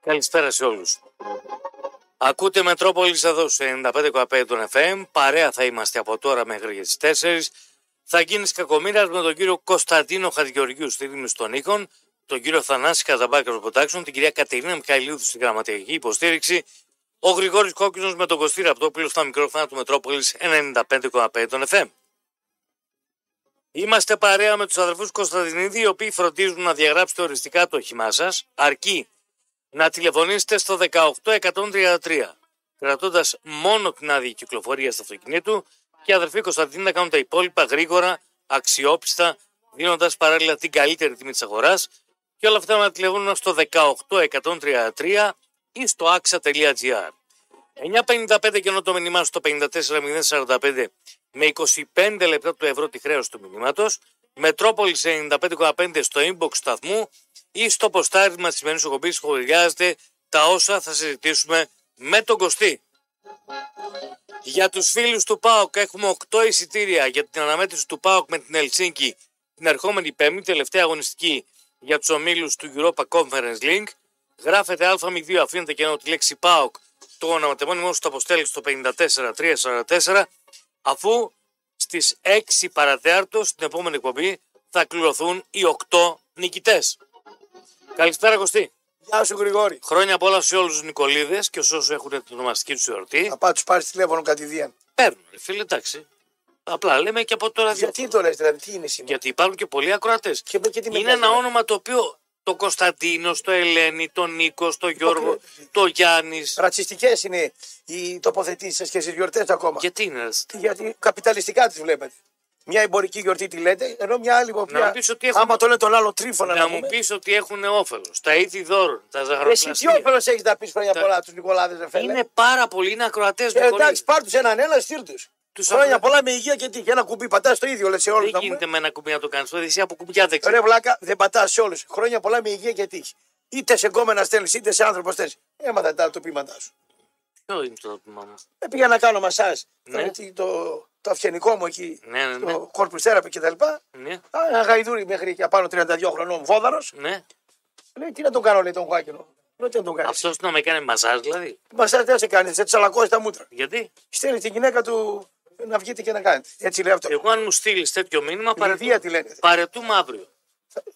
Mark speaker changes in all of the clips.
Speaker 1: Καλησπέρα σε όλους. Ακούτε Μετρόπολης εδώ σε 95,5 των FM. Παρέα θα είμαστε από τώρα μέχρι και τις 4. Θα γίνει κακομήρας με τον κύριο Κωνσταντίνο Χατζηγεωργίου στη Δήμηση των Οίκων, τον κύριο Θανάση Καζαμπάκη Προτάξεων, την κυρία Κατερίνα Μιχαηλίδου στη γραμματιακή υποστήριξη, ο Γρηγόρης Κόκκινος με τον Κωστή Ραπτόπουλο στα μικρόφωνα του Μετρόπολης 95,5 των FM. Είμαστε παρέα με τους αδερφούς Κωνσταντινίδη, οι οποίοι φροντίζουν να διαγράψετε οριστικά το όχημά σας, αρκεί να τηλεφωνήσετε στο 18133, κρατώντας μόνο την άδεια κυκλοφορία του αυτοκινήτου και οι αδερφοί Κωνσταντινίδη να κάνουν τα υπόλοιπα γρήγορα, αξιόπιστα, δίνοντας παράλληλα την καλύτερη τιμή της αγοράς και όλα αυτά να τηλεφωνούν στο 18133 ή στο axa.gr. 9.55 και ενώ το μήνυμά στο 54.045 με 25 λεπτά του ευρώ τη χρέωση του μηνύματος, Μετρόπολης 95,5 στο inbox του σταθμού ή στο ποστάρι μας της σημερινής εκπομπής σχολιάζεται τα όσα θα συζητήσουμε με τον Κωστή. Για τους φίλους του ΠΑΟΚ έχουμε 8 εισιτήρια για την αναμέτρηση του ΠΑΟΚ με την Ελσίνκη την ερχόμενη πέμπτη, τελευταία αγωνιστική για τους ομίλους του Europa Conference Link. Γράφετε α02, αφήνετε και ενώ τη λέξη ΠΑΟΚ το ονοματεπώνυμό σου το αποστέλει στο 54344 αφού στις 6 παρατέαρτο στην επόμενη εκπομπή θα κληρωθούν οι 8 νικητές. Καλησπέρα Κωστή.
Speaker 2: Γεια σου Γρηγόρη.
Speaker 1: Χρόνια πολλά σε όλους τους Νικολίδες και όσους έχουν την ονομαστική τους εορτή.
Speaker 2: Θα πάω τους πάρεις τηλέφωνο κατηδίαν.
Speaker 1: Παίρνουν, ρε φίλε, εντάξει. Απλά λέμε και από τώρα δύο.
Speaker 2: Γιατί το λες δηλαδή, τι είναι σήμερα.
Speaker 1: Γιατί υπάρχουν και πολλοί ακροατές.
Speaker 2: Και, και τι με
Speaker 1: Είναι ένα
Speaker 2: νοιάζει,
Speaker 1: όνομα το οποίο το Κωνσταντίνο, το Ελένη, το Νίκο,
Speaker 2: Λοιπόν,
Speaker 1: το Γιώργο,
Speaker 2: Υποκλε-
Speaker 1: το Γιάννης.
Speaker 2: Ρατσιστικές είναι οι τοποθετήσεις σας και στις γιορτές ακόμα.
Speaker 1: Γιατί είναι. ρε,
Speaker 2: Γιατί καπιταλιστικά τις βλέπετε. Μια εμπορική γιορτή τη λέτε, ενώ μια άλλη οποία.
Speaker 1: μου πεις ότι έχουμε-
Speaker 2: Άμα το λένε τον άλλο τρίφωνα λοιπόν, να,
Speaker 1: Να μου
Speaker 2: πούμε.
Speaker 1: πεις ότι έχουν όφελος. Τα είδη δώρων, τα
Speaker 2: Εσύ τι
Speaker 1: ζαχαροπλαστεία.
Speaker 2: όφελος έχεις να πεις χρόνια
Speaker 1: Τα-
Speaker 2: πολλά τους Νικολάδες, ρε φέλε.
Speaker 1: Είναι πάρα πολλοί, είναι ακροατές
Speaker 2: Ε, εντάξει, πάρ τους έναν ένα, στείλ τους.
Speaker 1: Τους
Speaker 2: Χρόνια
Speaker 1: απλά-
Speaker 2: πολλά με υγεία και τύχη. Ένα κουμπί πατάς το ίδιο, λες σε όλους.
Speaker 1: Δεν γίνεται με ένα κουμπί να το κάνεις. Το εσύ από κουμπιά δεν ξέρει.
Speaker 2: Ρε βλάκα, δεν πατάς σε όλους. Χρόνια πολλά με υγεία και τύχη. Είτε σε γκόμενα στέλνεις, είτε σε άνθρωπος στέλνεις. Έμαθα τα τοπήματά σου.
Speaker 1: Ποιο είναι το τμήμα μου.
Speaker 2: Ε, πήγα να κάνω μασά.
Speaker 1: Ναι.
Speaker 2: Το, το, το αυγενικό μου εκεί,
Speaker 1: Ναι, ναι, ναι.
Speaker 2: το corpus therapy κτλ.
Speaker 1: Ναι,
Speaker 2: Α, Ένα γαϊδούρι μέχρι και πάνω 32 χρονών, βόδαρος.
Speaker 1: ναι.
Speaker 2: Λέει, τι να τον κάνω, λέει τον Χουάκινο. Λέω, τι να τον κάνεις.
Speaker 1: Αυτός να με κάνει μαζάζ δηλαδή.
Speaker 2: Μασά δεν σε κάνεις, σε τσαλακώσεις τα μούτρα.
Speaker 1: Γιατί
Speaker 2: Στέλνεις τη γυναίκα του να βγείτε και να κάνετε. Έτσι λέει αυτό.
Speaker 1: εγώ αν μου στείλεις τέτοιο μήνυμα παρετού,
Speaker 2: Παρεδία τη λένε.
Speaker 1: παρετούμε αύριο.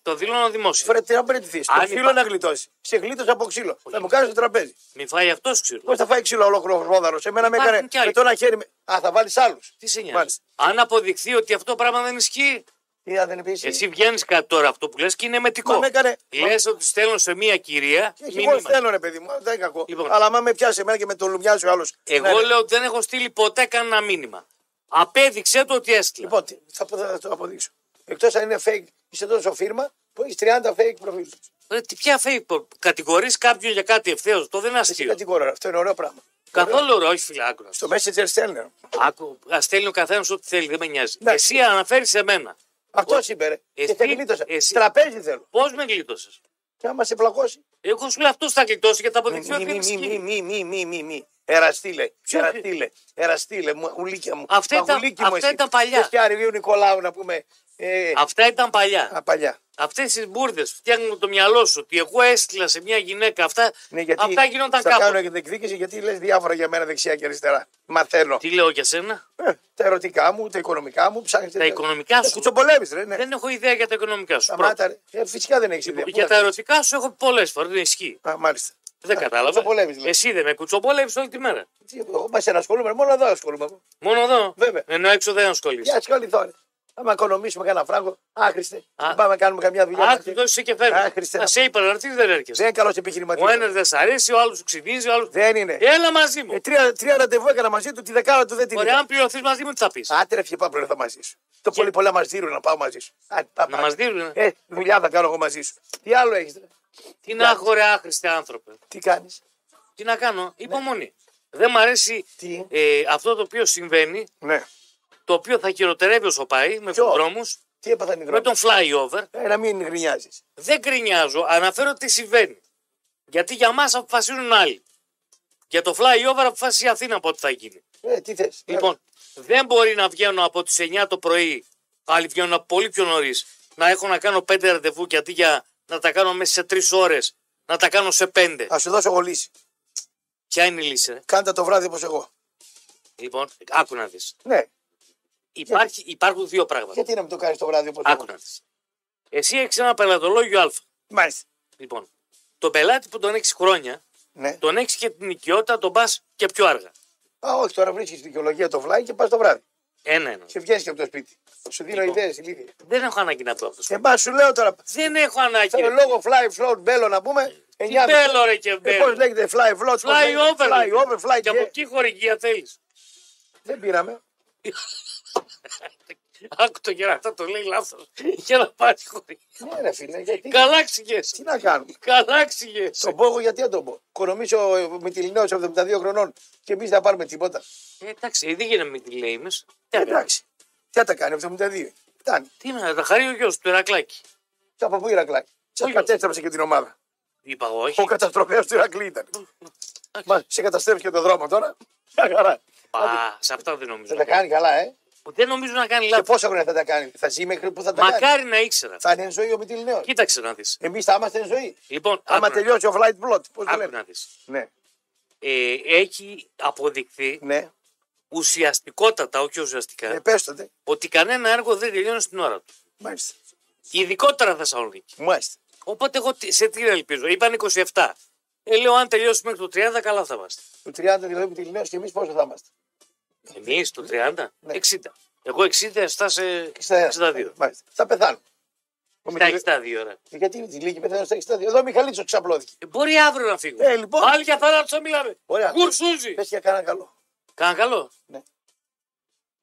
Speaker 1: Το δηλώνω δημόσια.
Speaker 2: Φρέτε να μπρετηθεί. Το
Speaker 1: Αν
Speaker 2: ξύλο
Speaker 1: υπά-
Speaker 2: να γλιτώσεις. Σε γλίτωσε από ξύλο. Θα μου κάνεις το τραπέζι.
Speaker 1: Μη φάει αυτός ξύλο.
Speaker 2: Πώς θα φάει ξύλο ολόκληρο βόδαρο. Εμένα με
Speaker 1: Υπάρχουν
Speaker 2: έκανε
Speaker 1: κι άλλοι.
Speaker 2: με το ένα χέρι. με- Α, θα βάλεις άλλους.
Speaker 1: Τι σε νοιάζει.
Speaker 2: Μάλιστα.
Speaker 1: Αν αποδειχθεί ότι αυτό πράγμα δεν ισχύει,
Speaker 2: Τι να δεν επίση.
Speaker 1: Εσύ βγαίνεις κάτι τώρα αυτό που λες και είναι μετικό.
Speaker 2: Μα με έκανε.
Speaker 1: Λες ότι στέλνω σε μία κυρία
Speaker 2: Εγώ
Speaker 1: μήνυμα.
Speaker 2: θέλω ρε παιδί μου, δεν είναι κακό.
Speaker 1: Λοιπόν.
Speaker 2: Αλλά άμα με πιάσει εμένα και με το λουμιάζει ο άλλος. Ναι,
Speaker 1: Εγώ λέω ότι δεν έχω στείλει ποτέ κανένα μήνυμα. Απέδειξε το ότι έστειλα.
Speaker 2: Λοιπόν, τι- θα, θα το αποδείξω. Εκτός αν είναι fake, είσαι τόσο φίρμα που έχεις 30 fake προφίλ.
Speaker 1: Ρε, Ε, τι- Ποια Facebook. Κατηγορείς κάποιον για κάτι ευθέως. Το δεν είναι αστείο.
Speaker 2: Κατηγορώ, αυτό είναι ωραίο πράγμα.
Speaker 1: Καθόλου ωραίο, όχι φιλάκρο.
Speaker 2: Στο Messenger ε. στέλνω.
Speaker 1: Άκου, ας στέλνει ο καθένας ό,τι θέλει, δεν με νοιάζει.
Speaker 2: Ναι.
Speaker 1: Εσύ αναφέρεις σε μένα.
Speaker 2: Αυτός είπε. ρε.
Speaker 1: Εσύ-
Speaker 2: Και σε γλίτωσα.
Speaker 1: εσύ-
Speaker 2: Τραπέζι θέλω.
Speaker 1: Πώς με γλίτωσες.
Speaker 2: Και άμα σε πλακώσει.
Speaker 1: Εγώ σου λέω αυτό θα γλιτώσει γιατί θα αποδειχθεί
Speaker 2: Μη,
Speaker 1: ότι
Speaker 2: μη,
Speaker 1: είναι
Speaker 2: μη, μη,
Speaker 1: σκύλι.
Speaker 2: μη, μη, μη, μη, μη. Εραστήλε,
Speaker 1: Ποιο-
Speaker 2: εραστήλε, εραστήλε, μου, γουλίκια μου.
Speaker 1: Αυτά ήταν-
Speaker 2: Μαγουλίκι μου
Speaker 1: αυτά
Speaker 2: εσύ.
Speaker 1: ήταν παλιά.
Speaker 2: Και Αριβίου Νικολάου να πούμε. Ε,
Speaker 1: Αυτά ήταν παλιά.
Speaker 2: α, παλιά.
Speaker 1: Αυτές τι μπουρδες φτιάχνουν το μυαλό σου ότι εγώ έστειλα σε μια γυναίκα αυτά.
Speaker 2: Ναι, γιατί
Speaker 1: αυτά γινόταν
Speaker 2: στα
Speaker 1: κάπου.
Speaker 2: κάνω και την εκδίκηση γιατί λες διάφορα για μένα δεξιά και αριστερά. Μαθαίνω.
Speaker 1: Τι λέω για σένα.
Speaker 2: Ε, τα ερωτικά μου, τα οικονομικά μου, ψάχνεις.
Speaker 1: Τα οικονομικά σου.
Speaker 2: Κουτσομπολεύεις ρε, ναι.
Speaker 1: Δεν έχω ιδέα για τα οικονομικά σου.
Speaker 2: Σταμάτα, ρε. Ε, φυσικά δεν έχεις ιδέα. Πού
Speaker 1: Λοιπόν, για
Speaker 2: να
Speaker 1: τα
Speaker 2: ξέρεις.
Speaker 1: ερωτικά σου έχω πολλές φορές. Δεν ισχύει.
Speaker 2: Α, μάλιστα.
Speaker 1: Δεν
Speaker 2: Α,
Speaker 1: κατάλαβα.
Speaker 2: κουτσομπολεύεις, δηλαδή.
Speaker 1: Εσύ δεν με κουτσομπολεύεις όλη τη μέρα.
Speaker 2: Τι, Εγώ μα ενασχολούμαι, μόνο εδώ ασχολούμαι.
Speaker 1: Μόνο εδώ.
Speaker 2: Βέβαια.
Speaker 1: Ενώ έξω δεν ασχολείσαι.
Speaker 2: Για ασχοληθώ. ρε. Άμα οικονομήσουμε κανένα φράγκο, άχρηστε.
Speaker 1: Α.
Speaker 2: Πάμε να κάνουμε καμιά δουλειά.
Speaker 1: Α,
Speaker 2: μαζί.
Speaker 1: του δώσει και
Speaker 2: Α,
Speaker 1: φεύγει.
Speaker 2: Χριστέ
Speaker 1: Θα
Speaker 2: να-
Speaker 1: σε είπα να έρθεις, δεν έρχεσαι.
Speaker 2: Δεν είναι καλός
Speaker 1: Ο ένας
Speaker 2: επιχειρηματία.
Speaker 1: δεν σ' αρέσει, ο άλλος σου ξυνίζει, ο άλλος.
Speaker 2: Δεν είναι.
Speaker 1: Έλα μαζί μου.
Speaker 2: Ε, τρία, τρία ραντεβού έκανα μαζί του, τη δεκάρα του δεν την
Speaker 1: Ωραία,
Speaker 2: είδα.
Speaker 1: αν πληρωθείς μαζί μου, τι θα πεις.
Speaker 2: Άντε ρε φιεπά πρέπει να μαζί σου. Το πολύ πολλά μας δίνουν να πάω μαζί σου. Α, τα
Speaker 1: Να
Speaker 2: πάμε.
Speaker 1: μα δίνουν.
Speaker 2: Ε, δουλειά θα κάνω εγώ μαζί σου. Τι άλλο έχεις.
Speaker 1: Τι να έχω ρε άχρηστε άνθρωπε.
Speaker 2: Τι κάνεις.
Speaker 1: Τι να κάνω, υπομονή. Δεν μ' αρέσει
Speaker 2: Ναι. Τι.
Speaker 1: ε, αυτό το οποίο συμβαίνει,
Speaker 2: Ναι.
Speaker 1: το οποίο θα χειροτερεύει όσο πάει με
Speaker 2: Ποιος?
Speaker 1: του δρόμου,
Speaker 2: Τι έπαθαν οι
Speaker 1: με
Speaker 2: δρόμοι.
Speaker 1: τον flyover.
Speaker 2: Ε, να μην γρινιάζει.
Speaker 1: Δεν κρινιάζω, αναφέρω τι συμβαίνει. Γιατί για μας αποφασίζουν άλλοι. Για το flyover αποφάσισε η Αθήνα πότε θα γίνει.
Speaker 2: Ε, τι θες.
Speaker 1: Λοιπόν, δεν μπορεί να βγαίνω από τις 9 το πρωί Άλλοι βγαίνουν από πολύ πιο νωρίς. Να έχω να κάνω πέντε ραντεβού και αντί για να τα κάνω μέσα σε τρεις ώρες, να τα κάνω σε πέντε.
Speaker 2: Ας σου δώσω εγώ λύση.
Speaker 1: Ποια είναι η λύση, ρε?
Speaker 2: Κάντα το βράδυ όπως εγώ.
Speaker 1: Λοιπόν, άκου να δεις.
Speaker 2: Ναι,
Speaker 1: Υπάρχει, υπάρχουν δύο πράγματα.
Speaker 2: Ε, γιατί να μην το κάνεις το βράδυ όπως
Speaker 1: Άκου
Speaker 2: εγώ.
Speaker 1: να δεις. Εσύ έχεις ένα πελατολόγιο Α.
Speaker 2: Μάλιστα.
Speaker 1: Λοιπόν, τον πελάτη που τον έχεις χρόνια,
Speaker 2: Ναι.
Speaker 1: τον έχεις και την οικειότητα, τον πας και πιο αργα.
Speaker 2: Α, όχι, τώρα βρίσκεις δικαιολογία το βλάι και πας το βράδυ.
Speaker 1: Ένα-ένα.
Speaker 2: Και βγαίνεις και από το σπίτι. Σου δίνω
Speaker 1: Λοιπόν.
Speaker 2: ιδέες, ηλίθεια.
Speaker 1: Δεν έχω ανάγκη να το αυτό.
Speaker 2: Και μπα σου λέω τώρα.
Speaker 1: Δεν έχω ανάγκη.
Speaker 2: Θέλω
Speaker 1: ρε.
Speaker 2: λόγο fly float μπέλο να πούμε.
Speaker 1: Τι
Speaker 2: εννιά δι-
Speaker 1: μπέλο ρε και
Speaker 2: Ε, Πώς
Speaker 1: μπέλο.
Speaker 2: λέγεται fly float, πώς
Speaker 1: Fly
Speaker 2: λέγεται,
Speaker 1: over.
Speaker 2: Fly
Speaker 1: ρε.
Speaker 2: over, fly
Speaker 1: Και από
Speaker 2: και.
Speaker 1: εκεί χορηγία θέλεις.
Speaker 2: Δεν πήραμε.
Speaker 1: Άκου το γεράτα, το λέει λάθος. Για να πάρεις χορηγία.
Speaker 2: Ναι, ρε φίλε, γιατί.
Speaker 1: Καλά ξηγέσαι.
Speaker 2: Τι να κάνουμε.
Speaker 1: Καλά ξηγέσαι.
Speaker 2: Τον πόγο γιατί να τον πω. Οικονομήσω ε, με τη Λινό 72 χρονών και εμείς να πάρουμε τίποτα.
Speaker 1: Ε, Εντάξει, δεν γίνεται με τη λέει μας.
Speaker 2: Ε, Εντάξει. Τι θα τα κάνει, 72. Φτάνει.
Speaker 1: Τι να τα χαρεί ο γιος του Ερακλάκη.
Speaker 2: Και από πού Ηρακλάκη. Σα
Speaker 1: Όχι.
Speaker 2: κατέστρεψε και την ομάδα.
Speaker 1: Είπα εγώ, όχι.
Speaker 2: Ο καταστροφέας του Ηρακλή ήταν. Μα σε καταστρέψει και τον δρόμο τώρα. Μια χαρά.
Speaker 1: Α, σε αυτά δεν νομίζω.
Speaker 2: Θα
Speaker 1: να
Speaker 2: τα
Speaker 1: κάνει.
Speaker 2: κάνει καλά, ε.
Speaker 1: Δεν νομίζω να κάνει
Speaker 2: Και
Speaker 1: λάθος.
Speaker 2: πόσα χρόνια θα τα κάνει. Θα ζει μέχρι που θα τα κάνει.
Speaker 1: Μακάρι να ήξερα.
Speaker 2: Θα είναι εν ζωή ο Μητυλινέο.
Speaker 1: Κοίταξε να δεις.
Speaker 2: Εμείς θα είμαστε εν ζωή.
Speaker 1: Λοιπόν,
Speaker 2: Άμα
Speaker 1: άκου να-
Speaker 2: τελειώσει ο flight plot. Πώς το
Speaker 1: άκου
Speaker 2: λέμε.
Speaker 1: να δεις.
Speaker 2: Ναι.
Speaker 1: Ε, έχει αποδειχθεί
Speaker 2: Ναι.
Speaker 1: ουσιαστικότατα, όχι ουσιαστικά,
Speaker 2: Ε, πες το, τε.
Speaker 1: ότι κανένα έργο δεν τελειώνει στην ώρα του.
Speaker 2: Μάλιστα.
Speaker 1: Ειδικότερα Θεσσαλονίκη.
Speaker 2: Μάλιστα.
Speaker 1: Οπότε εγώ τι- σε τι ελπίζω. Είπαν 27. Ε, λέω, αν τελειώσει μέχρι το 30, καλά θα είμαστε.
Speaker 2: Του 30 δηλαδή ο Μητυλινέο και εμείς πόσο θα είμαστε.
Speaker 1: Εμείς το 30,
Speaker 2: Ναι.
Speaker 1: 60. Εγώ 60, στα σε
Speaker 2: Στα-
Speaker 1: 62.
Speaker 2: Μάλιστα. Θα πεθάνουμε. Ο
Speaker 1: Στα
Speaker 2: Μητυλινέος-
Speaker 1: 62 ώρα.
Speaker 2: Ε, Γιατί είναι τη λίγη πεθαίνω στα 62. Εδώ ο Μιχαλίτσος ξαπλώθηκε.
Speaker 1: Ε, μπορεί αύριο να φύγω.
Speaker 2: Ε, λοιπόν.
Speaker 1: Πάλι για θάνατο θα μιλάμε.
Speaker 2: Ωραία.
Speaker 1: Κουρσούζι.
Speaker 2: Πες και κανένα καλό.
Speaker 1: Κάνα καλό.
Speaker 2: Ναι.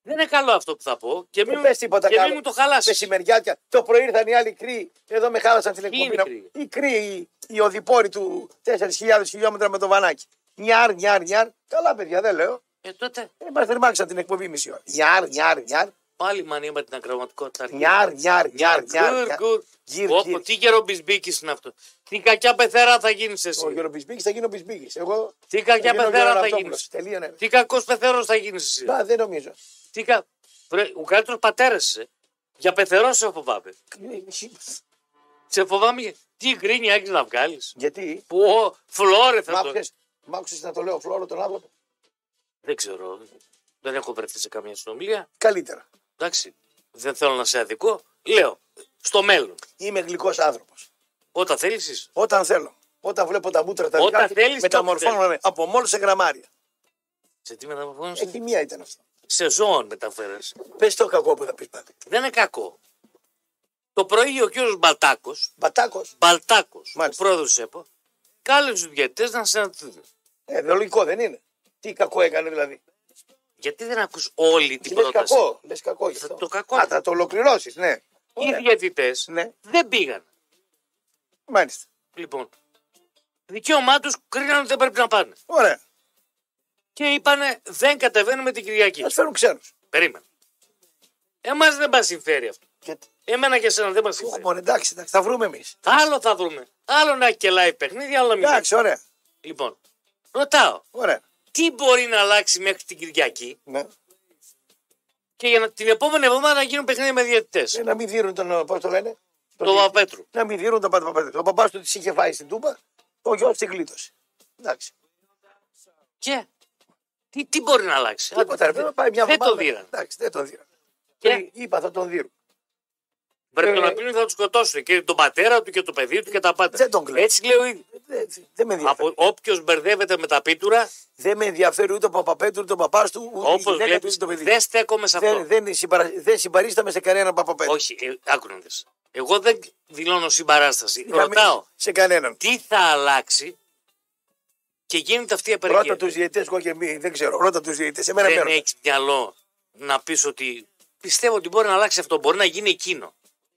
Speaker 1: Δεν είναι καλό αυτό που θα πω και μην,
Speaker 2: Δεν Ε, πες τίποτα
Speaker 1: και μην
Speaker 2: καλό.
Speaker 1: μου το χαλάσεις.
Speaker 2: Μεσημεριάτια. Το πρωί ήρθαν οι άλλοι κρύοι. Εδώ με χάλασαν την
Speaker 1: Ποιοι
Speaker 2: εκπομπή.
Speaker 1: είναι
Speaker 2: να-
Speaker 1: κρύοι?
Speaker 2: Οι κρύοι, οι- οι οδηπόροι του 4.000 χιλιόμετρα με το βανάκι. Νιάρ, νιάρ, νιάρ. Καλά, παιδιά, δεν λέω.
Speaker 1: Ε, τότε
Speaker 2: Ε, Μα θερμάξαν την εκπομπή μισή ώρα. Νιάρ, νιάρ, νιάρ.
Speaker 1: πάλι μανία με την ακροματικότητα.
Speaker 2: Νιάρ, νιάρ,
Speaker 1: Ε,
Speaker 2: νιάρ, νιάρ. νιάρ.
Speaker 1: Γκουρ,
Speaker 2: Γυρ,
Speaker 1: γκουρ. Όπω
Speaker 2: γυρ.
Speaker 1: τι γερομπισμπίκη είναι αυτό. Τι κακιά πεθερά θα γίνεις
Speaker 2: Ο
Speaker 1: εσύ.
Speaker 2: Γιώργο Μπισμπίκης θα γίνει ο Μπισμπίκης. Εγώ.
Speaker 1: Τι κακιά
Speaker 2: θα γίνω ο
Speaker 1: πεθέρα
Speaker 2: Γιώργος
Speaker 1: θα
Speaker 2: Ραπτόπουλος.
Speaker 1: γίνεις.
Speaker 2: Τελείωνε.
Speaker 1: Τι κακός πεθερός θα γίνεις εσύ.
Speaker 2: Μπα, δεν νομίζω.
Speaker 1: Τι κα... Βρε, Ο καλύτερος πατέρας είσαι. Για πεθερό σε φοβάμαι. Σε φοβάμαι για- τι γκρίνια έχεις να βγάλεις.
Speaker 2: Γιατί.
Speaker 1: Που ο φλόρε
Speaker 2: Μ'
Speaker 1: θα το.
Speaker 2: άκουσες- μ' άκουσες να το λέω φλόρο τον άνθρωπο.
Speaker 1: Δεν ξέρω. Δεν έχω βρεθεί σε καμία συνομιλία.
Speaker 2: Καλύτερα.
Speaker 1: Εντάξει. Δεν θέλω να σε αδικό. Λέω. Στο μέλλον.
Speaker 2: Είμαι γλυκός άνθρωπος.
Speaker 1: Όταν θέλεις. είσαι.
Speaker 2: Όταν θέλω. Όταν βλέπω τα μούτρα τα
Speaker 1: Όταν
Speaker 2: δικά του,
Speaker 1: θέλεις,
Speaker 2: μεταμορφώνομαι από μόλις σε γραμμάρια.
Speaker 1: Σε τι μεταμορφώνεσαι.
Speaker 2: Έχει μία ήταν αυτό.
Speaker 1: Σε ζώων μεταφέρεσαι.
Speaker 2: Πες το κακό που θα πεις πάντα.
Speaker 1: Δεν είναι κακό. Το πρωί ο κύριος Μπαλτάκος,
Speaker 2: Μπατάκο.
Speaker 1: Μπαλτάκος, ο
Speaker 2: Μάλιστα.
Speaker 1: πρόεδρος της ΕΠΟ, κάλεσε τους διαιτητές να συναντηθούν.
Speaker 2: Ε, δε λογικό δεν είναι. Τι κακό έκανε δηλαδή.
Speaker 1: Γιατί δεν ακούς όλη την
Speaker 2: Λες
Speaker 1: πρόταση.
Speaker 2: κακό. Λες κακό. γι'
Speaker 1: Θα
Speaker 2: αυτό.
Speaker 1: το κακό.
Speaker 2: Α, θα το ολοκληρώσεις, ναι.
Speaker 1: Οι
Speaker 2: Ωραία.
Speaker 1: διαιτητές
Speaker 2: Ναι,
Speaker 1: δεν πήγαν.
Speaker 2: μάλιστα.
Speaker 1: Λοιπόν, δικαίωμά τους κρίναν ότι δεν πρέπει να πάνε.
Speaker 2: Ωραία.
Speaker 1: Και είπανε δεν κατεβαίνουμε την Κυριακή.
Speaker 2: Ας φέρουν ξένους.
Speaker 1: Περίμενα. Εμάς δεν μας συμφέρει αυτό.
Speaker 2: Γιατί.
Speaker 1: Εμένα και εσένα δεν μας
Speaker 2: Ω,
Speaker 1: συμφέρει.
Speaker 2: μωρέ, εντάξει, εντάξει, θα βρούμε εμείς.
Speaker 1: Άλλο θα βρούμε. Άλλο να κελάει παιχνίδι, άλλο να μην.
Speaker 2: Εντάξει, ωραία.
Speaker 1: Λοιπόν, ρωτάω,
Speaker 2: ωραία.
Speaker 1: τι μπορεί να αλλάξει μέχρι την Κυριακή
Speaker 2: Ναι.
Speaker 1: και για να, την επόμενη εβδομάδα να γίνουν παιχνίδια με διαιτητές.
Speaker 2: Ε, να μην δίνουν τον. Πώς το λένε.
Speaker 1: Το
Speaker 2: τον-
Speaker 1: Παπαπέτρου.
Speaker 2: Να μην δίνουν τα πάντα. Ο παπάς του τη είχε φάει στην τούμπα. Ο γιος τη γλίτωσε. Εντάξει.
Speaker 1: Και τι, τι μπορεί να αλλάξει.
Speaker 2: Τίποτα, ρε,
Speaker 1: Άντε,
Speaker 2: πρέπει να πάει μια
Speaker 1: δεν το
Speaker 2: εβδομάδα.
Speaker 1: δίναν.
Speaker 2: Εντάξει, δεν τον δίναν.
Speaker 1: Και-
Speaker 2: Είπα, θα τον δίνουν.
Speaker 1: Βρε τον
Speaker 2: Ε,
Speaker 1: Απίνο θα του σκοτώσουν και τον πατέρα του και το παιδί του και τα πάντα.
Speaker 2: Δεν τον κλαίω.
Speaker 1: Έτσι λέω ήδη.
Speaker 2: Δεν, δεν με ενδιαφέρει.
Speaker 1: Από όποιος μπερδεύεται με τα πίτουρα,
Speaker 2: Δεν με ενδιαφέρει ούτε ο Παπαπέτρου, ούτε ο παπάς του, ούτε η γυναίκα
Speaker 1: όπω
Speaker 2: του,
Speaker 1: βλέπεις,
Speaker 2: ούτε το παιδί.
Speaker 1: δεν στέκομαι σε αυτό.
Speaker 2: Δεν, δεν, συμπαρα... δεν συμπαρίσταμε σε κανέναν Παπαπέτρου.
Speaker 1: Όχι, ε, άκου να δεις. Εγώ δεν δηλώνω συμπαράσταση.
Speaker 2: Είχαμε
Speaker 1: Ρωτάω,
Speaker 2: Σε κανέναν.
Speaker 1: τι θα αλλάξει και γίνεται αυτή η
Speaker 2: Ρώτα
Speaker 1: απεργία.
Speaker 2: του διαιτέ, εγώ και μη, δεν ξέρω. Ρώτα τους διαιτέ. Εμένα
Speaker 1: δεν
Speaker 2: μέρο.
Speaker 1: έχεις μυαλό να πεις ότι πιστεύω ότι μπορεί να αλλάξει αυτό, μπορεί να γίνει εκείνο.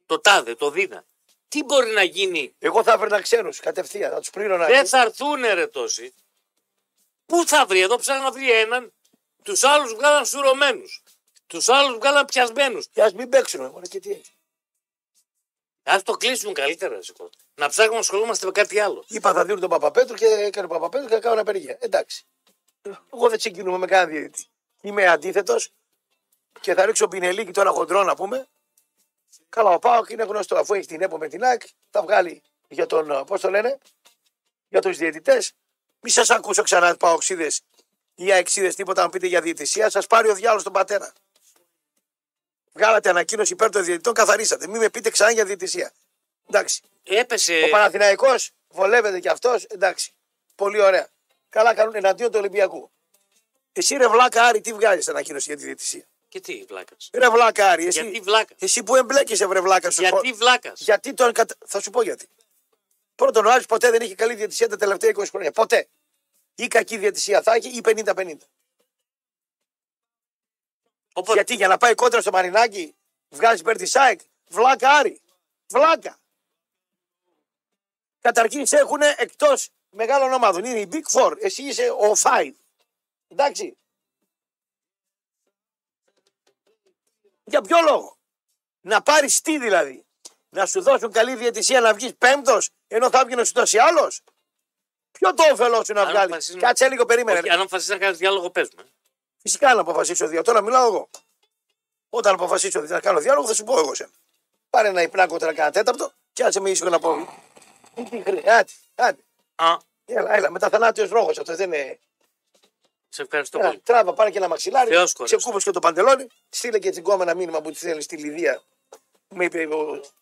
Speaker 1: Το τάδε, το δίνα. Τι μπορεί να γίνει,
Speaker 2: Εγώ θα έφερνα ξένου κατευθείαν, θα τους πλήρωνα.
Speaker 1: δεν θα έρθουν ρε τόσοι. Πού θα βρει, εδώ ψάχνει να βρει έναν, τους άλλους βγάλαν σουρωμένους. Τους άλλους βγάλαν πιασμένους.
Speaker 2: Και ας μην παίξουν. Μόνο και τι έχει.
Speaker 1: Ας το κλείσουν καλύτερα, ρε σηκώ. Να ψάχνουμε να ασχολούμαστε με κάτι άλλο.
Speaker 2: Είπα θα δίνουν τον Παπαπέτρου και έκανε ο Παπαπέτρου και κάνω απεργία. Εντάξει. Εγώ δεν συγκινούμαι με κανένα διαιτητή. Είμαι αντίθετος και θα ρίξω πινελίκι τώρα χοντρό να πούμε Καλά, ο Πάοκ είναι γνωστό. Αφού έχει την ΕΠΟ με την ΑΕΚ, θα βγάλει για τον. Πώς το λένε, για τους διαιτητές. Μη σας ακούσω ξανά Παοξίδες ή αεξίδες τίποτα να πείτε για διαιτησία. Σας πάρει ο διάλογο τον πατέρα. Βγάλατε ανακοίνωση υπέρ των διαιτητών, καθαρίσατε. Μην με πείτε ξανά για διαιτησία. Εντάξει.
Speaker 1: Έπεσε.
Speaker 2: Ο Παναθηναϊκός βολεύεται κι αυτός. Εντάξει. Πολύ ωραία. Καλά κάνουν εναντίον του Ολυμπιακού. Εσύ ρε βλάκα Άρη, τι βγάζει ανακοίνωση για τη διαιτησία.
Speaker 1: Και τι βλάκας.
Speaker 2: Ρε βλάκα Άρη, εσύ,
Speaker 1: Γιατί βλάκας.
Speaker 2: εσύ που εμπλέκεσαι βρε βλάκας σου.
Speaker 1: Γιατί βλάκας.
Speaker 2: Γιατί τον. Κατα... Θα σου πω γιατί. Πρώτον, ο Άρης ποτέ δεν είχε καλή διαιτησία τα τελευταία 20 χρόνια. Ποτέ. Ή κακή διαιτησία θα έχει ή 50-50.
Speaker 1: Οπότε
Speaker 2: Γιατί για να πάει κόντρα στο Μαρινάκι, βγάζει υπέρ τη ΣΑΕΚ. Βλάκα Άρη. Βλάκα. Καταρχήν σε έχουν εκτός μεγάλων ομάδων. Είναι η Big Four. Εσύ είσαι ο Five. Εντάξει. Για ποιο λόγο. Να πάρεις τι δηλαδή. Να σου δώσουν καλή διαιτησία να βγεις πέμπτος ενώ θα βγει σου δώσει άλλος. Ποιο το όφελό σου να
Speaker 1: Αν
Speaker 2: βγάλεις.
Speaker 1: αποφασίζουμε-
Speaker 2: Κάτσε λίγο, περίμενε.
Speaker 1: όχι, αν αποφασίσεις να κάνεις διάλογο, ε. παίζουμε.
Speaker 2: Φυσικά να αποφασίσω δύο. Τώρα μιλάω εγώ. Όταν αποφασίσω ότι θα κάνω διάλογο, θα σου πω εγώ σε. Πάρε ένα υπνάκο τώρα κάνα τέταρτο και άσε με ήσυχο να πω. Τι τι χρή- Άντε, άντε.
Speaker 1: Α,
Speaker 2: Έλα, έλα. Μετά θανάτιος ρόγος αυτό δεν είναι.
Speaker 1: σε ευχαριστώ
Speaker 2: Έλα,
Speaker 1: πολύ.
Speaker 2: τράβα, πάρε και ένα μαξιλάρι.
Speaker 1: Θεός χωρίς.
Speaker 2: Ξεκούπω και το παντελόνι. Στείλε και τσιγκόμα ένα μήνυμα που τη θέλει στη Λιδία. Μου είπε,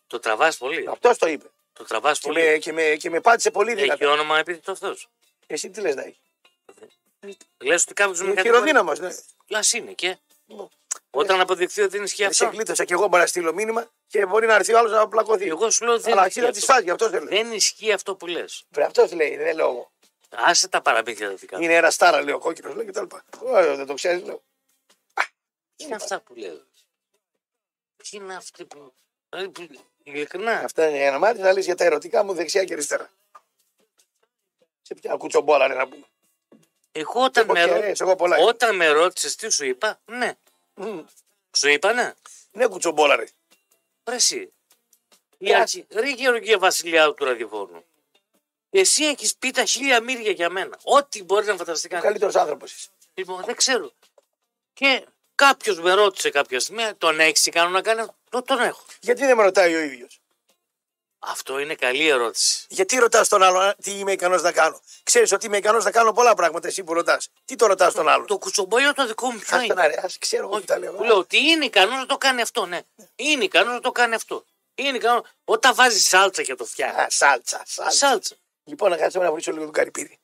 Speaker 1: Το τραβάς πολύ. ε.
Speaker 2: αυτός το είπε.
Speaker 1: Το τραβάς
Speaker 2: Και
Speaker 1: πολύ. Ε,
Speaker 2: με, και, με, και με πάτησε πολύ δυνατά.
Speaker 1: Έχει όνομα επίθετο αυτό.
Speaker 2: δηλαδή. Εσύ τι λες να έχει.
Speaker 1: Λες ότι κάποιος με
Speaker 2: Είναι
Speaker 1: κάτι.
Speaker 2: χειροδύναμος, ναι.
Speaker 1: Λας είναι και. Όταν αποδειχθεί ότι είναι
Speaker 2: Σε
Speaker 1: αυτό.
Speaker 2: κλείτωσα και εγώ μπορώ να στείλω μήνυμα και μπορεί να έρθει ο άλλος να πλακωθεί.
Speaker 1: Εγώ σου λέω δεν
Speaker 2: Αλλά αρχίζει
Speaker 1: ισχύει
Speaker 2: να τη
Speaker 1: αυτό.
Speaker 2: φάει, αυτό δεν λέει.
Speaker 1: Δεν ισχύει αυτό που λες.
Speaker 2: Αυτός λέει, δεν λέω εγώ.
Speaker 1: Άσε τα παραμύθια τα δικά.
Speaker 2: Είναι ένα στάρα, λέει ο κόκκινος, λέει κτλ. Ε, Δεν το ξέρεις, λέω.
Speaker 1: Είναι αυτά που λέω. Ποιοι είναι αυτοί που. Δηλαδή, που- Ειλικρινά.
Speaker 2: Αυτά είναι ένα μάτι να λε για τα ερωτικά μου δεξιά και αριστερά. Σε ποια κουτσομπόλα, ρε να πούμε.
Speaker 1: Εγώ όταν με,
Speaker 2: Έχω
Speaker 1: ρω...
Speaker 2: κεραίες, εγώ πολλά. έχω.
Speaker 1: όταν με ρώτησες τι σου είπα, ναι.
Speaker 2: Μμ.
Speaker 1: Σου είπα ναι.
Speaker 2: Ναι, κουτσομπόλα, ρε.
Speaker 1: Ρε εσύ. Η
Speaker 2: Εντάξει.
Speaker 1: αρχι- Ρε Γεωργία Βασιλιά του ραδιοφώνου. Εσύ έχεις πει τα χίλια μύρια για μένα. Ό,τι μπορεί να φανταστεί
Speaker 2: Ο
Speaker 1: κανείς.
Speaker 2: καλύτερος άνθρωπος είσαι.
Speaker 1: Λοιπόν, δεν ξέρω. Και κάποιος με ρώτησε κάποια στιγμή, τον έχεις κάνω να κάνω. Λέω, τον έχω.
Speaker 2: Γιατί δεν με ρωτάει ο ίδιος.
Speaker 1: Αυτό είναι καλή ερώτηση.
Speaker 2: Γιατί ρωτάς τον άλλον τι είμαι ικανός να κάνω. Ξέρεις ότι είμαι ικανός να κάνω πολλά πράγματα εσύ που ρωτάς. Τι το ρωτάς τον άλλον.
Speaker 1: Το κουτσομπολιό το δικό μου ποιο
Speaker 2: Άστα
Speaker 1: είναι.
Speaker 2: να ρε, ας ξέρω εγώ τι τα λέω.
Speaker 1: Του λέω ότι είναι ικανός να το κάνει αυτό, ναι. Είναι ικανός να το κάνει αυτό. Είναι ικανός. Όταν βάζεις σάλτσα και το φτιάχνεις.
Speaker 2: Α, σάλτσα, σάλτσα.
Speaker 1: Σάλτσα.
Speaker 2: Λοιπόν, να κάτσουμε να βρίσω λίγο τον καρυπίδι.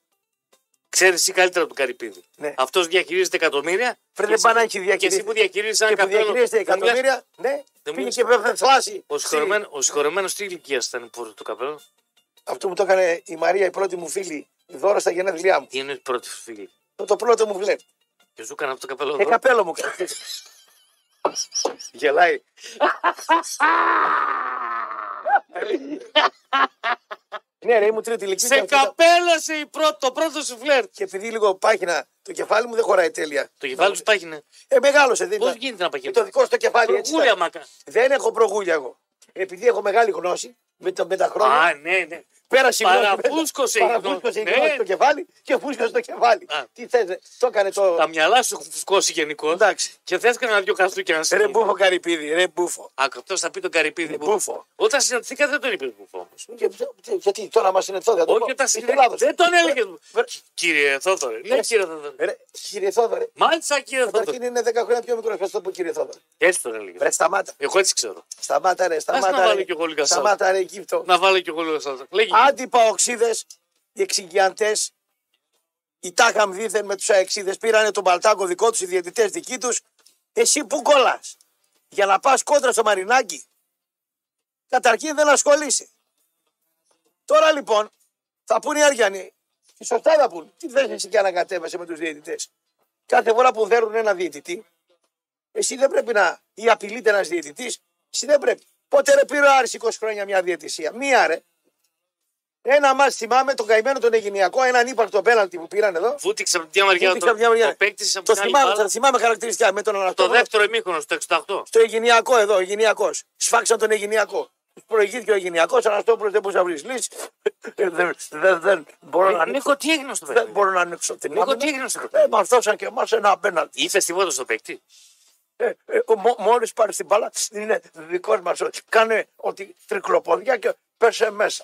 Speaker 1: Ξέρει εσύ καλύτερα τον Καρυπίδη.
Speaker 2: Ναι.
Speaker 1: Αυτός διαχειρίζεται εκατομμύρια.
Speaker 2: Βρε,
Speaker 1: και
Speaker 2: δεν
Speaker 1: εσύ-
Speaker 2: πάει να έχει
Speaker 1: Και εσύ
Speaker 2: διακινήσει.
Speaker 1: που διαχειρίζεις ένα
Speaker 2: Και που
Speaker 1: καπέλο.
Speaker 2: διαχειρίζεται
Speaker 1: δεν μιλάς-
Speaker 2: εκατομμύρια, ναι,
Speaker 1: δεν
Speaker 2: πήγε
Speaker 1: μιλάς.
Speaker 2: και βέβαια θλάσει.
Speaker 1: Ο συγχωρεμένο ο συγχωρεμένος τι ηλικίας ήταν που φορούσε το καπέλο.
Speaker 2: Αυτό μου το έκανε η Μαρία, η πρώτη μου φίλη, δώρο στα γενέθλιά μου.
Speaker 1: Τι είναι πρώτη σου φίλη.
Speaker 2: Το, το πρώτο μου βλέπει.
Speaker 1: Και σου έκανε αυτό το καπέλο.
Speaker 2: Ε,
Speaker 1: εδώ.
Speaker 2: καπέλο μου κάνει. Γελάει. ναι, ρε, ήμουν τρίτη ηλικία. και
Speaker 1: Σε
Speaker 2: αυτό ήταν-
Speaker 1: καπέλασε η πρώτη, το πρώτο σου φλερτ.
Speaker 2: Και επειδή λίγο πάχυνα το κεφάλι μου δεν χωράει τέλεια.
Speaker 1: Το κεφάλι σου πάγινε.
Speaker 2: Ε, μεγάλωσε. Δεν
Speaker 1: Πώς
Speaker 2: ήταν.
Speaker 1: γίνεται να
Speaker 2: Με το
Speaker 1: παγίνει.
Speaker 2: δικό σου το κεφάλι. έτσι
Speaker 1: Προκούλια
Speaker 2: ήταν.
Speaker 1: μακά.
Speaker 2: δεν έχω προγούλια εγώ. Επειδή έχω μεγάλη γνώση με, το, με τα χρόνια.
Speaker 1: Α, ναι, ναι.
Speaker 2: Πέρασε η γνώση.
Speaker 1: Παραφούσκωσε η γνώση.
Speaker 2: Παραφούσκωσε η
Speaker 1: Ναι.
Speaker 2: γνώση στο κεφάλι και φούσκωσε το κεφάλι.
Speaker 1: Α.
Speaker 2: Τι θες, ρε, το έκανε το.
Speaker 1: Τα μυαλά σου έχουν φουσκώσει γενικώ.
Speaker 2: Εντάξει.
Speaker 1: Και θες κανένα δυο καστού και να σε.
Speaker 2: Ρε μπούφο καρυπίδι, ρε μπούφο.
Speaker 1: Αυτό θα πει τον Καρυπίδη.
Speaker 2: Ρε
Speaker 1: που-
Speaker 2: μπούφο.
Speaker 1: Όταν συναντηθήκα δεν τον είπες μπουφό όμως.
Speaker 2: Και- και- Γιατί τώρα μας είναι αυτό, δεν το
Speaker 1: Όχι
Speaker 2: πω.
Speaker 1: όταν
Speaker 2: Είστε
Speaker 1: συναντηθήκα.
Speaker 2: λάθος.
Speaker 1: Δεν τον έλεγε.
Speaker 2: Βρε-
Speaker 1: Κύριε Θόδωρε. Λέει Ε, κύριε Θόδωρε.
Speaker 2: Ε, Ρε, Κύριε Θόδωρε,
Speaker 1: Μάλιστα κύριε Θόδωρε.
Speaker 2: καταρχήν είναι 10 χρόνια πιο μικρός. Ευχαριστώ που κύριε Θόδωρε.
Speaker 1: Έτσι τον έλεγες.
Speaker 2: Ρε, σταμάτα.
Speaker 1: Εγώ έτσι ξέρω.
Speaker 2: Σταμάτα, ρε,
Speaker 1: να
Speaker 2: σταμάτα.
Speaker 1: βάλω
Speaker 2: ρε.
Speaker 1: κι εγώ λίγα σάλτσα.
Speaker 2: Σταμάτα, ρε, Αιγύπτο.
Speaker 1: Να βάλω κι εγώ λίγο σάλτσα. Λέγε.
Speaker 2: Αντιπαοξίδε, οι εξηγιαντέ, οι τάχαμ δίθεν με τους αεξίδες πήρανε τον Παλτάκο δικό τους, οι διαιτητές δικοί τους. Εσύ που κολλάς, για να πας κόντρα στο Μαρινάκι, καταρχήν δεν ασχολείσαι. Τώρα λοιπόν θα πούνε οι Αριανοί, και σωστά θα πούν, τι δεν εσύ και ανακατέβασε με τους διαιτητές. Κάθε φορά που δέρουν ένα διαιτητή, εσύ δεν πρέπει να. ή απειλείται ένας διαιτητής, εσύ δεν πρέπει. Πότε ρε πήρε ο Άρης 20 χρόνια μια διαιτησία. Μία ρε. Ένα μα θυμάμαι τον καημένο τον Αιγυνιακό, έναν ύπαρκτο πέναλτι που πήραν εδώ.
Speaker 1: Βούτυξε από την μια μεριά.
Speaker 2: Βούτυξε από την μια μεριά.
Speaker 1: Το παίκτησε από
Speaker 2: Το
Speaker 1: την άλλη.
Speaker 2: θυμάμαι,
Speaker 1: μπάλα.
Speaker 2: το θυμάμαι χαρακτηριστικά με τον
Speaker 1: Το
Speaker 2: Αναστολό.
Speaker 1: δεύτερο ημίχρονο στο 68.
Speaker 2: Στο Αιγυνιακό εδώ, Αιγυνιακό. Σφάξαν τον Αιγυνιακό. Προηγήθηκε ο Αιγυνιακό, Αναστόπουλο δεν μπορούσε να βρεις λύση. δεν, δεν, δεν
Speaker 1: Ε,
Speaker 2: μπορώ να ανοίξω.
Speaker 1: Νίκο, τι έγινε στο
Speaker 2: Δεν
Speaker 1: παιχνίδι.
Speaker 2: μπορώ να ανοίξω την
Speaker 1: Νίκο,
Speaker 2: άμυνα.
Speaker 1: τι έγινε στο
Speaker 2: Ε,
Speaker 1: παιχνίδι.
Speaker 2: μα δώσαν και εμάς ένα απέναντι.
Speaker 1: Είπε τίποτα στο παίκτη.
Speaker 2: Ε, Μόλι πάρει την μπάλα είναι δικός μας. Κάνε ότι τρικλοποδιά και πέσε μέσα.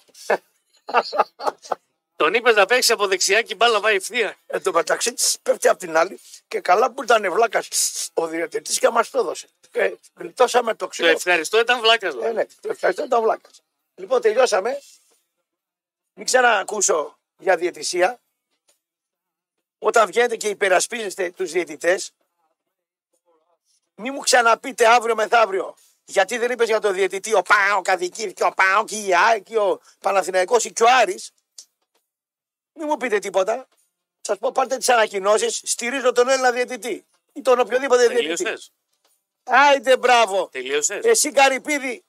Speaker 1: Τον είπε να παίξεις από δεξιά και η μπάλα πάει ευθεία.
Speaker 2: Εν τω μεταξύ πέφτει απ' την άλλη και καλά που ήταν βλάκας ο διαιτητής και μας το έδωσε. Και γλιτώσαμε το
Speaker 1: Το
Speaker 2: ξύλο.
Speaker 1: ευχαριστώ ήταν βλάκας.
Speaker 2: Ε, ναι, το ευχαριστώ ήταν βλάκας. Λοιπόν, τελειώσαμε. Μην ξαναακούσω για διαιτησία. Όταν βγαίνετε και υπερασπίζεστε τους διαιτητές, μη μου ξαναπείτε αύριο μεθαύριο. Γιατί δεν είπες για το διαιτητή ο Πάο Καδικίδη, ο Πάο και η ΑΕΚ και ο Παναθηναϊκός ή και ο Άρης. Μην μου πείτε τίποτα. Σας πω, πάρτε τις ανακοινώσεις. Στηρίζω τον Έλληνα διαιτητή ή τον οποιοδήποτε διαιτητή.
Speaker 1: Τελείωσες.
Speaker 2: Άιντε, μπράβο.
Speaker 1: Τελείωσες.
Speaker 2: Εσύ Καρυπίδη,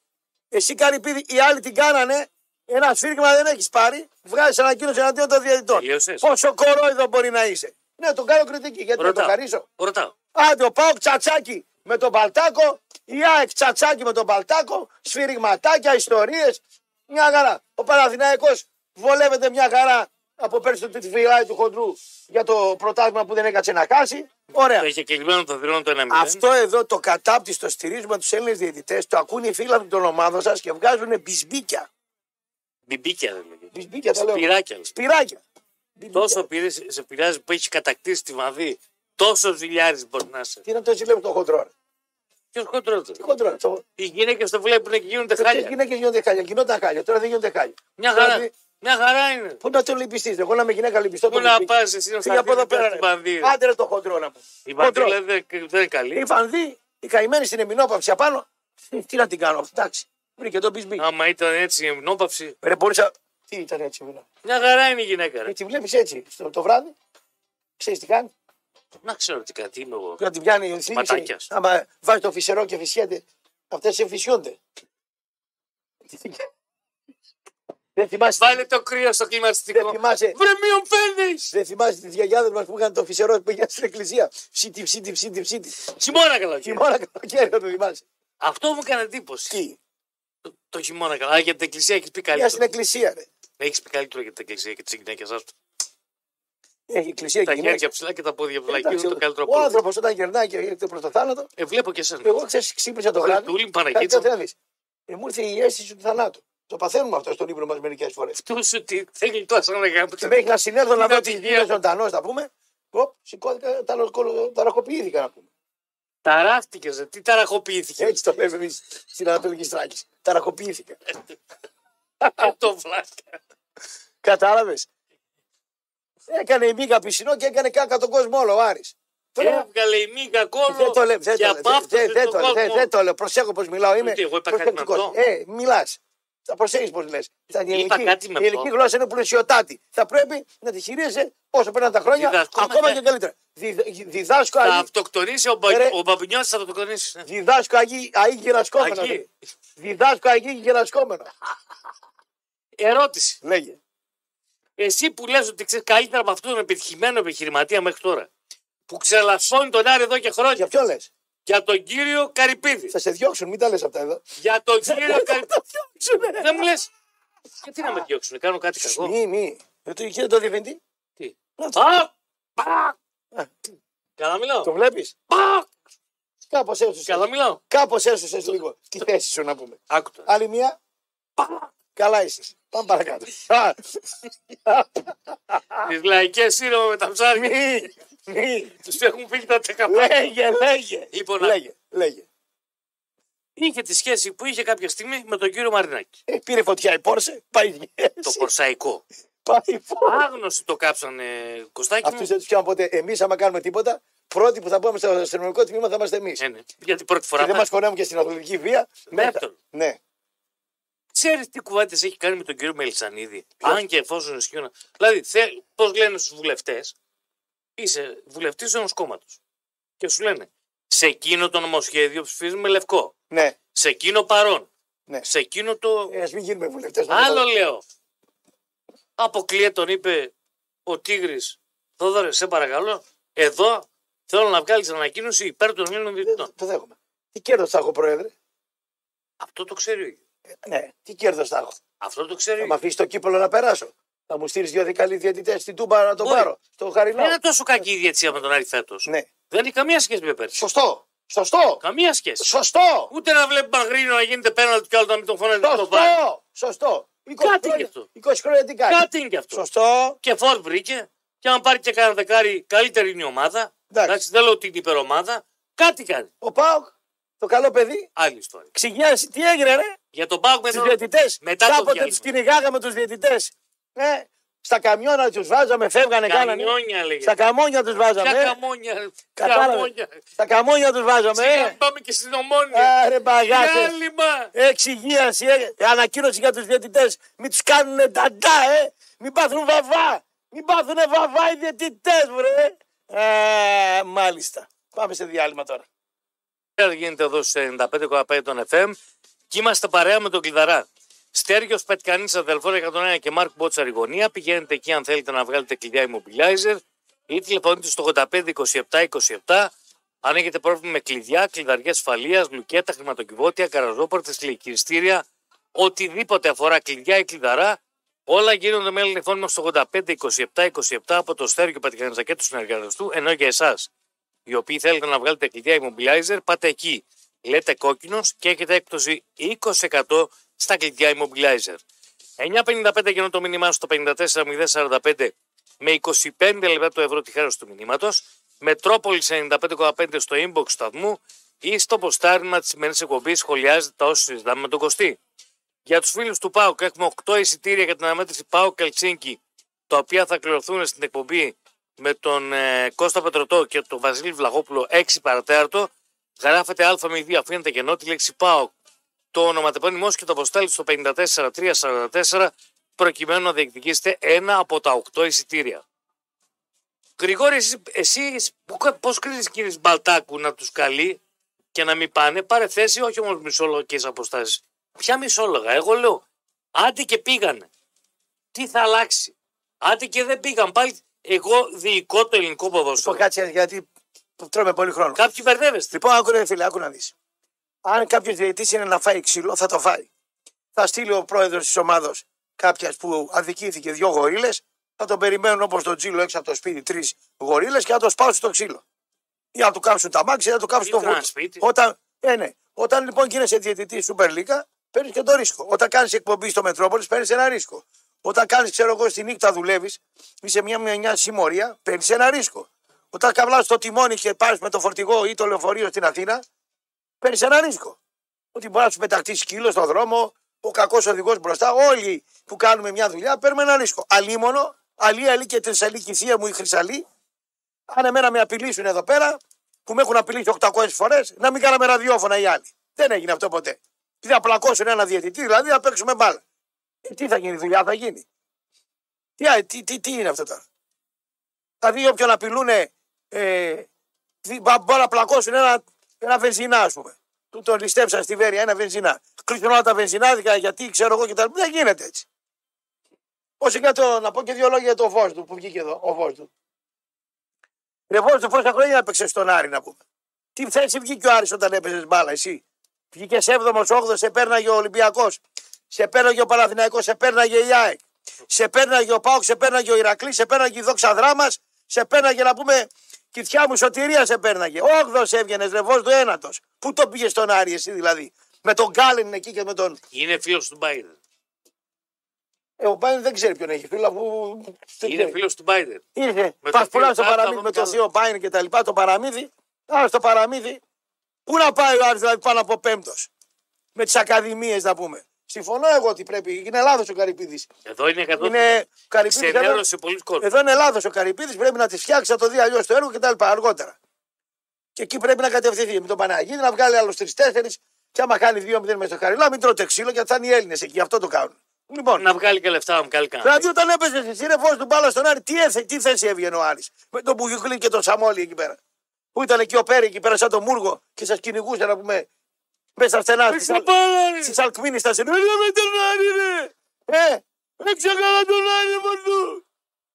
Speaker 2: εσύ Καρυπίδη, οι άλλοι την κάνανε. Ένα σφύριγμα δεν έχεις πάρει. Βγάζεις ανακοίνωση εναντίον των διαιτητών.
Speaker 1: Τελείωσες.
Speaker 2: Πόσο κορόιδο μπορεί να είσαι. Ναι, τον κάνω κριτική. Γιατί δεν τον
Speaker 1: Ρωτάω.
Speaker 2: χαρίσω.
Speaker 1: Ρωτάω.
Speaker 2: Άντε, ο Πάοκ τσατσάκι με τον Παλτάκο. Η ΑΕΚ τσατσάκι με τον Παλτάκο. Σφυριγματάκια, ιστορίες. Μια χαρά. Ο Παναθηναϊκός βολεύεται μια χαρά από πέρσι το τυφλιάι του χοντρού για το πρωτάθλημα που δεν έκατσε να χάσει. Ωραία.
Speaker 1: Το είχε κεκλειμένο το θηρόν το 1-0.
Speaker 2: Αυτό εδώ το κατάπτυστο στηρίζουμε τους Έλληνες διαιτητές, το ακούνε οι φίλοι των ομάδων σας και βγάζουν μπισμπίκια.
Speaker 1: Μπιμπίκια δεν λέγεται.
Speaker 2: Μπισμπίκια τα λέω.
Speaker 1: Σπυράκια. λέγεται.
Speaker 2: Σπυράκια.
Speaker 1: Τόσο πειράζει- σε πειράζει που έχεις κατακτήσει τη μαδί. Τόσο ζηλιάρης μπορείς να είσαι.
Speaker 2: Τι να το ζηλεύει το χοντρό. ρε.
Speaker 1: Ποιος κοντρόλ
Speaker 2: Τι χοντρό. ρε, Το... Ε,
Speaker 1: Οι γυναίκες το βλέπουν και γίνονται
Speaker 2: Οι
Speaker 1: χάλια.
Speaker 2: γυναίκες γίνονται χάλια. Γινόταν χάλια. Τώρα δεν γίνονται χάλια.
Speaker 1: Μια
Speaker 2: Δηλαδή,
Speaker 1: χαρά, μια χαρά είναι.
Speaker 2: Πού να τον λυπηστείς. Εγώ να είμαι γυναίκα λυπηστό.
Speaker 1: Πού
Speaker 2: τον
Speaker 1: να
Speaker 2: λυπηθεί.
Speaker 1: πας, εσύ να
Speaker 2: Φύγε από εδώ πέρα.
Speaker 1: σταματήσει
Speaker 2: ρε.
Speaker 1: την πανδύρα.
Speaker 2: Άντε ρε το χοντρό να μου.
Speaker 1: Η
Speaker 2: Χοντρό.
Speaker 1: πανδύρα δεν δεν είναι
Speaker 2: Η
Speaker 1: καλή.
Speaker 2: βανδύ, η καημένη στην εμινόπαυση απάνω. Τι να την κάνω. Εντάξει. Βρήκε τον μπισμπίκ.
Speaker 1: Άμα ήταν έτσι η ευνόπαυση.
Speaker 2: Ρε μπορούσα. Τι ήταν έτσι. εμινό.
Speaker 1: Μια χαρά είναι η γυναίκα. Ρε.
Speaker 2: Ε, τη βλέπεις έτσι στο, το βράδυ. Ξέρεις τι κάνει.
Speaker 1: Να ξέρω τι κάτι είμαι εγώ.
Speaker 2: Πρέπει να την πιάνει η θύμηση.
Speaker 1: Ματάκιας.
Speaker 2: Άμα βάζει το φυσερό και φυσιέται, αυτές εμφυσιώνται. δεν θυμάσαι.
Speaker 1: Βάλε το κρύο στο
Speaker 2: Δεν
Speaker 1: κλιματιστικό.
Speaker 2: θυμάσαι.
Speaker 1: Βρε μείον παίρνει!
Speaker 2: Δεν θυμάσαι τις γιαγιάδες μας που είχαν το φυσερό που πήγαν στην εκκλησία. Ψήτη, ψήτη, ψήτη, ψήτη.
Speaker 1: Χειμώνα καλοκαίρι.
Speaker 2: Χειμώνα καλοκαίρι να το θυμάσαι.
Speaker 1: Αυτό μου έκανε εντύπωση.
Speaker 2: Τι.
Speaker 1: Το, το χειμώνα καλά. Α, για την εκκλησία έχεις πει
Speaker 2: Πήγα στην
Speaker 1: καλύτερο.
Speaker 2: εκκλησία. Ρε.
Speaker 1: Έχεις πει καλύτερο για την εκκλησία και τις γυναίκες σα.
Speaker 2: Έχει εκκλησία
Speaker 1: Τα
Speaker 2: και γυναίκες. Ε,
Speaker 1: χέρια ψηλά και τα πόδια ψηλά.
Speaker 2: Εντάξει,
Speaker 1: Εκείνο το καλύτερο
Speaker 2: Ο
Speaker 1: από όλα.
Speaker 2: άνθρωπος όταν γερνάει και έρχεται προς το θάνατο,
Speaker 1: Ε, βλέπω και εσένα.
Speaker 2: εγώ ξέρεις, ξύπνησα το βράδυ. Κάτι
Speaker 1: Χριστούλη, Παναγίτσα.
Speaker 2: τέτοιο να δεις. Ε, Μου ήρθε η αίσθηση του θανάτου. Το παθαίνουμε αυτό στον ύπνο μας μερικές φορές.
Speaker 1: Αυτού ότι δεν γλιτώσαν να κάνουν.
Speaker 2: Μέχρι να συνέλθω να
Speaker 1: Είδα
Speaker 2: δω
Speaker 1: τη
Speaker 2: τι
Speaker 1: γεία
Speaker 2: γίνεται
Speaker 1: μου.
Speaker 2: ζωντανός, να πούμε. Οπ, σηκώθηκα, ταρακολο- ταρακοποιήθηκα να πούμε.
Speaker 1: Ταράχτηκες, τι ταραχοποιήθηκες.
Speaker 2: Έτσι το λέμε εμείς στην Ανατολική Στράκη. Ταρακοποιήθηκα.
Speaker 1: Αυτό Ε, βλάκα.
Speaker 2: Κατάλαβες. Έκανε η μίγα πισινό και έκανε κάκα τον κόσμο όλο, ο Άρης.
Speaker 1: Ε,
Speaker 2: Τώρα
Speaker 1: Έβγαλε η μίγα
Speaker 2: Δεν
Speaker 1: κόλλο
Speaker 2: το λέω, δεν
Speaker 1: και
Speaker 2: το λέω,
Speaker 1: απάφτωσε
Speaker 2: δεν- δεν
Speaker 1: τον
Speaker 2: το λέω, δεν-
Speaker 1: κόσμο.
Speaker 2: δεν το λέω. Προσέχω πώς μιλάω, είμαι
Speaker 1: Ούτε εγώ είπα κάτι με
Speaker 2: προσεκτικό.
Speaker 1: αυτό.
Speaker 2: Ε, μιλάς. Θα προσέχεις πώς λες. Η
Speaker 1: Είπα κάτι με
Speaker 2: η ελληνική
Speaker 1: αυτό.
Speaker 2: γλώσσα είναι πλουσιοτάτη. Θα πρέπει να τη χειρίζεσαι όσο περνάνε τα χρόνια,
Speaker 1: Διδασκόμαστε-
Speaker 2: ακόμα και καλύτερα. Διδ- Διδάσκω
Speaker 1: Θα
Speaker 2: αλλή-
Speaker 1: αυτοκτονήσει ο,
Speaker 2: Ε, Ρε.
Speaker 1: μπα... ο Μπαμπινιώτης θα αυτοκτονήσεις. ναι.
Speaker 2: Διδάσκω αγί, αή γερασκόμενο.
Speaker 1: Αγί.
Speaker 2: λέει. Διδάσκω αγί γερασκόμενο.
Speaker 1: Ερώτηση.
Speaker 2: Λέγε.
Speaker 1: Εσύ που λες ότι ξέρεις καλύτερα από αυτόν τον επιτυχημένο επιχειρηματία μέχρι τώρα. Που ξελασσώνει τον Άρη εδώ και
Speaker 2: Για
Speaker 1: χρόνια.
Speaker 2: ποιο λες.
Speaker 1: Για τον κύριο Καρυπίδη.
Speaker 2: Θα σε διώξουν, μην τα λες αυτά εδώ.
Speaker 1: Για τον κύριο Καρυπίδη.
Speaker 2: διώξουνε.
Speaker 1: Δεν μου λες. Γιατί να με διώξουν, κάνω κάτι κακό.
Speaker 2: Μη, μη. Ε, το- Κύριε το διευθυντή,
Speaker 1: Τι.
Speaker 2: Αυτό.
Speaker 1: Α! Πα!
Speaker 2: Α.
Speaker 1: Καλά μιλάω.
Speaker 2: το βλέπεις.
Speaker 1: Πα!
Speaker 2: Κάπω
Speaker 1: Καλά
Speaker 2: έσωσε.
Speaker 1: μιλάω.
Speaker 2: Κάπω έσωσε λίγο τη θέση σου να πούμε.
Speaker 1: Άκουτα.
Speaker 2: Άλλη μία. Καλά είσαι. Πάμε παρακάτω. Α,
Speaker 1: Τις λαϊκές σύνομα με τα ψάρια.
Speaker 2: μη, μη.
Speaker 1: Τους έχουν πει τα τεκαπάκια.
Speaker 2: Λέγε, λέγε.
Speaker 1: Λοιπόν,
Speaker 2: λέγε, λέγε.
Speaker 1: είχε τη σχέση που είχε κάποια στιγμή με τον κύριο Μαρινάκη.
Speaker 2: Ε, πήρε φωτιά η Πόρσε. Πάει
Speaker 1: Το
Speaker 2: γεύση.
Speaker 1: κορσαϊκό.
Speaker 2: Πάει η Πόρσε.
Speaker 1: Άγνωστοι το κάψανε Κωστάκι
Speaker 2: Αυτού
Speaker 1: μου.
Speaker 2: δεν τους πιάνουν ποτέ. Εμείς, άμα κάνουμε τίποτα, πρώτοι που θα πάμε στο αστυνομικό τμήμα θα είμαστε εμείς.
Speaker 1: Ε, ναι. Γιατί πρώτη
Speaker 2: Και
Speaker 1: φορά
Speaker 2: δεν
Speaker 1: μας...
Speaker 2: μα χωνάμε και στην αθλητική βία. Μετά.
Speaker 1: Δεύτερον.
Speaker 2: Ναι.
Speaker 1: ξέρεις τι κουβέντες έχει κάνει με τον κύριο Μελισανίδη. Αν και εφόσον ισχύουν. Δηλαδή, πώς λένε στους βουλευτές, είσαι βουλευτής ενός κόμματος. Και σου λένε, σε εκείνο το νομοσχέδιο ψηφίζουμε λευκό.
Speaker 2: Ναι.
Speaker 1: Σε εκείνο παρόν.
Speaker 2: Ναι.
Speaker 1: Σε εκείνο το.
Speaker 2: Ε, Ας μην γίνουμε βουλευτές.
Speaker 1: Άλλο λέω. Αποκλείεται, τον είπε ο Τίγρης. Θόδωρε, σε παρακαλώ, εδώ θέλω να βγάλεις ανακοίνωση υπέρ των Ελλήνων διαιτητών.
Speaker 2: Το δέχομαι. Τι κέρδος θα έχω, Πρόεδρε.
Speaker 1: Αυτό το ξέρει. ο ίδιος.
Speaker 2: Ναι, τι κέρδος θα έχω.
Speaker 1: Αυτό το ξέρει.
Speaker 2: Θα
Speaker 1: ο ίδιος.
Speaker 2: με αφήσεις το κύπελο να περάσω. Θα μου στείλεις δύο καλοί διαιτητές στην Τούμπα να τον
Speaker 1: Μπορεί.
Speaker 2: πάρω. Στο
Speaker 1: Δεν
Speaker 2: Χαριλάου.
Speaker 1: είναι τόσο κακή η διετησία με τον Άρη φέτος.
Speaker 2: Ναι.
Speaker 1: Δεν έχει καμία σχέση με πέρσι.
Speaker 2: Σωστό. Σωστό.
Speaker 1: Καμία σχέση.
Speaker 2: Σωστό.
Speaker 1: Ούτε να βλέπεις Μαγρίνο να γίνεται πέναλτι και άλλο να μην τον φωνάζει το βάρη.
Speaker 2: Σωστό. Σωστό. 20
Speaker 1: Κάτι
Speaker 2: χρόνια-
Speaker 1: και αυτό.
Speaker 2: 20 χρόνια τι κάνει.
Speaker 1: Κάτι είναι και αυτό.
Speaker 2: Σωστό.
Speaker 1: Και φόρ βρήκε. Και αν πάρει και κανένα δεκάρι, καλύτερη είναι η ομάδα.
Speaker 2: Εντάξει.
Speaker 1: Εντάξει, δεν λέω ότι είναι υπερομάδα. Κάτι κάνει.
Speaker 2: Ο Πάοκ, το καλό παιδί,
Speaker 1: Άλλη ιστορία.
Speaker 2: ξυγιάζει. Τι έγινε, ρε.
Speaker 1: Για τον Πάουκ
Speaker 2: Τους
Speaker 1: μετά.
Speaker 2: διαιτητές.
Speaker 1: μετά το
Speaker 2: Κάποτε
Speaker 1: διάλειμμα.
Speaker 2: τους κυνηγάγαμε τους διαιτητές. Ε, στα καμιόνα τους βάζαμε, φεύγανε, κάνανε.
Speaker 1: Καμιόνια
Speaker 2: Στα
Speaker 1: λέγεται.
Speaker 2: καμόνια τους
Speaker 1: Ποια
Speaker 2: βάζαμε.
Speaker 1: καμόνια.
Speaker 2: Κατάλαβες.
Speaker 1: Καμόνια.
Speaker 2: Στα καμόνια τους βάζαμε.
Speaker 1: Σιγά
Speaker 2: ε.
Speaker 1: πάμε και στην ομόνια.
Speaker 2: Άρε μπαγάτε.
Speaker 1: Διάλειμμα.
Speaker 2: Εξυγίαση, ε. ανακοίνωση για τους διαιτητές. Μην τους κάνουν ταντά, ε. Μην πάθουν βαβά. Μην πάθουν βαβά οι διαιτητές, βρε. Ε, μάλιστα. Πάμε σε διάλειμμα τώρα.
Speaker 1: Ε, Γίνεται εδώ στου 95,5 των FM και είμαστε παρέα με τον Κλειδαρά. Στέργιος Πετκανή, αδελφό 101 και Μάρκ Μπότσαρη γωνία. Πηγαίνετε εκεί αν θέλετε να βγάλετε κλειδιά immobilizer ή τηλεφωνείτε στο 852727. Αν έχετε πρόβλημα με κλειδιά, κλειδαριά ασφαλείας, λουκέτα, χρηματοκιβώτια, καραζόπορτε, λικυριστήρια, οτιδήποτε αφορά κλειδιά ή κλειδαρά, όλα γίνονται με τηλεφώνημα στο 852727 από το Στέργιο Πετκανή και τους συνεργάτες του, ενώ για εσάς οι οποίοι θέλετε να βγάλετε κλειδιά Immobilizer, πάτε εκεί. Λέτε κόκκινος και έχετε έκπτωση 20% στα κλειδιά Immobilizer. 9.55 γεννώ το μήνυμά στο 54.045 με 25 λεπτά το ευρώ τη χάρη του μηνύματος. Μετρόπολης 95,5 στο inbox του σταθμού ή στο ποστάριμα της σημερινής εκπομπής σχολιάζετε τα όσα συζητάμε με τον Κωστή. Για τους φίλους του ΠΑΟΚ έχουμε 8 εισιτήρια για την αναμέτρηση ΠΑΟΚ Ελσίνκη, τα οποία θα κληρωθούν στην εκπομπή με τον ε, Κώστα Πετρωτό και τον Βασίλη Βλαχόπουλο 6 παρατέρτο. Γράφετε α με 2, αφήνετε κενό τη λέξη ΠΑΟΚ. Το ονοματεπώνυμό σου και το αποστέλει στο 54344 προκειμένου να διεκδικήσετε ένα από τα 8 εισιτήρια. Γρηγόρη, εσύ, εσύ πώ κρίνει κύριε Μπαλτάκου να τους καλεί και να μην πάνε, πάρε θέση, όχι όμως μισόλογες αποστάσεις. Ποια μισόλογα, εγώ λέω. Άντε και πήγανε. Τι θα αλλάξει. Άντε και δεν πήγαν πάλι. Εγώ διοικώ το ελληνικό
Speaker 2: Πω
Speaker 1: ποδόσφαιρο.
Speaker 2: κάτσε γιατί τρώμε πολύ χρόνο.
Speaker 1: Κάποιοι μπερδεύεστε.
Speaker 2: Λοιπόν, άκου ρε φίλε, άκου να δεις. Αν κάποιος διαιτητής είναι να φάει ξύλο, θα το φάει. Θα στείλει ο πρόεδρος της ομάδα κάποια που αδικήθηκε δύο γορίλες, θα τον περιμένουν όπως τον τζίλο έξω από το σπίτι τρεις γορίλες και θα το σπάσουν στο ξύλο. Ή να του κάψουν τα μάξι, ή να του κάψουν
Speaker 1: Ή
Speaker 2: το
Speaker 1: κανένα
Speaker 2: βούτυρο.
Speaker 1: σπίτι.
Speaker 2: Όταν, ε, ναι. Όταν λοιπόν γίνεσαι διαιτητής Super League, παίρνεις και το ρίσκο. Όταν κάνεις εκπομπή στο Μετρόπολης, παίρνεις ένα ρίσκο. Όταν κάνεις, ξέρω εγώ, στη νύχτα δουλεύεις ή σε μια μια συμμορία, παίρνεις ένα ρίσκο. Όταν καβλάς το τιμόνι και πάρεις με το φορτηγό ή το λεωφορείο στην Αθήνα, παίρνεις ένα ρίσκο. Ότι μπορείς να σου πεταχτεί σκύλο στον δρόμο, ο κακός οδηγός μπροστά. Όλοι που κάνουμε μια δουλειά παίρνουμε ένα ρίσκο. Αλίμονο, αλή, αλή και τρισαλή και η θεία μου η χρυσαλή. Αν εμένα με απειλήσουν εδώ πέρα, που με έχουν απειλήσει 800 φορές, να μην κάναμε ραδιόφωνα οι άλλοι. Δεν έγινε αυτό ποτέ. Θα πλακώσουν ένα διαιτητή, δηλαδή θα παίξουμε μπάλα. Ε, τι θα γίνει, δουλειά θα γίνει. Τι, α, τι, τι, τι είναι αυτό τώρα. Δηλαδή όποιον απειλούν, ε, δι- μπα- μπορεί να πλακώσουν ένα, ένα βενζινά, ας πούμε. Του τον ληστέψαν στη Βέρεια ένα βενζινά. Κλείσουν όλα τα βενζινάδικα γιατί ξέρω εγώ και τα λοιπά. Δεν γίνεται έτσι. Όσο και το, να πω και δύο λόγια για το Βόσδου που βγήκε εδώ, ο Βόσδου. Ρε Βόσδου, πόσα χρόνια έπαιξε στον Άρη να πούμε. Τι θέση βγήκε ο Άρης όταν έπαιζες μπάλα, εσύ. Βγήκες 7ο, 8ο, σε πέρναγε ο Ολυμπιακός. Σε πέρναγε ο Παναθηναϊκός, σε πέρναγε η ΑΕΚ. Σε πέρναγε ο Πάοκ, σε πέρναγε ο Ηρακλής, σε πέρναγε η Δόξα Δράμας, σε πέρναγε να πούμε κοιτιά μου σωτηρία σε πέρναγε. Όγδος έβγαινες, ρεβό του ένατος. Πού το πήγες στον Άρη, εσύ δηλαδή. Με τον Γκάλεν εκεί και με τον.
Speaker 1: Είναι φίλος του Μπάιντερ.
Speaker 2: Ε, ο Μπάιν δεν ξέρει ποιον έχει φίλο, αφού. δεν
Speaker 1: Είναι
Speaker 2: ξέρει.
Speaker 1: φίλος του Μπάιντερ.
Speaker 2: Ήρθε.
Speaker 1: Με
Speaker 2: Πα
Speaker 1: το
Speaker 2: πουλά στο
Speaker 1: Θεοδάτα,
Speaker 2: παραμύθι
Speaker 1: με
Speaker 2: με το
Speaker 1: τον-
Speaker 2: Θείο Πάιν και τα λοιπά, το παραμύθι. Άρα στο παραμύθι. Πού να πάει ο Άρης δηλαδή πάνω από πέμπτος. Με τις ακαδημίες να πούμε. Συμφωνώ εγώ ότι πρέπει. Είναι λάθο ο Καρυπίδης.
Speaker 1: Εδώ είναι 100.
Speaker 2: Είναι ο Καρυπίδης εδώ-
Speaker 1: Ξενέρωσε πολλούς κόσμους.
Speaker 2: Εδώ είναι λάθο ο Καρυπίδης. Πρέπει να τη φτιάξει, να το δει αλλιώς το έργο κτλ. Αργότερα. Και εκεί πρέπει να κατευθυνθεί. Με τον Παναγίδη να βγάλει άλλους τρει-τέσσερι. Και άμα κάνει δύο-μηδέν με στο Χαριλά, μην τρώτε ξύλο γιατί θα είναι οι Έλληνες εκεί. Γι' αυτό το κάνουν. Λοιπόν,
Speaker 1: Να βγάλει και λεφτά, να βγάλει κανένα.
Speaker 2: δηλαδή όταν έπεσε εσύ ρε φως του μπάλα στον Άρη, τι, έθε, τι θέση έβγαινε ο Άρης. Με τον Μπουγιουκλή και τον Σαμόλη εκεί πέρα. Που ήταν εκεί ο Πέρι εκεί πέρα σαν τον Μούργο και σας κυνηγούσε να πούμε μέσα στα στενά
Speaker 1: Παίξε μπάλα, ρε.
Speaker 2: τη Αλκμίνη στα σύνορα.
Speaker 1: Έλα με τον Άρη, ρε.
Speaker 2: Ε,
Speaker 1: Παίξε καλά τον Άρη, μωρό.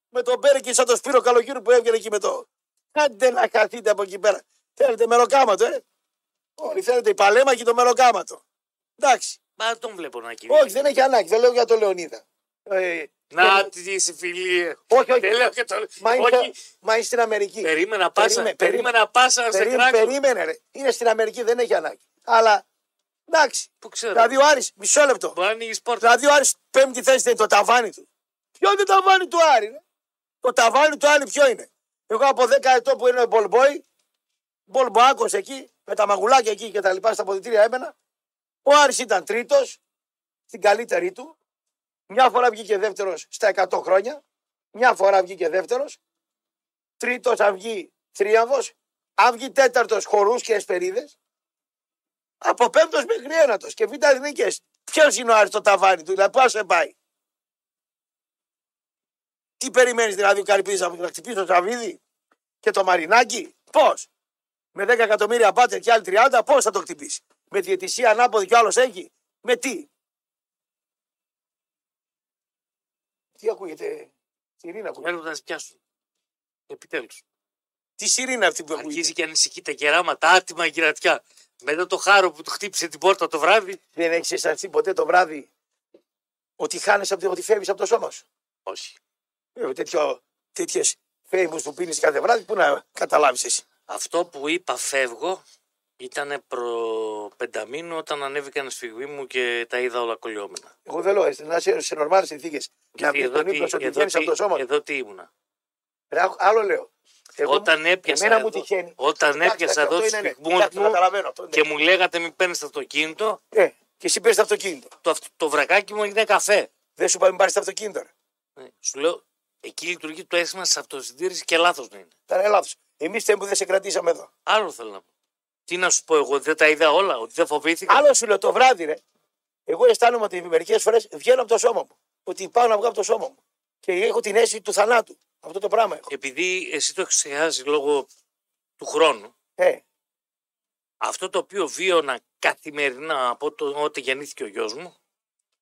Speaker 2: με τον Πέρι και σαν τον Σπύρο Καλογύρου που έβγαινε εκεί με το. Κάντε να χαθείτε από εκεί πέρα. Θέλετε μεροκάματο, ε. Όλοι θέλετε η παλέμα και το μεροκάματο. Εντάξει.
Speaker 1: Μα τον βλέπω να
Speaker 2: Όχι,
Speaker 1: κινείται.
Speaker 2: δεν έχει ανάγκη. Δεν λέω για τον Λεωνίδα. Ε,
Speaker 1: Να τι συμφιλίε.
Speaker 2: Όχι, όχι.
Speaker 1: Δεν λέω και το.
Speaker 2: Μα είναι,
Speaker 1: Όχι.
Speaker 2: μα είναι στην Αμερική.
Speaker 1: Περίμενα πάσα.
Speaker 2: Περίμε-
Speaker 1: Περίμενα πάσα να σε
Speaker 2: Περί-
Speaker 1: κράξω.
Speaker 2: περίμενε, ρε. Είναι στην Αμερική, δεν έχει ανάγκη. Αλλά εντάξει.
Speaker 1: Πού ξέρω.
Speaker 2: Δηλαδή ο Άρης, μισό λεπτό.
Speaker 1: Μπορεί να ανοίγεις πόρτα.
Speaker 2: Δηλαδή ο Άρης πέμπτη θέση δεν είναι το ταβάνι του. Ποιο είναι το ταβάνι του Άρη, ρε? Το ταβάνι του Άρη ποιο είναι. Εγώ από 10 ετών που είναι μπολμπόι, μπολμποάκος εκεί, με τα μαγουλάκια εκεί και τα λοιπά στα ποδητήρια έμπαινα. Ο Άρης ήταν τρίτος, στην καλύτερη του. Μια φορά βγήκε δεύτερος στα 100 χρόνια. Μια φορά βγήκε δεύτερος. Τρίτος αν βγει θρίαμβος. Αν βγει τέταρτος χορούς και εσπερίδες. Από πέμπτος μέχρι ένατος και β' εθνικέ. Ποιος είναι ο Άρης το ταβάνι του, δηλαδή πώ σε πάει. Τι περιμένεις δηλαδή ο Καρυπίδης από να χτυπήσει το Σαββίδι και το Μαρινάκι, πώς. Με 10 εκατομμύρια μπάτσερ και άλλοι 30, πώς θα το χτυπήσει. Με διαιτησία ανάποδη και άλλος έχει. Με τι. Τι ακούγεται, Σιρήνα ακούγεται.
Speaker 1: Θέλω να σε πιάσουν. Επιτέλους.
Speaker 2: Τι Σιρήνα αυτή που ακούγεται.
Speaker 1: Αρχίζει και ανησυχεί τα κεράματα, άτιμα η κυρατιά. Μετά το χάρο που του χτύπησε την πόρτα το βράδυ.
Speaker 2: Δεν έχεις αισθανθεί ποτέ το βράδυ ότι χάνεσαι, από- ότι φεύγεις από το σώμα σου.
Speaker 1: Όχι.
Speaker 2: Βέβαια, τέτοιο, τέτοιες famous που πίνεις κάθε βράδυ, πού να καταλάβεις εσύ.
Speaker 1: Αυτό που είπα φεύγω ήταν προ πενταμήνου όταν ανέβηκαν στη φυγή μου και τα είδα όλα κολλιόμενα.
Speaker 2: Εγώ δεν λέω, ε, να είσαι σε νορμάλες συνθήκες. Να
Speaker 1: Γιατί
Speaker 2: πεις τον ύπνο σου ότι βγαίνεις από το σώμα. σου.
Speaker 1: εδώ τι ήμουνα.
Speaker 2: Ρε, άκου, άλλο λέω. Εγώ,
Speaker 1: όταν έπιασα
Speaker 2: εμένα
Speaker 1: εδώ,
Speaker 2: μου τυχαίνει.
Speaker 1: όταν
Speaker 2: Εντάξει, εντάξει,
Speaker 1: έπιασα εδώ
Speaker 2: αυτό
Speaker 1: τους
Speaker 2: είναι, ναι.
Speaker 1: πυγμούς
Speaker 2: Εντάξει, το
Speaker 1: μου
Speaker 2: καταλαβαίνω, αυτό είναι.
Speaker 1: και μου λέγατε μην παίρνεις το αυτοκίνητο,
Speaker 2: Ε, και εσύ παίρνεις το αυτοκίνητο.
Speaker 1: το, αυτο- το βρακάκι μου έγινε καφέ.
Speaker 2: Δεν σου πάει να πάρεις το αυτοκίνητο. ρε.
Speaker 1: Ναι. Σου λέω, εκεί λειτουργεί το αίσθημα της αυτοσυντήρησης και λάθος να είναι.
Speaker 2: Ήταν λάθος. Εμείς θέλουμε που δεν σε κρατήσαμε εδώ.
Speaker 1: Άλλο θέλω να πω. Τι να σου πω εγώ, δεν τα είδα όλα, ότι δεν φοβήθηκα.
Speaker 2: Άλλο σου λέω το βράδυ, ρε. Εγώ αισθάνομαι ότι μερικές φορές βγαίνω από το σώμα μου. Ότι πάω να βγω από το σώμα μου. Και έχω την αίσθηση του θανάτου. Αυτό το πράγμα έχω.
Speaker 1: Επειδή εσύ το έχεις ξεχάσει λόγω του χρόνου,
Speaker 2: Ε,
Speaker 1: αυτό το οποίο βίωνα καθημερινά από το, όταν γεννήθηκε ο γιος μου,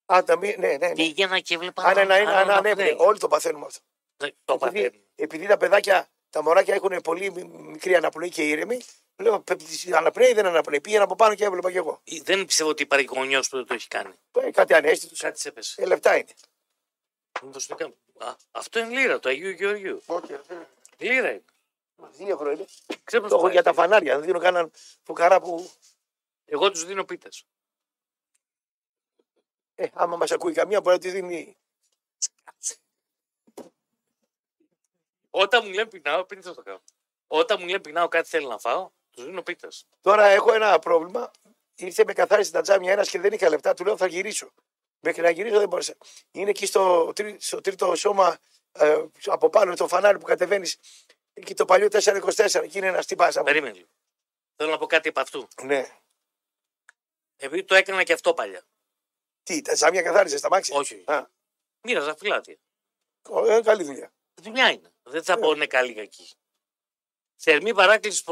Speaker 2: άντα, μη- ναι, ναι, ναι.
Speaker 1: πήγαινα και έβλεπα...
Speaker 2: Αν ένα είναι,
Speaker 1: έναν
Speaker 2: αν
Speaker 1: αναπνέει.
Speaker 2: ανέβαινε. Όλοι το παθαίνουμε αυτό.
Speaker 1: Ναι, Το παθαίνω.
Speaker 2: Επειδή, επειδή τα παιδάκια, τα μωράκια έχουν πολύ μι- μικρή αναπνοή και ήρεμη, λέω «Πε- της αναπνέει ή δεν αναπνέει. Πήγαινα από πάνω και έβλεπα κι εγώ.
Speaker 1: Δεν πιστεύω ότι υπάρχει γονιός που δεν το έχει κάνει.
Speaker 2: Ε, κάτι ανέστητο.
Speaker 1: Κάτι σε έπεσε.
Speaker 2: Ε, λεπτά είναι.
Speaker 1: Μήπως το κάνω. Α, αυτό είναι λίρα του Αγίου Γεωργιού. Λίρα είναι.
Speaker 2: Δύο χρόνια.
Speaker 1: Ξέρω πώς
Speaker 2: Το έχω
Speaker 1: πάει.
Speaker 2: για τα φανάρια. Δεν δίνω κανέναν φουκαρά που.
Speaker 1: Εγώ τους δίνω πίτες.
Speaker 2: Ε, άμα μας ακούει καμία, μπορεί να τη δίνει.
Speaker 1: Όταν μου λένε πεινάω, πίτε θα το κάνω. Όταν μου λένε πεινάω κάτι θέλει να φάω, τους δίνω πίτες.
Speaker 2: Τώρα έχω ένα πρόβλημα. Ήρθε με καθάρισε τα τζάμια ένας και δεν είχα λεφτά. Του λέω θα γυρίσω. Μέχρι να γυρίσω δεν μπορούσα. Είναι εκεί στο, τρί- στο τρίτο σώμα ε, από πάνω το φανάρι που κατεβαίνεις. Εκεί το παλιό 424. Εκεί είναι ένας τυπά.
Speaker 1: Περίμενε λίγο. Θέλω να πω κάτι από αυτού.
Speaker 2: Ναι.
Speaker 1: Επειδή το έκανα και αυτό παλιά.
Speaker 2: Τι, τα τζάμια καθάρισε τα μάξι.
Speaker 1: Όχι.
Speaker 2: Α,
Speaker 1: Μοίραζα φυλάδια.
Speaker 2: ο- ε, καλή δουλειά. Ε.
Speaker 1: Δουλειά είναι. Δεν θα πω είναι καλή ή κακή. Θερμή παράκληση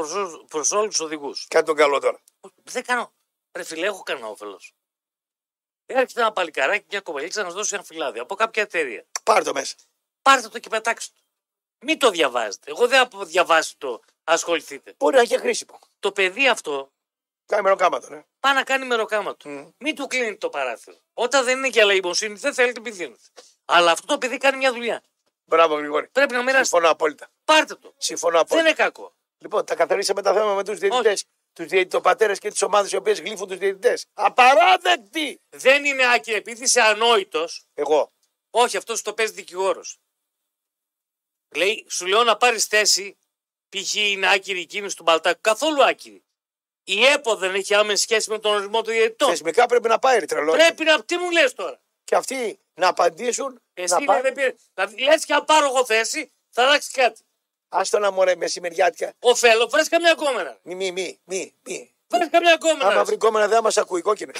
Speaker 1: προς όλους τους οδηγούς.
Speaker 2: Κάνει τον καλό τώρα.
Speaker 1: Δεν κάνω. Ρε φίλε, έχω κανένα όφελος. Έρχεται ένα παλικαράκι, μια κοπελίτσα να σα δώσει ένα φυλάδι από κάποια εταιρεία.
Speaker 2: Πάρ το μέσα.
Speaker 1: Πάρτε το και πετάξτε το. Μην το διαβάζετε. Εγώ δεν από διαβάσει το ασχοληθείτε.
Speaker 2: Μπορεί να έχει χρήσιμο.
Speaker 1: Το παιδί αυτό
Speaker 2: Κάνει μεροκάματο. Ναι.
Speaker 1: πάει να κάνει μεροκάμα του.
Speaker 2: Μμμ.
Speaker 1: Μην του κλείνει το παράθυρο. Όταν δεν είναι για λαϊμοσύνη, δεν θέλετε την πηγαίνετε. Αλλά αυτό το παιδί κάνει μια δουλειά.
Speaker 2: Μπράβο, Γρηγόρη.
Speaker 1: Πρέπει να μοιράσετε.
Speaker 2: Συμφωνώ απόλυτα.
Speaker 1: Πάρτε το.
Speaker 2: Συμφωνώ
Speaker 1: Δεν
Speaker 2: απόλυτα.
Speaker 1: είναι κακό.
Speaker 2: Λοιπόν, τα καθαρίσαμε τα θέματα με τους διαιτητές. Του διαιτητοπατέρε και τις ομάδες οι οποίες γλύφουν τους διαιτητές. Απαράδεκτη!
Speaker 1: Δεν είναι άκη επειδή είσαι ανόητος.
Speaker 2: Εγώ.
Speaker 1: Όχι, αυτός το παίζει δικηγόρος. Λέει, σου λέω να πάρεις θέση. Π.χ. είναι άκυρη η κίνηση του Μπαλτάκου. Καθόλου άκυρη. Η ΕΠΟ δεν έχει άμεση σχέση με τον ορισμό του διαιτητών.
Speaker 2: Θεσμικά πρέπει να πάει ρε τρελό.
Speaker 1: Πρέπει να. Τι μου λες τώρα.
Speaker 2: Και αυτοί να απαντήσουν.
Speaker 1: Εσύ
Speaker 2: να
Speaker 1: λέει, δεν πήρε. Δηλαδή, λες και αν πάρω εγώ θέση, θα αλλάξει κάτι.
Speaker 2: Άστο να μωρέ μεσημεριάτικα.
Speaker 1: Ο Φέλο, βρε καμιά κόμμενα.
Speaker 2: Μη, μη, μη, μη. μη.
Speaker 1: Βρε καμιά
Speaker 2: Άμα
Speaker 1: κόμμενα.
Speaker 2: βρει κόμενα δεν μας ακούει, κόκκινε.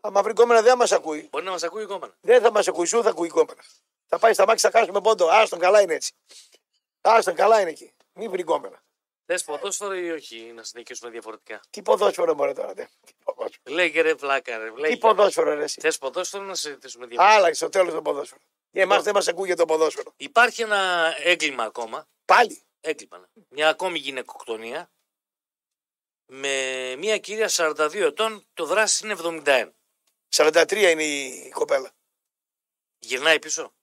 Speaker 2: Άμα βρει κόμενα δεν μας ακούει.
Speaker 1: Μπορεί να μας ακούει η κόμμενα.
Speaker 2: Δεν θα μας ακούει, σου θα ακούει κόμενα. Θα πάει στα μάξι, θα χάσουμε πόντο. Άστον καλά είναι έτσι. Άστον καλά είναι εκεί. Μη βρει κόμενα.
Speaker 1: Θες ποδόσφαιρο ή όχι, να συνεχίσουμε διαφορετικά.
Speaker 2: Τι ποδόσφαιρο μωρέ τώρα. Δε. Τι ποδόσφαιρο.
Speaker 1: Λέγε ρε βλάκα, ρε
Speaker 2: Τι
Speaker 1: βλάκα.
Speaker 2: ποδόσφαιρο ρε, εσύ.
Speaker 1: Θες ποδόσφαιρο να συζητήσουμε διαφορετικά.
Speaker 2: Άλλαξε στο τέλο το ποδόσφαιρο. Εμά
Speaker 1: Λοιπόν.
Speaker 2: δεν μας ακούει για το ποδόσφαιρο.
Speaker 1: Υπάρχει ένα έγκλημα ακόμα.
Speaker 2: Πάλι.
Speaker 1: Έγκλημα. ναι. Μια ακόμη γυναικοκτονία. Με μια κυρία 42 ετών, το δράση είναι 71.
Speaker 2: 43 είναι η κοπέλα.
Speaker 1: Γυρνάει πίσω.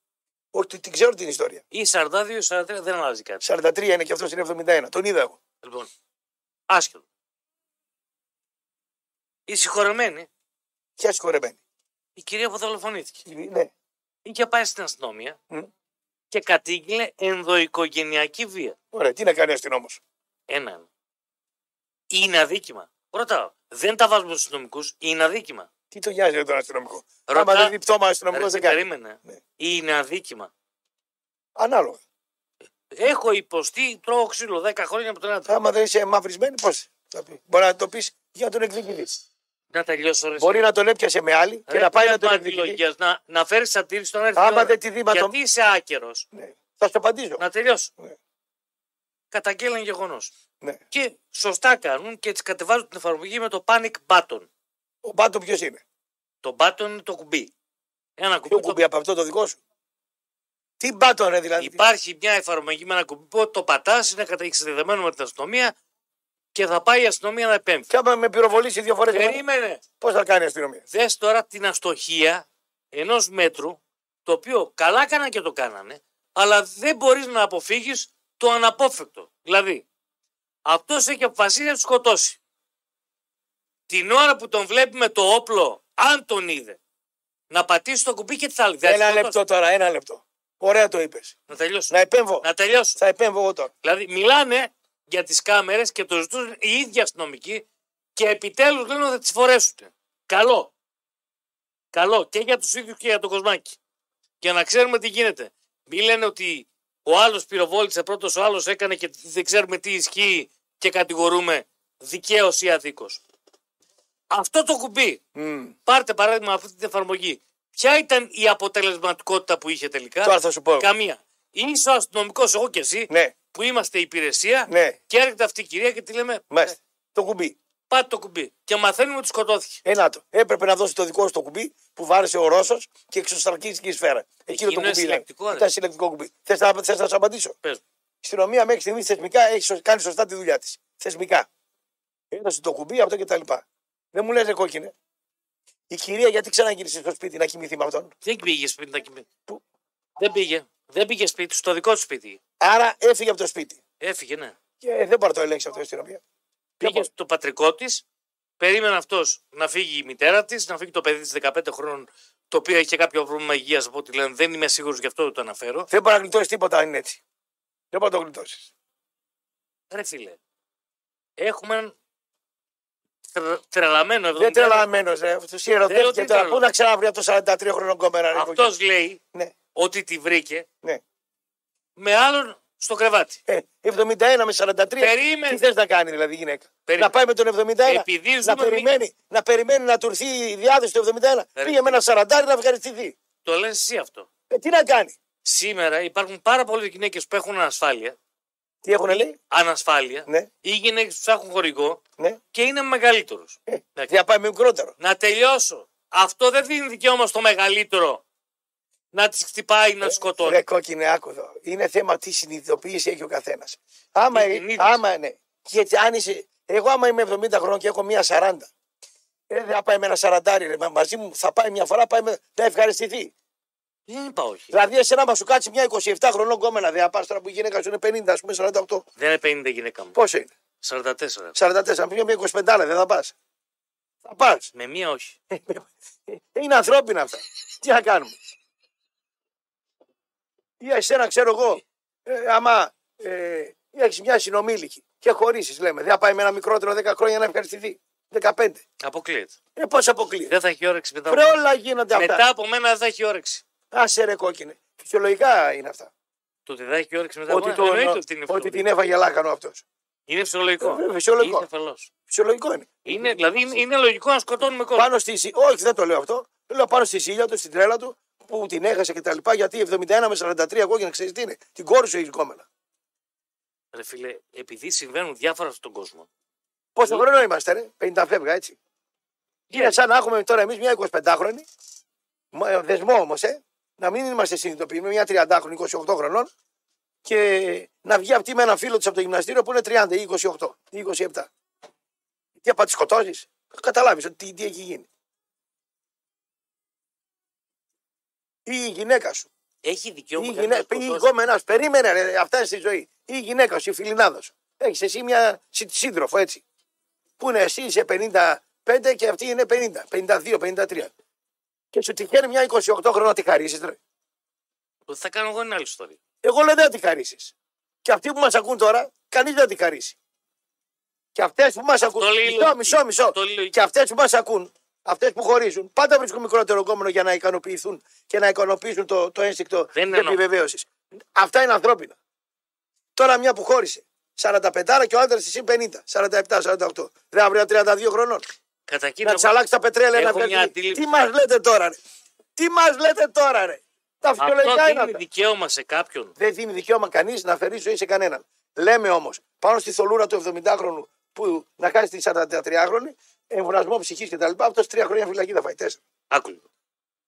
Speaker 2: Όχι, την ξέρω την ιστορία.
Speaker 1: Ή 42-43 δεν αλλάζει κάτι.
Speaker 2: 43 είναι και αυτός είναι 71. Τον είδα εγώ.
Speaker 1: Λοιπόν, άσχετο. Η συγχωρεμένη,
Speaker 2: Ποια συγχωρεμένη.
Speaker 1: η κυρία που δολοφονήθηκε,
Speaker 2: Ναι.
Speaker 1: είχε πάει στην αστυνομία
Speaker 2: Μμ.
Speaker 1: και κατήγγειλε ενδοοικογενειακή βία.
Speaker 2: Ωραία, τι να κάνει ο αστυνόμος.
Speaker 1: Έναν. Είναι αδίκημα. Ρωτάω. Δεν τα βάζουμε στους αστυνομικούς. Είναι αδίκημα.
Speaker 2: Τι το νοιάζει τον αστυνομικό.
Speaker 1: Ρωτά-
Speaker 2: Άμα δεν δει πτώμα αστυνομικός
Speaker 1: Ρε,
Speaker 2: δεν κάνει.
Speaker 1: Περίμενε.
Speaker 2: Ναι.
Speaker 1: Είναι αδίκημα.
Speaker 2: Ανάλογα.
Speaker 1: Έχω υποστεί, τρώω ξύλο 10 χρόνια από τον άντρα.
Speaker 2: Άμα δεν είσαι μαυρισμένη, πώς θα πει. Μπορεί να το πεις για να τον εκδικητή.
Speaker 1: Να τελειώσω. Ρε,
Speaker 2: Μπορεί να τον έπιασε με άλλη και
Speaker 1: Ρε,
Speaker 2: να πάει
Speaker 1: τι
Speaker 2: να τον
Speaker 1: απάντη
Speaker 2: εκδικητή.
Speaker 1: λογίας, Να, να φέρεις αντίληψη στον αριθμό.
Speaker 2: Άμα δεν τη δει με τον.
Speaker 1: Γιατί είσαι άκερος.
Speaker 2: Ναι. Θα σου απαντήσω.
Speaker 1: Να τελειώσω.
Speaker 2: Ναι.
Speaker 1: Καταγγέλαν γεγονός.
Speaker 2: Ναι.
Speaker 1: Και σωστά κάνουν και έτσι κατεβάζουν την εφαρμογή με το panic button.
Speaker 2: Ο Μπάντο ποιος είναι.
Speaker 1: Το button είναι το κουμπί. Ένα κουμπί.
Speaker 2: Ποιο
Speaker 1: το-
Speaker 2: κουμπί από αυτό το δικό σου. Τι μπάτο ρε δηλαδή.
Speaker 1: Υπάρχει μια εφαρμογή με ένα κουμπί που το πατάς, είναι κατα- συνδεδεμένο με την αστυνομία και θα πάει η αστυνομία να επέμβει.
Speaker 2: Και άμα με πυροβολήσει δύο φορές.
Speaker 1: Περίμενε.
Speaker 2: Πώς θα κάνει η αστυνομία.
Speaker 1: Δες τώρα την αστοχία ενός μέτρου, το οποίο καλά κάνανε και το κάνανε, αλλά δεν μπορείς να αποφύγεις το αναπόφευκτο. Δηλαδή, αυτός έχει αποφασίσει να τους σκοτώσει. Την ώρα που τον βλέπει με το όπλο, αν τον είδε, να πατήσει το κουμπί και τι θα λέει. θα
Speaker 2: Ένα
Speaker 1: σκοτώσει.
Speaker 2: λεπτό τώρα, ένα λεπτό. Ωραία το είπες.
Speaker 1: Να τελειώσω.
Speaker 2: Να επέμβω.
Speaker 1: Να τελειώσω.
Speaker 2: Θα επέμβω εγώ τώρα.
Speaker 1: Δηλαδή, μιλάνε για τις κάμερες και το ζητούν οι ίδιοι αστυνομικοί και επιτέλους λένε ότι θα τις φορέσουν. Καλό. Καλό και για τους ίδιους και για τον Κοσμάκη. Για να ξέρουμε τι γίνεται. Μην λένε ότι ο άλλος πυροβόλησε πρώτος, ο άλλος έκανε και δεν ξέρουμε τι ισχύει και κατηγορούμε δικαίω ή αδίκως. Αυτό το κουμπί,
Speaker 2: Μμμ.
Speaker 1: πάρτε παράδειγμα αυτή την εφαρμογή. Ποια ήταν η αποτελεσματικότητα που είχε τελικά,
Speaker 2: Τώρα θα σου πω.
Speaker 1: Καμία. Είσαι ο αστυνομικός, εγώ και εσύ,
Speaker 2: Ναι,
Speaker 1: που είμαστε υπηρεσία
Speaker 2: ναι,
Speaker 1: και έρχεται αυτή η κυρία και τη λέμε
Speaker 2: μάλιστα. Το κουμπί.
Speaker 1: πάτε το κουμπί και μαθαίνουμε ότι σκοτώθηκε.
Speaker 2: Ένα το. Έπρεπε να δώσει το δικό σου το κουμπί που βάρεσε ο Ρώσος και εξωστρακίστηκε η σφαίρα. Εκείνο το
Speaker 1: Εκείνο είναι
Speaker 2: κουμπί. λέει.
Speaker 1: συλλεκτικό, ρε.
Speaker 2: Ήταν συλλεκτικό κουμπί. Θες να, θες να σου απαντήσω.
Speaker 1: Πες μου.
Speaker 2: Η αστυνομία μέχρι στιγμής θεσμικά έχει σω- κάνει σωστά τη δουλειά της. Θεσμικά. Έδωσε το κουμπί, αυτό και τα λοιπά. Δεν μου λες, ρε κόκκινε. Η κυρία γιατί ξαναγύρισε στο σπίτι να κοιμηθεί με αυτόν.
Speaker 1: Δεν πήγες σπίτι να κοιμηθεί.
Speaker 2: Πού?
Speaker 1: Δεν πήγε. Δεν πήγε σπίτι, στο δικό του σπίτι.
Speaker 2: Άρα έφυγε από το σπίτι.
Speaker 1: Έφυγε, ναι.
Speaker 2: Και δεν μπορεί να το ελέγξει αυτό η αστυνομία.
Speaker 1: Πήγε στο πατρικό της, περίμενε αυτός να φύγει η μητέρα της, να φύγει το παιδί της 15 χρόνων, το οποίο είχε κάποιο πρόβλημα υγείας από ό,τι λένε. Δεν είμαι σίγουρος γι' αυτό το αναφέρω.
Speaker 2: Δεν μπορεί να γλιτώσεις τίποτα αν είναι έτσι. Δεν μπορεί να το γλιτώσεις.
Speaker 1: Ρε Ε, φίλε, έχουμε έναν τρα- τρελαμένο εδώ.
Speaker 2: Δεν ε, τρελαμένος, ρε. Τους
Speaker 1: Θέλω
Speaker 2: ιεροδέχτηκε
Speaker 1: τι
Speaker 2: τώρα.
Speaker 1: θέλω.
Speaker 2: Πού να ξαναβρει από το 43 χρόνο κόμμερα, ρε.
Speaker 1: Αυτός λέει
Speaker 2: Ναι.
Speaker 1: ότι τη βρήκε
Speaker 2: Ναι.
Speaker 1: με άλλον στο κρεβάτι.
Speaker 2: Ε, 71 με 43.
Speaker 1: Περίμενε.
Speaker 2: Τι θες να κάνει δηλαδή η γυναίκα.
Speaker 1: Περίμενε.
Speaker 2: Να πάει με τον 71.
Speaker 1: Επειδή
Speaker 2: να,
Speaker 1: ζούμε
Speaker 2: περιμένει, να περιμένει να του έρθει η διάδοση του 71. Πήγε με ένα 40 να ευχαριστηθεί.
Speaker 1: Το λες εσύ αυτό.
Speaker 2: Ε, τι να κάνει.
Speaker 1: Σήμερα υπάρχουν πάρα πολλές γυναίκες που έχουν ανασφάλεια.
Speaker 2: Τι έχουν λέει.
Speaker 1: Ανασφάλεια.
Speaker 2: Ναι,
Speaker 1: Ή γυναίκες που έχουν χορηγό
Speaker 2: ναι.
Speaker 1: και είναι μεγαλύτερος.
Speaker 2: Ε, για να πάει με μικρότερο.
Speaker 1: Να τελειώσω. Αυτό δεν δίνει δικαίωμα στο μεγαλύτερο να τη χτυπάει, να τη σκοτώνει.
Speaker 2: Ε, Ρε κόκκινε, άκου εδώ. Είναι θέμα τι συνειδητοποίηση έχει ο καθένας. Άμα,
Speaker 1: Τι συνείδηση.
Speaker 2: άμα ναι. Γιατί αν είσαι. Εγώ άμα είμαι 70 χρόνων και έχω μία 40. Ε, δεν θα πάει με ένα 40 ρε, μα- μαζί μου. Θα πάει μια φορά, πάει με, θα ευχαριστηθεί.
Speaker 1: Δεν Ε, είπα όχι.
Speaker 2: Δηλαδή, εσένα μα σου κάτσει μια 27 χρονών κόμενα. Δεν πα τώρα που η γυναίκα σου είναι 50, ας πούμε 48.
Speaker 1: Δεν είναι 50 γυναίκα μου.
Speaker 2: Πόσο είναι,
Speaker 1: 44.
Speaker 2: 44. Αν πήγε μια 25, δεν θα πας. Θα πας.
Speaker 1: Με μία όχι.
Speaker 2: Είναι ανθρώπινα αυτά. Τι θα κάνουμε. Ή εσένα ξέρω εγώ, ε, άμα ε, έχεις μια συνομήλικη και χωρίσεις, λέμε, δεν θα πάει με ένα μικρότερο 10 χρόνια να ευχαριστηθεί. 15.
Speaker 1: Αποκλείεται.
Speaker 2: Ε, πώς αποκλείεται.
Speaker 1: Δεν θα έχει όρεξη μετά.
Speaker 2: Βρε όλα γίνονται αυτά.
Speaker 1: μετά από μένα δεν θα έχει όρεξη.
Speaker 2: Άσε ρε κόκκινε. Φυσιολογικά είναι αυτά.
Speaker 1: Το ότι δεν έχει όρεξη μετά από
Speaker 2: Ότι,
Speaker 1: μένα
Speaker 2: το,
Speaker 1: εννοείται ότι είναι
Speaker 2: ότι
Speaker 1: φυσιολογικό.
Speaker 2: την έφαγε λάκανο αυτός.
Speaker 1: Είναι φυσιολογικό.
Speaker 2: Ε, φυσιολογικό.
Speaker 1: Είναι αφελώς.
Speaker 2: Φυσιολογικό είναι.
Speaker 1: Είναι, δηλαδή είναι, είναι λογικό να σκοτώνουμε κόσμο.
Speaker 2: Πάνω στη, ζη- όχι, δεν το λέω αυτό. Το λέω πάνω στη ζήλια του, στην τρέλα του, που την έχασε και τα λοιπά. Γιατί 71 με 43 κόκκινα, ξέρεις τι είναι. Την κόρη σου έχει κόμμενα.
Speaker 1: Ρε φίλε, επειδή συμβαίνουν διάφορα στον κόσμο.
Speaker 2: Πόσο χρόνο είμαστε, ρε, 50 φεύγα, έτσι. Είναι σαν να έχουμε τώρα εμείς μια 25χρονη, μ- ε, δεσμό όμως, ε, να μην είμαστε συνειδητοποιημένοι, μια 30χρονη 28 χρονών και να βγει αυτή με έναν φίλο της από το γυμναστήριο που είναι 30 ή 28 ή 27. Τι απα τη σκοτώσεις, καταλάβεις ότι τι- τι έχει γίνει. Ή η γυναίκα σου
Speaker 1: Έχει δικαίωμα.
Speaker 2: Η
Speaker 1: κάποιος
Speaker 2: γυναίκα,
Speaker 1: να
Speaker 2: η
Speaker 1: σκοτώσει.
Speaker 2: γκόμενας, περίμενε, ρε, αυτά είναι στη ζωή. Η γυναίκα σου, η φιλινάδα σου. Έχεις εσύ μια συ- σύντροφο, έτσι. Που είναι εσύ, είσαι 55 και αυτή είναι 50, 52, 53. Και σου τυχαίνει μια 28 χρόνια τη χαρίσεις, ρε.
Speaker 1: Θα κάνω εγώ μια άλλη ιστορία.
Speaker 2: Εγώ λέω δεν θα τη χαρίσεις. Και αυτοί που μας ακούν τώρα, κανείς δεν θα τη χαρίσει. Και αυτές που μας ακούν.
Speaker 1: λέει η
Speaker 2: Μισό,
Speaker 1: λογική.
Speaker 2: μισό, μισό.
Speaker 1: Αυτό λέει η λογική.
Speaker 2: Και αυτές που μας ακούν, αυτές που χωρίζουν, πάντα βρίσκουν μικρότερο κόμμα για να ικανοποιηθούν και να ικανοποιήσουν το, το ένστικτο
Speaker 1: Δεν
Speaker 2: τη
Speaker 1: εννοώ.
Speaker 2: επιβεβαίωση. Αυτά είναι ανθρώπινα. Τώρα μια που χώρισε. 45 και ο άντρα τη είναι 50, 47, 48. Δεν αύριο 32 χρονών.
Speaker 1: Κατά κύριο
Speaker 2: Να τη αλλάξει τα πετρέλαια,
Speaker 1: Έχω
Speaker 2: να
Speaker 1: μια
Speaker 2: κάνει.
Speaker 1: αντίληψη.
Speaker 2: Τι μας λέτε τώρα, ρε. Τι μας λέτε τώρα, ρε. Τα
Speaker 1: αυτό
Speaker 2: φυσιολογικά είναι
Speaker 1: δίνει
Speaker 2: αυτά.
Speaker 1: δικαίωμα σε κάποιον.
Speaker 2: Δεν δίνει δικαίωμα κανείς να αφαιρεί ζωή σε κανέναν. Λέμε όμως, πάνω στη θολούρα του 70χρονου που να χάσει τη 43χρονη, εμβολιασμό ψυχή κτλ. Αυτός τρία χρόνια φυλακή θα φάει. τέσσερα.
Speaker 1: Άκου λίγο.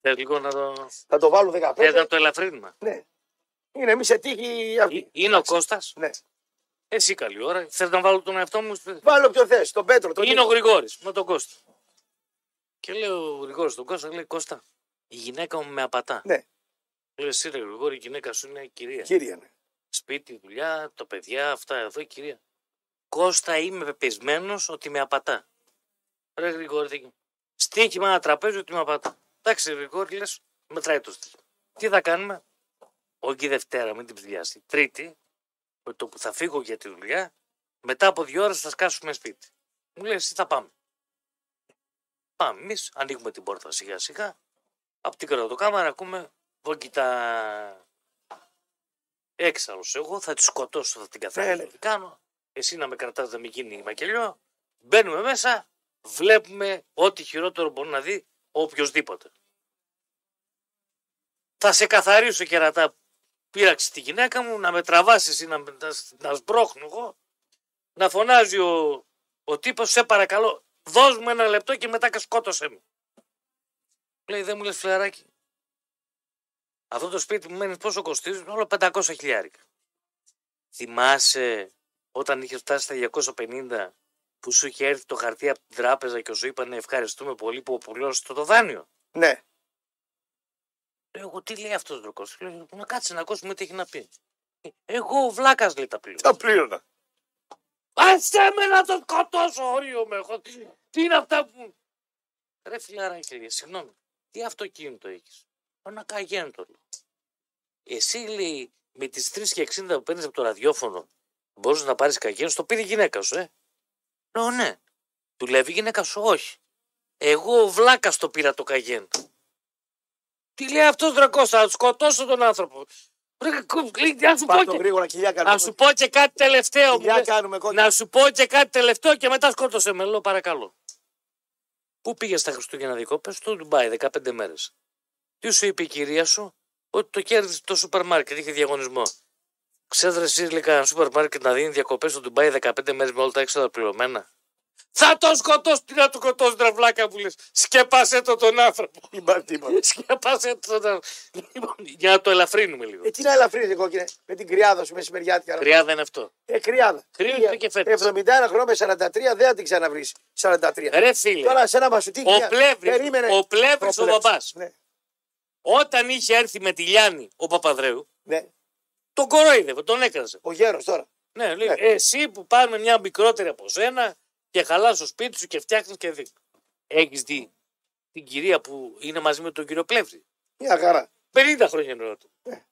Speaker 1: Θες λίγο να το...
Speaker 2: Θα το βάλουν 15.
Speaker 1: Θες να το ελαφρύνουμε.
Speaker 2: Ναι. Είναι μη σε τύχη
Speaker 1: Ε,
Speaker 2: αυτή.
Speaker 1: Είναι ο Κώστας.
Speaker 2: Ναι.
Speaker 1: Εσύ καλή ώρα. Θες να βάλω τον εαυτό μου. στο-
Speaker 2: Βάλω ποιο θες, τον Πέτρο. Τον
Speaker 1: Είναι ο Γρηγόρης με τον Κώστα. Και λέω ο Γρηγόρης τον Κώστα, λέει Κώστα, η γυναίκα μου με απατά.
Speaker 2: Ναι,
Speaker 1: Λέω εσύ, ρε Γρηγόρη, η γυναίκα σου είναι κυρία.
Speaker 2: κύριε. Ναι.
Speaker 1: Σπίτι, δουλειά, τα παιδιά, αυτά εδώ, κυρία. Κώστα, είμαι πεπισμένος ότι με απατά. Ρε Γρηγόρη, τι- στοίχημα ένα τραπέζι ότι με απατά. Εντάξει, Γρηγόρη, λες, μετράει το στοίχημα. Τι θα κάνουμε. Όχι Δευτέρα, μην την πλησιάσει. Τρίτη, με το που θα φύγω για τη δουλειά, μετά από δύο ώρες θα σκάσουμε σπίτι. Μου λέει, εσύ θα πάμε. Πάμε εμείς, ανοίγουμε την πόρτα σιγά σιγά. Από την κρατοκάμαρα ακούμε βόγκητα έξαλλος. Εγώ θα τη σκοτώσω, θα την καθαρίσω.
Speaker 2: Έλα.
Speaker 1: Τι κάνω. Εσύ να με κρατάς, να μην γίνει μακελιό. Μπαίνουμε μέσα, βλέπουμε ό,τι χειρότερο μπορεί να δει οποιοδήποτε. Θα σε καθαρίσω κερατά. Πήραξε τη γυναίκα μου, να με τραβάσει εσύ, να, με- να, σ- να σμπρώχνω εγώ. Να φωνάζει ο, ο τύπος, σε παρακαλώ, δώσ' μου ένα λεπτό και μετά σκότωσέ με. Λέει, δεν μου λες φλεράκι. Αυτό το σπίτι που μένεις πόσο κοστίζει, όλο 500 χιλιάρικα. Θυμάσαι όταν είχε φτάσει στα 250 που σου είχε έρθει το χαρτί από την τράπεζα και σου είπαν ευχαριστούμε πολύ που απολύωσε το δάνειο.
Speaker 2: ναι.
Speaker 1: Λέω εγώ τι λέει αυτός ο τροκό. Λέω να κάτσε να ακούσουμε τι έχει να πει. Ε, Εγώ ο βλάκας λέει τα πλήρω.
Speaker 2: Τα πλήρωνα.
Speaker 1: Άσε με να τον σκοτώσω, όριο με έχω. Τι είναι αυτά που. Ρε φιλαράκι, συγγνώμη, τι αυτοκίνητο έχεις. Ένα καγέν το λέω. Εσύ λέει με τις 3 και 60 που παίρνεις από το ραδιόφωνο, μπορούσε να πάρεις καγέν, το πήρε η γυναίκα σου, ε. Λέω ναι. Του λέει η γυναίκα σου, όχι. Εγώ ο βλάκα το πήρα το καγέν. Τι λέει αυτός δρακός, θα σκοτώσω τον άνθρωπο. Ρε, κου- λέει, να σου πω
Speaker 2: Πάρ το
Speaker 1: και-
Speaker 2: γρήγορα, κοιλιά
Speaker 1: να
Speaker 2: κάνουμε.
Speaker 1: σου πω και κάτι τελευταίο. μου
Speaker 2: Κοιλιά
Speaker 1: λες.
Speaker 2: κάνουμε κόκκινη.
Speaker 1: Να σου πω και κάτι τελευταίο και μετά σκότωσε με. Λέω παρακαλώ. Πού πήγε τα Χριστούγεννα διακόπε, στο Ντουμπάι, 15 μέρες. Τι σου είπε η κυρία σου, ότι το κέρδισε το σούπερ μάρκετ, είχε διαγωνισμό. Ξέρετε, εσύ λέει κανένα σούπερ μάρκετ να δίνει διακοπές στο Ντουμπάι 15 μέρες με όλα τα έξοδα πληρωμένα. Θα τον σκοτώσει, τι να του σκοτώσει, τραυλάκα που λες. Σκεπάσε το τον άνθρωπο.
Speaker 2: Μην πάρει τίποτα.
Speaker 1: Σκεπάσε το τον άνθρωπο. Λοιπόν, για να το ελαφρύνουμε λίγο.
Speaker 2: Ε, τι να ελαφρύνει κόκκινε με την κρυάδα σου μεσημεριάτικα. ρε.
Speaker 1: Κρυάδα είναι αυτό.
Speaker 2: Ε, κρυάδα.
Speaker 1: Κρύο
Speaker 2: Κρύα.
Speaker 1: και φέτος.
Speaker 2: 71 χρόνια με 43 δεν θα την ξαναβρεις. 43.
Speaker 1: Ρε φίλε.
Speaker 2: Τώρα σε ένα μασουτίκι.
Speaker 1: Ο
Speaker 2: μια-
Speaker 1: Πλεύρης,
Speaker 2: Περίμενε.
Speaker 1: ο Πλεύρης ο
Speaker 2: Πλεύρης.
Speaker 1: μπαμπάς.
Speaker 2: Ναι,
Speaker 1: Όταν είχε έρθει με τη Λιάννη ο Παπαδρέου,
Speaker 2: ναι.
Speaker 1: τον κορόιδευε, τον έκραζε.
Speaker 2: Ο γέρος τώρα.
Speaker 1: Ναι, λέει,
Speaker 2: Ναι.
Speaker 1: εσύ που πάμε μια μικρότερη από σένα και χαλάς στο σπίτι σου και φτιάχνεις και δεις. Έχεις δει την κυρία που είναι μαζί με τον κύριο Πλεύρη.
Speaker 2: Μια χαρά.
Speaker 1: 50 χρόνια είναι του.
Speaker 2: Ναι.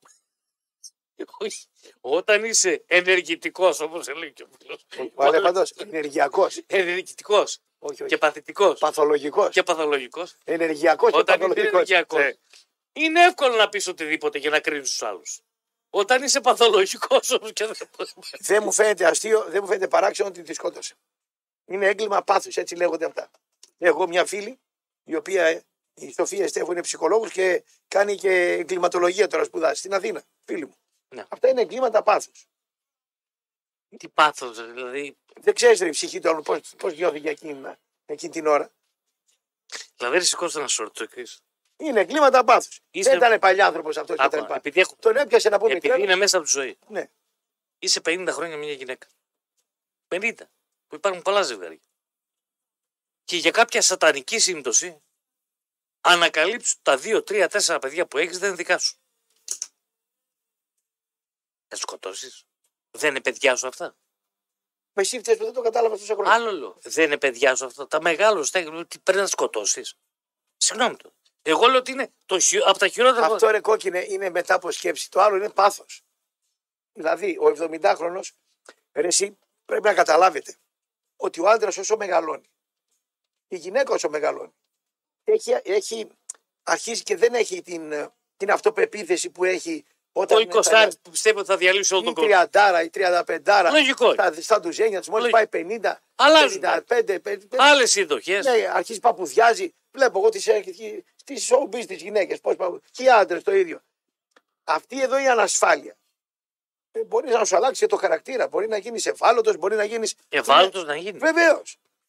Speaker 1: Όχι. Όταν είσαι ενεργητικός, όπως έλεγε και ο Ε,
Speaker 2: Ο
Speaker 1: φίλο.
Speaker 2: Αλεφαντό. Ενεργειακός.
Speaker 1: Ενεργητικός
Speaker 2: Όχι,
Speaker 1: και
Speaker 2: όχι.
Speaker 1: παθητικός
Speaker 2: Παθολογικός.
Speaker 1: και παθολογικός.
Speaker 2: Ενεργειακός και Ε, Ναι.
Speaker 1: Όταν είναι
Speaker 2: παθολογικός.
Speaker 1: ενεργειακός. Είναι εύκολο να πεις οτιδήποτε για να κρίνεις τους άλλους. Όταν είσαι παθολογικός όμως και δεν μπορεί.
Speaker 2: Δεν μου φαίνεται αστείο, δεν μου φαίνεται παράξενο ότι τη σκότωσε. Είναι έγκλημα πάθους, έτσι λέγονται αυτά. Έχω μια φίλη, η οποία ε, η Σοφία Στέφου είναι ψυχολόγος και κάνει και εγκληματολογία τώρα σπουδάζει στην Αθήνα. Φίλη μου.
Speaker 1: Ναι.
Speaker 2: Αυτά είναι εγκλήματα πάθους.
Speaker 1: Τι πάθος, δηλαδή.
Speaker 2: Δεν ξέρεις ρε η ψυχή του άλλου πώς νιώθηκε εκείνη, εκείνη την ώρα.
Speaker 1: Δηλαδή, ρε σηκώστε να σου ρωτήσω. Κρυς.
Speaker 2: Είναι εγκλήματα πάθους.
Speaker 1: Είσαι-
Speaker 2: Δεν ήταν παλιάνθρωπο αυτός και τα
Speaker 1: Άκου,
Speaker 2: λοιπά.
Speaker 1: επειδή, έχω-
Speaker 2: Τον έπιασε να πούμε
Speaker 1: επειδή είναι μέσα από τη ζωή.
Speaker 2: Ναι.
Speaker 1: Είσαι 50 χρόνια μια γυναίκα. 50. Που υπάρχουν πολλά ζευγάρια. Και για κάποια σατανική σύμπτωση, ανακαλύψου τα 2, 3, 4 παιδιά που έχεις δεν είναι δικά σου. Θα σκοτώσεις. Δεν είναι παιδιά σου αυτά.
Speaker 2: Μα εσύ φταίεις που δεν το κατάλαβα τόσα χρόνια.
Speaker 1: Άλλο λέω. Δεν είναι παιδιά σου αυτά. Τα μεγάλο στέγνου ότι πρέπει να σκοτώσεις. Συγγνώμη του. Εγώ λέω ότι είναι το χει... από τα χειρότερα.
Speaker 2: Αυτό ρε κόκκινε είναι μετά από σκέψη. Το άλλο είναι πάθος. Δηλαδή, ο 70χρονο, ρε, εσύ πρέπει να καταλάβετε ότι ο άντρας όσο μεγαλώνει, η γυναίκα όσο μεγαλώνει, έχει, έχει αρχίσει και δεν έχει την, την αυτοπεποίθηση που έχει όταν.
Speaker 1: Ο
Speaker 2: είναι τα
Speaker 1: 20 που πιστεύει ότι θα διαλύσει όλο
Speaker 2: η
Speaker 1: τον κόσμο.
Speaker 2: 30 η 35.
Speaker 1: Λογικό.
Speaker 2: Στα, στα ντουζένια της, μόλις πάει 50,
Speaker 1: Αλλάζουν.
Speaker 2: 55, 55.
Speaker 1: Άλλε συνδοχέ.
Speaker 2: Ναι, αρχίζει παπουδιάζει. Βλέπω εγώ ε, τις showbiz τις γυναίκες. Πώς Και οι άντρες το ίδιο. Αυτή εδώ η ανασφάλεια. Ε, μπορείς να σου αλλάξει και το χαρακτήρα. Μπορεί να γίνεις ευάλωτος, μπορεί να γίνεις.
Speaker 1: Ευάλωτος να γίνεις.
Speaker 2: Βεβαίως.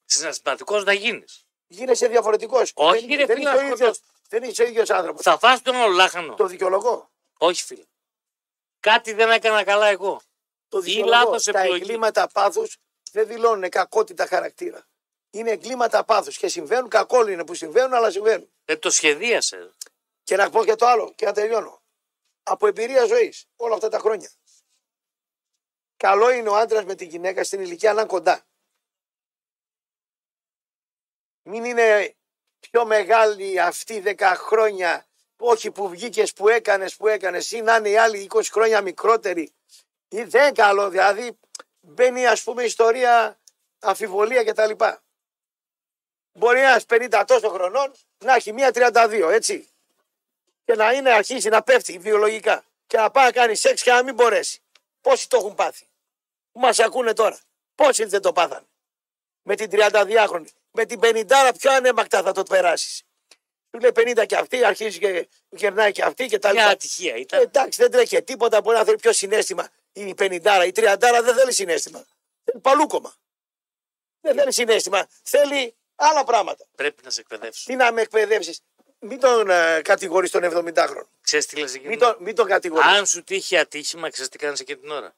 Speaker 1: Συναισθηματικό να γίνει.
Speaker 2: Γίνεσαι διαφορετικός.
Speaker 1: Όχι, ρε,
Speaker 2: δεν,
Speaker 1: φίλε,
Speaker 2: είσαι ο
Speaker 1: αυτό-
Speaker 2: ίδιος- δεν είσαι ο ίδιος άνθρωπος.
Speaker 1: Θα φας τον ολάχανο.
Speaker 2: Το δικαιολογώ.
Speaker 1: Όχι, φίλε. Κάτι δεν έκανα καλά εγώ.
Speaker 2: Το
Speaker 1: Ή
Speaker 2: δικαιολογώ.
Speaker 1: λάθος
Speaker 2: Τα
Speaker 1: επιλογή.
Speaker 2: εγκλήματα πάθου δεν δηλώνουν κακότητα χαρακτήρα. Είναι εγκλήματα πάθους και συμβαίνουν. Κακό είναι που συμβαίνουν, αλλά συμβαίνουν.
Speaker 1: Δεν Ε, το σχεδίασε.
Speaker 2: Και να πω και το άλλο και να τελειώνω. Από εμπειρία ζωής όλα αυτά τα χρόνια. Καλό είναι ο άντρας με τη γυναίκα στην ηλικία να είναι κοντά. Μην είναι πιο μεγάλη αυτή 10 χρόνια. Όχι που βγήκες, που έκανες, που έκανες, ή να είναι οι άλλοι 20 χρόνια μικρότεροι. Ή δεν είναι καλό, δηλαδή μπαίνει ας πούμε ιστορία, αμφιβολία κτλ. Μπορεί ένα 50 τόσο χρονών να έχει μία 32, έτσι και να είναι αρχίσει να πέφτει βιολογικά και να πάει να κάνει σεξ και να μην μπορέσει. Πόσοι το έχουν πάθει. Που μας ακούνε τώρα. Πόσοι δεν το πάθανε. Με την 32χρονη. Με την 50 πιο ανέμακτα θα το περάσεις. Του λέει 50 και αυτή, αρχίζει και γερνάει και αυτή και τα
Speaker 1: Μια
Speaker 2: λοιπά.
Speaker 1: ατυχία
Speaker 2: Ε,
Speaker 1: ήταν.
Speaker 2: εντάξει, δεν τρέχει τίποτα. Μπορεί να θέλει πιο συνέστημα. Η 50, η 30 δεν θέλει συνέστημα. Θέλει παλούκομα. Δεν θέλει συνέστημα. Θέλει άλλα πράγματα.
Speaker 1: Πρέπει να σε εκπαιδεύσω.
Speaker 2: Τι να με εκπαιδεύσεις. μην τον ε, κατηγορείς τον 70χρονο.
Speaker 1: Ξέρεις τι λες εκείνη.
Speaker 2: Μην
Speaker 1: την ώρα.
Speaker 2: τον, μην Ναι, τον κατηγορείς.
Speaker 1: Αν σου τύχει ατύχημα, ξέρεις τι κάνεις εκείνη την ώρα.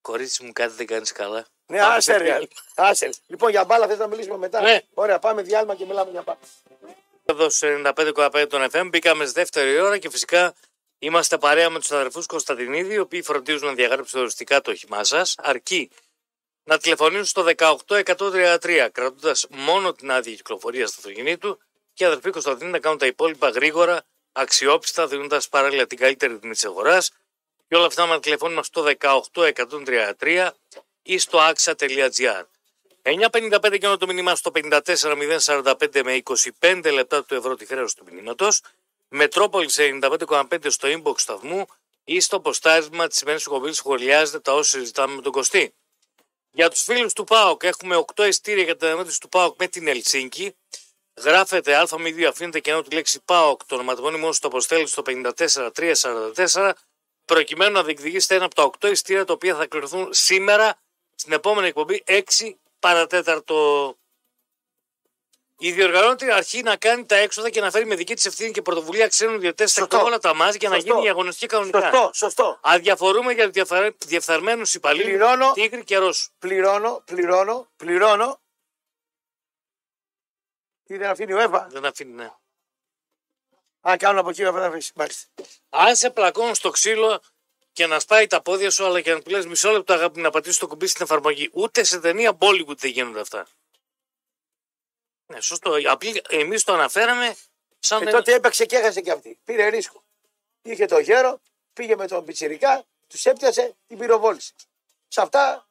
Speaker 1: Κορίτσι μου, κάτι δεν κάνεις καλά.
Speaker 2: Ναι,
Speaker 1: Πάμε
Speaker 2: άσε
Speaker 1: σε
Speaker 2: ρε.
Speaker 1: διάλειμμα.
Speaker 2: Άσε. ρε. Λοιπόν, για μπάλα θες να μιλήσουμε μετά.
Speaker 1: Ναι.
Speaker 2: Ωραία, πάμε διάλειμμα και μιλάμε για μπάλα.
Speaker 1: Εδώ στου 95,5 των FM μπήκαμε στη δεύτερη ώρα και φυσικά είμαστε παρέα με τους αδερφούς Κωνσταντινίδη, οι οποίοι φροντίζουν να διαγράψετε οριστικά το όχημά σας, αρκεί να τηλεφωνήσουν στο 18133, κρατώντας μόνο την άδεια κυκλοφορίας του αυτοκινήτου και οι αδερφοί Κωνσταντινίδη να κάνουν τα υπόλοιπα γρήγορα, αξιόπιστα, δίνοντας παράλληλα την καλύτερη τιμή τη αγοράς. Και όλα αυτά με ένα τηλεφώνημα στο 18133 ή στο axa.gr. 9.55 και το μήνυμα στο 54.045 με 25 λεπτά του ευρώ τη χρέωση του μηνύματος. Μετρόπολης 95,5 στο inbox του σταθμού ή στο ποστάρισμα της σημερινής εκπομπή σχολιάζεται τα όσα συζητάμε με τον Κωστή. Για τους φίλους του ΠΑΟΚ έχουμε 8 ειστήρια για την αναμέτρηση του ΠΑΟΚ με την Ελσίνκη. Γράφετε α02, αφήνετε κενό τη λέξη ΠΑΟΚ, το ονοματεπώνυμο στο αποστέλεις στο 54344, προκειμένου να διεκδικήσετε ένα από τα 8 ειστήρια τα οποία θα κληρωθούν σήμερα στην επόμενη εκπομπή 6 παρατέταρτο. Η διοργανώτρια αρχή να κάνει τα έξοδα και να φέρει με δική της ευθύνη και πρωτοβουλία ξένων διαιτητέ σε
Speaker 2: Σωστό.
Speaker 1: όλα τα μάτια για να
Speaker 2: Σωστό.
Speaker 1: γίνει η αγωνιστική κανονικά.
Speaker 2: Σωστό, σωστό.
Speaker 1: Αδιαφορούμε για διαφαρα... διεφθαρμένους υπαλλήλους.
Speaker 2: Πληρώνω.
Speaker 1: Τίγρη και Ρώσους.
Speaker 2: Πληρώνω, πληρώνω, πληρώνω. Τι δεν αφήνει ο Εύα.
Speaker 1: Δεν αφήνει ναι.
Speaker 2: Αν κάνουν από εκεί να αφήσει. Μάλιστα.
Speaker 1: Αν σε πλακώνουν στο ξύλο και να σπάει τα πόδια σου, αλλά και να του λε μισό λεπτό αγάπη να πατήσεις το κουμπί στην εφαρμογή. Ούτε σε ταινία Bollywood δεν γίνονται αυτά. Ναι, σωστό. Απλή... Εμείς το αναφέραμε σαν.
Speaker 2: Και
Speaker 1: ένα-
Speaker 2: Ε, τότε έπαιξε και έχασε και αυτή. Πήρε ρίσκο. Είχε το γέρο, πήγε με τον πιτσιρικά, τους έπιασε, την πυροβόλησε. Σε αυτά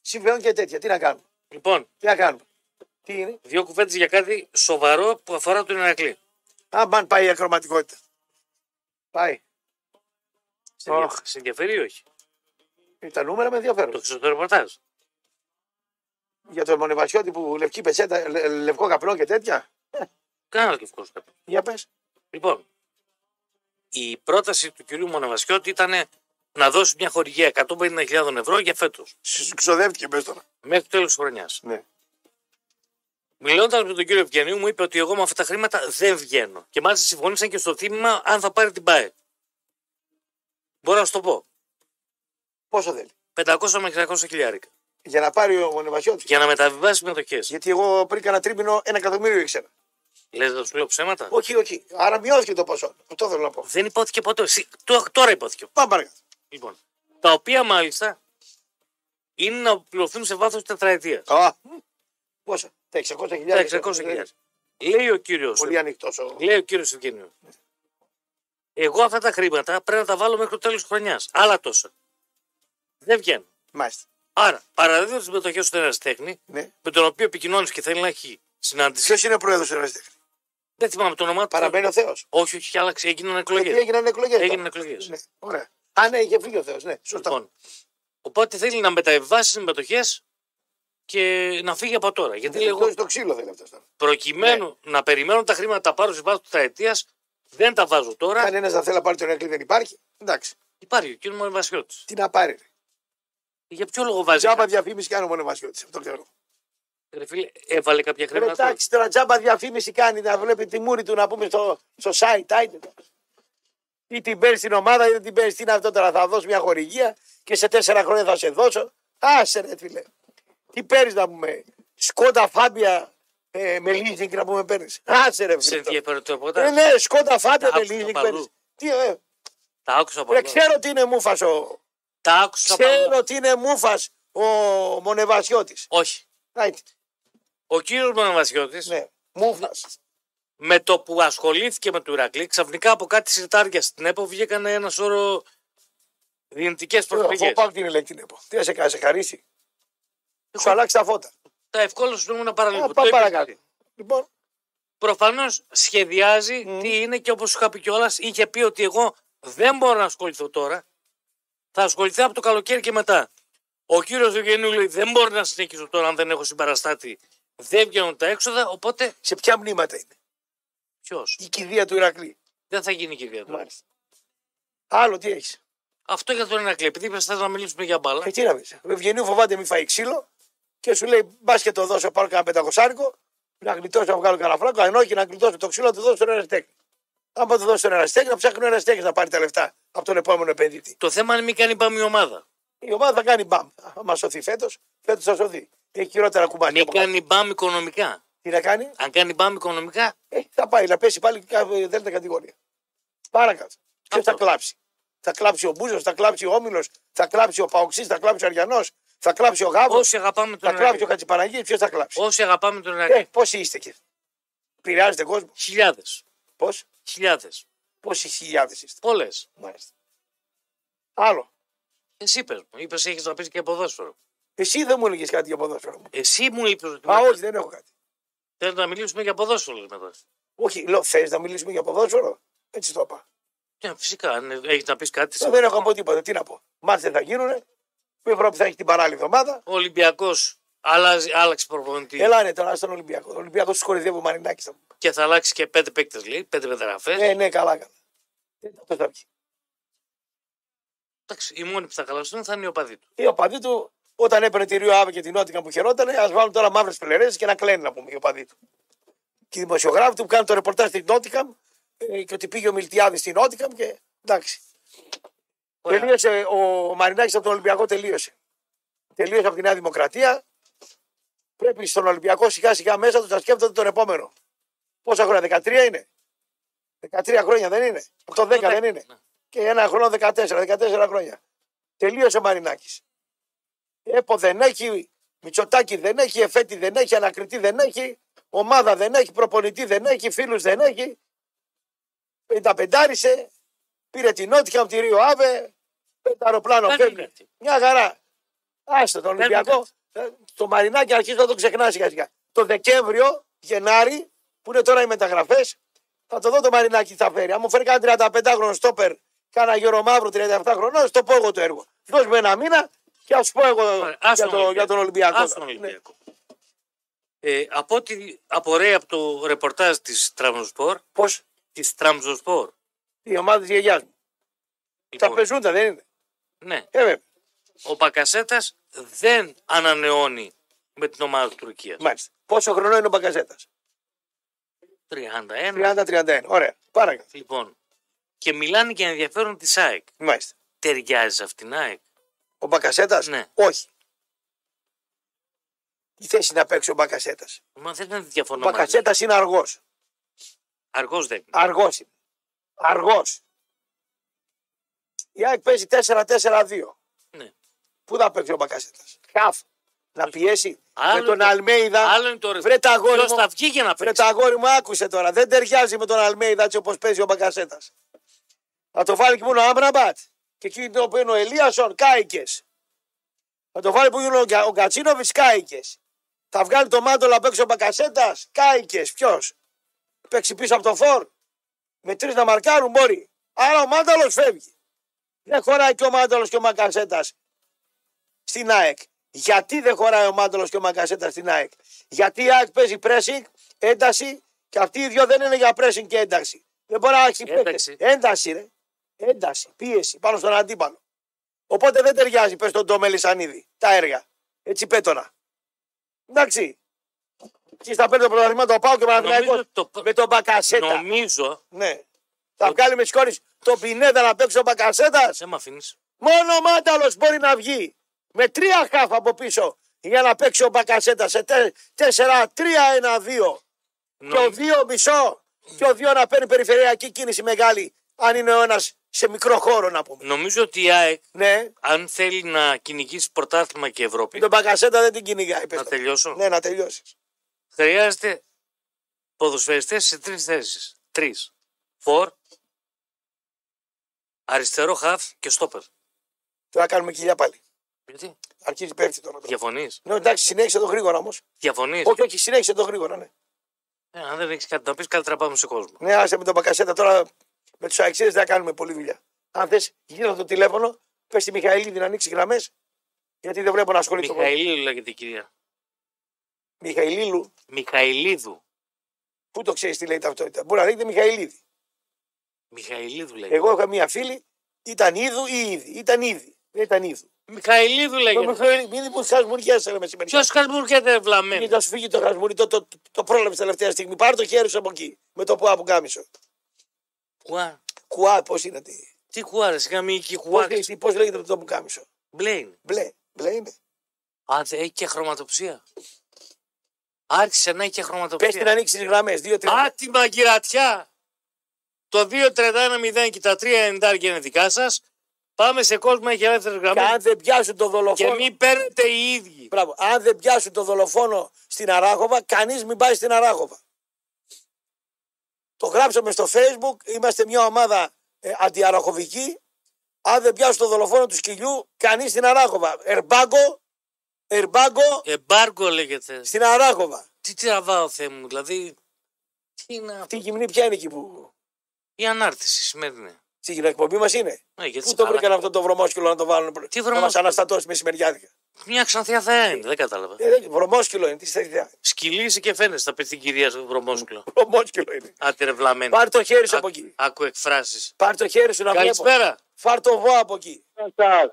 Speaker 2: συμβαίνουν και τέτοια. Τι να κάνουμε.
Speaker 1: Λοιπόν,
Speaker 2: Τι να κάνουμε. Τι είναι.
Speaker 1: δύο κουβέντες για κάτι σοβαρό που αφορά τον Ηρακλή.
Speaker 2: Άμπαν πάει η ακροματικότητα. Πάει.
Speaker 1: Σε,
Speaker 2: Ωχ.
Speaker 1: ενδιαφέρει- σε ενδιαφέρει ή όχι.
Speaker 2: Ε, Τα νούμερα με
Speaker 1: Το
Speaker 2: ενδιαφέρουν.
Speaker 1: ξέρω το ρεπορτάζ.
Speaker 2: Για το Μονεβασιώτη που λευκή πετσέτα, λε- λευκό καπνό και τέτοια.
Speaker 1: Κανένα λευκό σου
Speaker 2: Για πες.
Speaker 1: Λοιπόν, η πρόταση του κυρίου Μοναβασιώτη ήταν να δώσει μια χορηγία 150.000 ευρώ για φέτος,
Speaker 2: Ξοδεύτηκε μέσα τώρα.
Speaker 1: μέχρι το τέλος της χρονιάς.
Speaker 2: Ναι.
Speaker 1: Μιλώντας με τον κύριο Ευγενίου, μου είπε ότι εγώ με αυτά τα χρήματα δεν βγαίνω. Και μάλιστα συμφωνήσαν και στο τίμημα αν θα πάρει την ΠΑΕ. Μπορώ να σου το πω.
Speaker 2: Πόσο θέλει.
Speaker 1: 500 με 600 χιλιάρικα.
Speaker 2: Για να πάρει ο Μονεβασιώτη.
Speaker 1: Για να μεταβιβάσει συμμετοχές.
Speaker 2: Γιατί εγώ πριν κάνα τρίμηνο ένα εκατομμύριο ήξερα.
Speaker 1: Λες να σου λέω ψέματα.
Speaker 2: Όχι, όχι. Άρα μειώθηκε το ποσό. Αυτό θέλω να πω.
Speaker 1: Δεν υπόθηκε ποτέ. Εσύ- τω- Τώρα υπόθηκε.
Speaker 2: Πάμε παρακάτω.
Speaker 1: Λοιπόν. Τα οποία μάλιστα είναι να πληρωθούν σε βάθος τετραετίας.
Speaker 2: Α. Πόσα. Τα 600.000.
Speaker 1: Τα 600.000. Λέει ο κύριος.
Speaker 2: Πολύ ανοιχτός. Ο...
Speaker 1: Λέει ο κύριος Ευγενίου. Εγώ αυτά τα χρήματα πρέπει να τα βάλω μέχρι το τέλος της χρονιάς. Άλλα τόσο. Δεν βγαίνουν.
Speaker 2: Μάλιστα.
Speaker 1: Άρα, παραδίδω τις μετοχές στον ερασιτέχνη,
Speaker 2: Ναι.
Speaker 1: με τον οποίο επικοινώνεις και θέλει να έχει συνάντηση.
Speaker 2: Ποιος είναι πρόεδρος του Ερασιτέχνη.
Speaker 1: Δεν θυμάμαι το όνομά του.
Speaker 2: Παραμένει ο Θεός.
Speaker 1: Όχι, όχι, άλλαξε. Έγιναν
Speaker 2: Γιατί
Speaker 1: εκλογέ.
Speaker 2: έγιναν εκλογές.
Speaker 1: Έγιναν εκλογές.
Speaker 2: Ναι. Ωραία. Α, ναι, είχε φύγει ο Θεός. Ναι, σωστά.
Speaker 1: Λοιπόν, οπότε θέλει να μεταβάσει τις μετοχές και να φύγει από τώρα. Γιατί λέει,
Speaker 2: Λοιπόν,
Speaker 1: εγώ
Speaker 2: το ξύλο θέλει Ναι. αυτός. τώρα.
Speaker 1: προκειμένου να περιμένω τα χρήματα να τα πάρω σε βάθο τα αιτία, δεν τα βάζω τώρα.
Speaker 2: Κανένας δεν θέλει να πάρει τον Ερακλή, δεν υπάρχει. Εντάξει.
Speaker 1: Υπάρχει ο κύριος Μονεβασιώτη.
Speaker 2: Τι να πάρει. ρε.
Speaker 1: Για ποιο λόγο βάζεις.
Speaker 2: Τζάμπα διαφήμιση κάνει ο Μονεμασιώτη. Αυτό ξέρω.
Speaker 1: Ρε φίλε, έβαλε κάποια
Speaker 2: Ρε,
Speaker 1: χρήματα.
Speaker 2: Ε, Εντάξει τώρα τζάμπα διαφήμιση κάνει να βλέπει τη μούρη του να πούμε στο, στο site. Άιντε. Ή την παίρνει στην ομάδα ή δεν την παίρνει. Τι είναι αυτό τώρα, θα δώσω μια χορηγία και σε τέσσερα χρόνια θα σε δώσω. Άσε ρε φίλε. Τι παίρνεις να πούμε. Σκόντα φάμπια ε, με leasing να πούμε παίρνεις. Άσε ρε
Speaker 1: Σε
Speaker 2: φίλε.
Speaker 1: ενδιαφέρει το ποτά.
Speaker 2: Ε, ναι, σκόντα φάμπια
Speaker 1: Τα
Speaker 2: με
Speaker 1: άκουσα
Speaker 2: leasing
Speaker 1: παντού.
Speaker 2: παίρνεις. Τι, ε,
Speaker 1: Τα άκουσα από
Speaker 2: ρε,
Speaker 1: εδώ.
Speaker 2: ξέρω ότι είναι μούφας ο,
Speaker 1: Τα άκουσα από εδώ.
Speaker 2: ξέρω ότι είναι μούφας ο Μονεβασιώτης.
Speaker 1: Όχι.
Speaker 2: Άιντε.
Speaker 1: Ο κύριος Μοναβασιώτη,
Speaker 2: Ναι, μούφας.
Speaker 1: με το που ασχολήθηκε με τον Ηρακλή, ξαφνικά από κάτι σιρτάρια στην ΕΠΟ βγήκαν ένα σώρο δυνητικές
Speaker 2: Εγώ
Speaker 1: προσφυγές.
Speaker 2: πάω την ηλεκτρική εποχή. Τι να σε κάνει, σε χαρίσει. Σου αλλάξει τα φώτα.
Speaker 1: Τα ευκόλω σου να
Speaker 2: Α,
Speaker 1: παραλείπω.
Speaker 2: Πάμε παρακάτω. Λοιπόν,
Speaker 1: Προφανώς σχεδιάζει τι είναι και όπως σου είχα πει κιόλας, είχε πει ότι εγώ δεν μπορώ να ασχοληθώ τώρα. Θα ασχοληθώ από το καλοκαίρι και μετά. Ο κύριος Ευγενίου λέει: Δεν μπορώ να συνεχίσω τώρα αν δεν έχω συμπαραστάτη. Δεν βγαίνουν τα έξοδα, οπότε
Speaker 2: σε ποια μνήματα είναι.
Speaker 1: ποιος.
Speaker 2: Η κηδεία του Ηρακλή.
Speaker 1: Δεν θα γίνει κυρία του.
Speaker 2: Μάλιστα. Άλλο τι έχεις.
Speaker 1: Αυτό για τον Ερακλή. Επειδή είπες, θες να μιλήσουμε για μπάλα.
Speaker 2: Ε, τι να πεις. Ο Ευγενίου φοβάται μη φάει ξύλο και σου λέει μπας και το δώσω πάρω κανένα πεντακοσάρικο να γλιτώσω να βγάλω κανένα φράγκο. Αν όχι να γλιτώσω το ξύλο, να το δώσω στον Εραστέχνη. Άμα το δώσω στον Εραστέχνη, να ψάχνει ο Εραστέχνη να πάρει τα λεφτά από τον επόμενο επενδυτή.
Speaker 1: Το θέμα είναι μην κάνει πάμε η ομάδα.
Speaker 2: Η ομάδα θα κάνει μπαμ. Άμα σωθεί φέτος, φέτος θα σωθεί. Έχει χειρότερα κουμπάκια.
Speaker 1: Μην
Speaker 2: από κάτω.
Speaker 1: κάνει μπαμ οικονομικά.
Speaker 2: Τι να κάνει.
Speaker 1: Αν κάνει μπαμ οικονομικά,
Speaker 2: Ε, θα πάει να πέσει πάλι κα- ε, δέλτα κατηγορία. Παρακάτω. Και
Speaker 1: Αυτό.
Speaker 2: θα κλάψει. Θα κλάψει ο Μπούζος, θα κλάψει ο Όμιλος, θα κλάψει ο Παοξής, θα κλάψει ο Αριανός, θα κλάψει ο Γάβος,
Speaker 1: όσοι αγαπάμε
Speaker 2: θα
Speaker 1: τον
Speaker 2: κλάψει ο
Speaker 1: Ερακλή.
Speaker 2: Χατζηπαναγή. Ποιος θα κλάψει.
Speaker 1: Όσοι αγαπάμε τον
Speaker 2: Ε,
Speaker 1: Ερακλή.
Speaker 2: πόσοι είστε και. Πηρεάζεται κόσμο.
Speaker 1: Χιλιάδες.
Speaker 2: Πώς.
Speaker 1: Χιλιάδες.
Speaker 2: Πόσοι χιλιάδες είστε.
Speaker 1: Πολλέ.
Speaker 2: Μάλιστα. Άλλο.
Speaker 1: Εσύ είπε μου, είπες έχεις να πεις και ποδόσφαιρο.
Speaker 2: Εσύ δεν μου έλεγες κάτι για ποδόσφαιρο. μου.
Speaker 1: Εσύ μου είπες ότι
Speaker 2: Α,
Speaker 1: μετά-
Speaker 2: όχι, δεν έχω κάτι.
Speaker 1: θέλω να μιλήσουμε για ποδόσφαιρο λέει μετά.
Speaker 2: Όχι, λέω, θες να μιλήσουμε για ποδόσφαιρο. Έτσι το είπα.
Speaker 1: Ναι, φυσικά, αν έχεις να πεις κάτι.
Speaker 2: Ε, Δεν έχω από τίποτα. Τι να πω. Μάτσε θα γίνουνε. Η Ευρώπη θα έχει την παράλληλη εβδομάδα.
Speaker 1: Ο Ολυμπιακός άλλαξε προπονητή
Speaker 2: Έλα ρε τώρα στον Ολυμπιακό. Ο Ολυμπιακός τους χορηγεύει ο Μαρινάκης. θα μου.
Speaker 1: και θα αλλάξει και πέντε παίκτες, λέει, πέντε μεταγραφές.
Speaker 2: Ναι, ναι, καλά καλά. Ε, Αυτό θα βγει.
Speaker 1: Εντάξει, οι μόνοι που θα χαλαστούν θα είναι οι οπαδοί του.
Speaker 2: Οι οπαδοί του, όταν έπαιρνε τη Ρίο Άβε και την Νότια που χαιρότανε, ας βάλουν τώρα μαύρες πελερέ και να κλαίνουν να πούμε οι οπαδοί του. Και οι δημοσιογράφοι του που κάνουν το ρεπορτάζ στην Νότια και ότι πήγε ο Μιλτιάδης στην Νότια και εντάξει.
Speaker 1: Ωραία.
Speaker 2: Τελείωσε ο Μαρινάκης από τον Ολυμπιακό, τελείωσε. Τελείωσε από τη Νέα Δημοκρατία. Πρέπει στον Ολυμπιακό σιγά σιγά μέσα του να σκέφτονται τον επόμενο. Πόσα χρόνια, 13 είναι. 13 χρόνια δεν είναι. Το 10 δεν είναι.
Speaker 1: Ναι.
Speaker 2: Και ένα χρόνο 14, 14 χρόνια. Τελείωσε ο Μαρινάκης. ΕΠΟ δεν έχει, Μητσοτάκη δεν έχει, Εφέτη δεν έχει, Ανακριτή δεν έχει, Ομάδα δεν έχει, Προπονητή δεν έχει, Φίλους δεν έχει. 55 πήρε την Νότια από τη Ρίο Άβε, πέντε αεροπλάνο
Speaker 1: Παίρνουν
Speaker 2: φεύγει.
Speaker 1: κάτι.
Speaker 2: Μια χαρά. Άστο τον
Speaker 1: Παίρνουν
Speaker 2: Ολυμπιακό. ε, Το Μαρινάκι αρχίζει να το ξεχνά σιγά σιγά. Το Δεκέμβριο, Γενάρη, που είναι τώρα οι μεταγραφές, θα το δω το Μαρινάκι τι θα φέρει. Αν μου φέρει κανένα 35 χρόνο στόπερ, κάνα γερο μαύρο 37 χρονών, στο πω εγώ το έργο. Δώσ' μου ένα μήνα και ας πω εγώ
Speaker 1: Ωραία, ας
Speaker 2: για,
Speaker 1: τον
Speaker 2: το, για τον Ολυμπιακό.
Speaker 1: Ας τον Ολυμπιακό. Ε, από ό,τι απορρέει από το ρεπορτάζ της Τραμζοσπορ,
Speaker 2: Πώς
Speaker 1: της Τραμζοσπορ,
Speaker 2: οι ομάδες τη γιαγιά μου. Τα
Speaker 1: λοιπόν,
Speaker 2: πεζούντα δεν είναι.
Speaker 1: ναι,
Speaker 2: Ε, βέβαια.
Speaker 1: ο Πακασέτας δεν ανανεώνει με την ομάδα του Τουρκίας.
Speaker 2: Μάλιστα. Πόσο χρονό είναι ο Μπαγκαζέτα.
Speaker 1: 31,
Speaker 2: 30-31. Ωραία. Παρακαλώ.
Speaker 1: ε. λοιπόν. Και μιλάνε για ενδιαφέρον της ΑΕΚ.
Speaker 2: Μάλιστα.
Speaker 1: Ταιριάζει σε αυτήν την ΑΕΚ.
Speaker 2: Ο Μπακασέτας.
Speaker 1: Ναι.
Speaker 2: Όχι. Τι θέση να παίξει ο Μπακασέτας.
Speaker 1: Μα δεν
Speaker 2: Ο
Speaker 1: διαφωνώ μαζί.
Speaker 2: Μπακασέτα είναι αργός.
Speaker 1: Αργός δέκτη.
Speaker 2: Αργός είναι. Αργός. Η ΑΕΚ παίζει 4-4-2.
Speaker 1: Ναι.
Speaker 2: Πού θα παίξει ο Μπακασέτας. Χαφ. Να πιέσει
Speaker 1: Άλλο
Speaker 2: με τον
Speaker 1: το-
Speaker 2: Αλμέιδα.
Speaker 1: Άλλο είναι το ρε.
Speaker 2: Βρε τα αγόρι
Speaker 1: Ποιος
Speaker 2: μου.
Speaker 1: θα βγει για να
Speaker 2: Βρε
Speaker 1: παίξει.
Speaker 2: τα αγόρι μου, άκουσε τώρα. Δεν ταιριάζει με τον Αλμέιδα έτσι όπως παίζει ο Μπακασέτα. Θα το βάλει και μόνο ο Άμραμπατ. Και εκεί το που είναι ο Ελίασον, κάηκε. Θα το βάλει που είναι ο, Κα- ο Κατσίνοβιτ, κάηκε. Θα βγάλει το μάντολα απ' έξω ο Μπακασέτα, κάηκε. Ποιος. Παίξει πίσω από το φόρ. Με τρεις να μαρκάρουν μπορεί. Άρα ο μάνταλος φεύγει. Δεν χωράει και ο μάνταλος και ο Μπακασέτα στην ΑΕΚ. Γιατί δεν χωράει ο Μάντολος και ο Μακασέτα στην ΑΕΚ. Γιατί η ΑΕΚ παίζει pressing, ένταση και αυτοί οι δύο δεν είναι για pressing και ένταξη. Δεν μπορεί να έχει
Speaker 1: Ένταξη.
Speaker 2: παίκτες. Ένταση, ρε. Ένταση, πίεση πάνω στον αντίπαλο. Οπότε δεν ταιριάζει, πες τον Ντόμελη Σανίδη, τα έργα. Έτσι πέτωνα. Εντάξει. Και στα πέντε πρωταθλήματα το πάω και ο Παναθηναϊκός
Speaker 1: Νομίζω το-
Speaker 2: με τον Μπακασέτα.
Speaker 1: Νομίζω.
Speaker 2: Ναι. Θα βγάλει με σκόρη το πινέδα να παίξει ο Μπακασέτας.
Speaker 1: Σε μ' αφήνει.
Speaker 2: Μόνο ο Μάνταλος μπορεί να βγει με τρία χάφ από πίσω για να παίξει ο Μπακασέτα σε 4-3-1-2. Και ο δύο μισό και ο δύο να παίρνει περιφερειακή κίνηση μεγάλη, αν είναι ο ένας σε μικρό χώρο να πούμε.
Speaker 1: Νομίζω ότι η ΑΕΚ,
Speaker 2: Ναι,
Speaker 1: αν θέλει να κυνηγήσει πρωτάθλημα και Ευρώπη,
Speaker 2: με τον Μπακασέτα δεν την κυνηγάει. πες
Speaker 1: να
Speaker 2: το.
Speaker 1: τελειώσω,
Speaker 2: Ναι, να τελειώσεις.
Speaker 1: χρειάζεται ποδοσφαιριστές σε τρεις θέσεις. Τρεις. Φορ, αριστερό χαφ και στόπερ.
Speaker 2: Τώρα κάνουμε κοιλιά πάλι.
Speaker 1: Γιατί,
Speaker 2: Αρχίζει πέφτει τώρα. το.
Speaker 1: διαφωνείς.
Speaker 2: Ναι, εντάξει, συνέχισε το γρήγορα όμως.
Speaker 1: Διαφωνείς.
Speaker 2: Όχι, όχι, συνέχισε το γρήγορα, ναι.
Speaker 1: Ε, αν δεν έχεις κάτι να πεις, καλύτερα πάμε σε κόσμο.
Speaker 2: Ναι, άσε με τον Μπακασέτα τώρα. Με τους αεξίδε δεν θα κάνουμε πολλή δουλειά. Αν θες, γύρω το τηλέφωνο, πες στη Μιχαηλίδη να ανοίξει γραμμές. Γιατί δεν βλέπω να ασχολείται. ο κόσμος.
Speaker 1: Μιχαηλίδου λέγεται η κυρία.
Speaker 2: Μιχαηλίλου,
Speaker 1: Μιχαηλίδου.
Speaker 2: πού το ξέρεις τι λέει ταυτότητα. Μπορεί να λέγεται Μιχαηλίδη.
Speaker 1: Μιχαηλίδου λέγεται.
Speaker 2: Εγώ είχα μία φίλη, ήταν είδου ή είδη. Ήταν είδη. Δεν ήταν είδου.
Speaker 1: Μιχαηλίδου
Speaker 2: Το
Speaker 1: λέγεται.
Speaker 2: Μιχαηλίδη που χασμουριάζει, λέμε σήμερα.
Speaker 1: Ποιος χασμουρκέται
Speaker 2: Μην
Speaker 1: βλαμμένο.
Speaker 2: θα σου φύγει το χασμουρί, το, το, το, το πρόλαβες τελευταία στιγμή. Πάρε το χέρι σου από εκεί. Με το που από κάμισο.
Speaker 1: Κουά.
Speaker 2: Κουά, πώς είναι τι.
Speaker 1: Τι κουάρες, σιγά μη εκεί κουά.
Speaker 2: Πώς λέγεται το που κάμισο.
Speaker 1: Μπλε είναι.
Speaker 2: Μπλε. Μπλε είναι.
Speaker 1: Α, δεν έχει και χρωματοψία. Άρχισε να έχει και
Speaker 2: Πες την
Speaker 1: χρωματοψία.
Speaker 2: ανοίξεις τις γραμμές. Δύο, τρία.
Speaker 1: Α, τη μαγκυρατιά! Το 2-31-0 και τα 3 ενδάρια είναι δικά σας. Πάμε σε κόσμο, έχει ελεύθερε
Speaker 2: Και
Speaker 1: γραμμέ.
Speaker 2: αν δεν πιάσουν το
Speaker 1: Και
Speaker 2: δολοφόνο.
Speaker 1: μην παίρνετε οι ίδιοι.
Speaker 2: Μπράβο. Αν δεν πιάσουν το δολοφόνο στην Αράχοβα, κανείς μην πάει στην Αράχοβα. Το γράψαμε στο facebook, είμαστε μια ομάδα ε, αντιαραχοβική. Αν δεν πιάσουν το δολοφόνο του σκυλιού, κανείς στην Αράχοβα. Ερμπάγκο, ερμπάγκο
Speaker 1: Εμπάργκο λέγεται.
Speaker 2: στην Αράχοβα.
Speaker 1: Τι τραβάω, Θεέ μου, δηλαδή. Τι είναι αυτό.
Speaker 2: Αυτή η γυμνή ποια είναι εκεί που.
Speaker 1: Η ανάρτηση σημερινή.
Speaker 2: Στην εκπομπή μας είναι.
Speaker 1: Ναι, γιατί
Speaker 2: Πού το
Speaker 1: παρά-
Speaker 2: βρήκαν αυτό το βρωμόσκυλο να το βάλουν.
Speaker 1: Τι
Speaker 2: να μας
Speaker 1: βρωμόσκυλο?
Speaker 2: αναστατώσει μεσημεριάδικα.
Speaker 1: Μια ξανθιά θεά είναι, δεν κατάλαβα.
Speaker 2: Ε, δεν- βρωμόσκυλο είναι, τι θέλεις.
Speaker 1: Σκυλίζει και φαίνεται, θα πεις την κυρία σου Βρωμόσκυλο.
Speaker 2: Βρωμόσκυλο είναι.
Speaker 1: Ατρεβλαμένη.
Speaker 2: Πάρ το χέρι σου από εκεί.
Speaker 1: Άκου εκφράσεις.
Speaker 2: Πάρ το χέρι σου να βλέπω.
Speaker 1: Καλησπέρα.
Speaker 2: Φάρ το βό από εκεί.
Speaker 3: σας.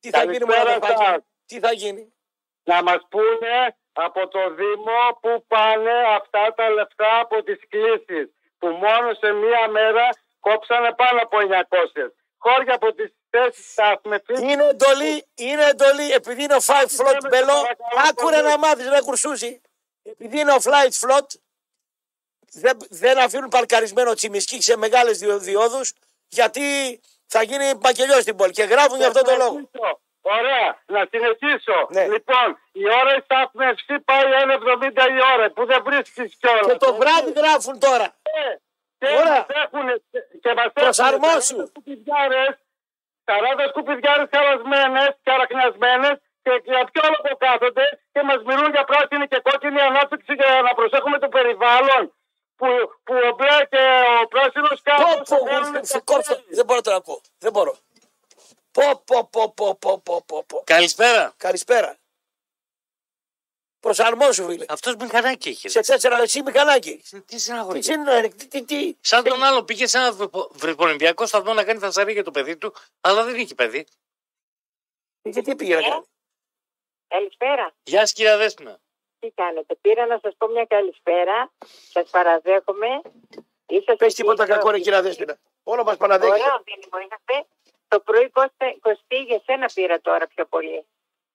Speaker 2: Τι θα γίνει με
Speaker 3: Καλησπέρα
Speaker 2: το φάκι?
Speaker 3: σας.
Speaker 2: Τι θα γίνει.
Speaker 3: Να μας πούνε από το Δήμο που πάνε αυτά τα λεφτά από τις κλήσεις που μόνο σε μία μέρα κόψανε πάνω από 900. Χώρια από τις θέσεις τα μεθύσεις
Speaker 2: Είναι εντολή, είναι εντολή, επειδή είναι ο flight float
Speaker 3: με
Speaker 2: μπελό,
Speaker 3: παρακαλώ
Speaker 2: άκουρε
Speaker 3: πολύ.
Speaker 2: να μάθεις ρε κουρσούζι. Επειδή είναι ο flight float, δεν, δεν αφήνουν παρκαρισμένο τσιμισκή σε μεγάλες διο- διόδους, γιατί θα γίνει μακελιό στην πόλη και γράφουν γι' αυτό το λόγο.
Speaker 3: Ωραία, να συνεχίσω.
Speaker 2: Ναι.
Speaker 3: Λοιπόν, η ώρα η στάθμευση πάει 1,70 η ώρα που δεν βρίσκεις κιόλας.
Speaker 2: Και το βράδυ γράφουν τώρα.
Speaker 3: Ε, και
Speaker 2: Ωραία.
Speaker 3: μας έχουνε- και μας έχουνε
Speaker 2: Προσαρμόσου.
Speaker 3: 40 σκουπιδιάρες, 40 σκουπιδιάρες καλασμένες και αρακνιασμένες και για ποιο λόγο κάθονται και μας μιλούν για πράσινη και κόκκινη ανάπτυξη για να προσέχουμε το περιβάλλον που, που ο μπλε και ο πράσινος
Speaker 2: Πω,
Speaker 3: κάθος
Speaker 2: πω,
Speaker 3: θα κάνουν
Speaker 2: γουρ-
Speaker 3: τα
Speaker 2: κόψε.
Speaker 3: χέρια.
Speaker 2: Δεν μπορώ τώρα να πω. Δεν μπορώ. Πω, πω, πω, πω, πω, πω, πω, πω.
Speaker 1: Καλησπέρα.
Speaker 2: Καλησπέρα. Προσαρμόσου, φίλε.
Speaker 1: Αυτός μηχανάκι έχεις. ρε.
Speaker 2: Σε τέσσερα εσύ μηχανάκι.
Speaker 1: Τι συναγωγή.
Speaker 2: Τι είναι, ρε, τι, τι, τι. Ε,
Speaker 1: Σαν τον άλλο πήγες σε ένα βρυπο- βρυπονιμπιακό σταθμό να κάνει φασαρία για το παιδί του, αλλά δεν είχε παιδί.
Speaker 2: Και τι ε,
Speaker 3: Ε,
Speaker 2: πήγε να κάνει.
Speaker 4: Καλησπέρα.
Speaker 1: Γεια σας, κυρία Δέσπινα.
Speaker 4: Τι κάνετε. Πήρα να σας πω μια καλησπέρα. Σας παραδέχομαι. Είσαστε
Speaker 2: Πες τίποτα
Speaker 4: εκεί
Speaker 2: κακό,
Speaker 4: στο-
Speaker 2: ρε κυρία Δέσποινα. Όλο μας παραδέχει.
Speaker 4: Ωραίο δίλημα είσαστε. Το πρωί Κώστα- Κωστή για σένα πήρα τώρα πιο πολύ.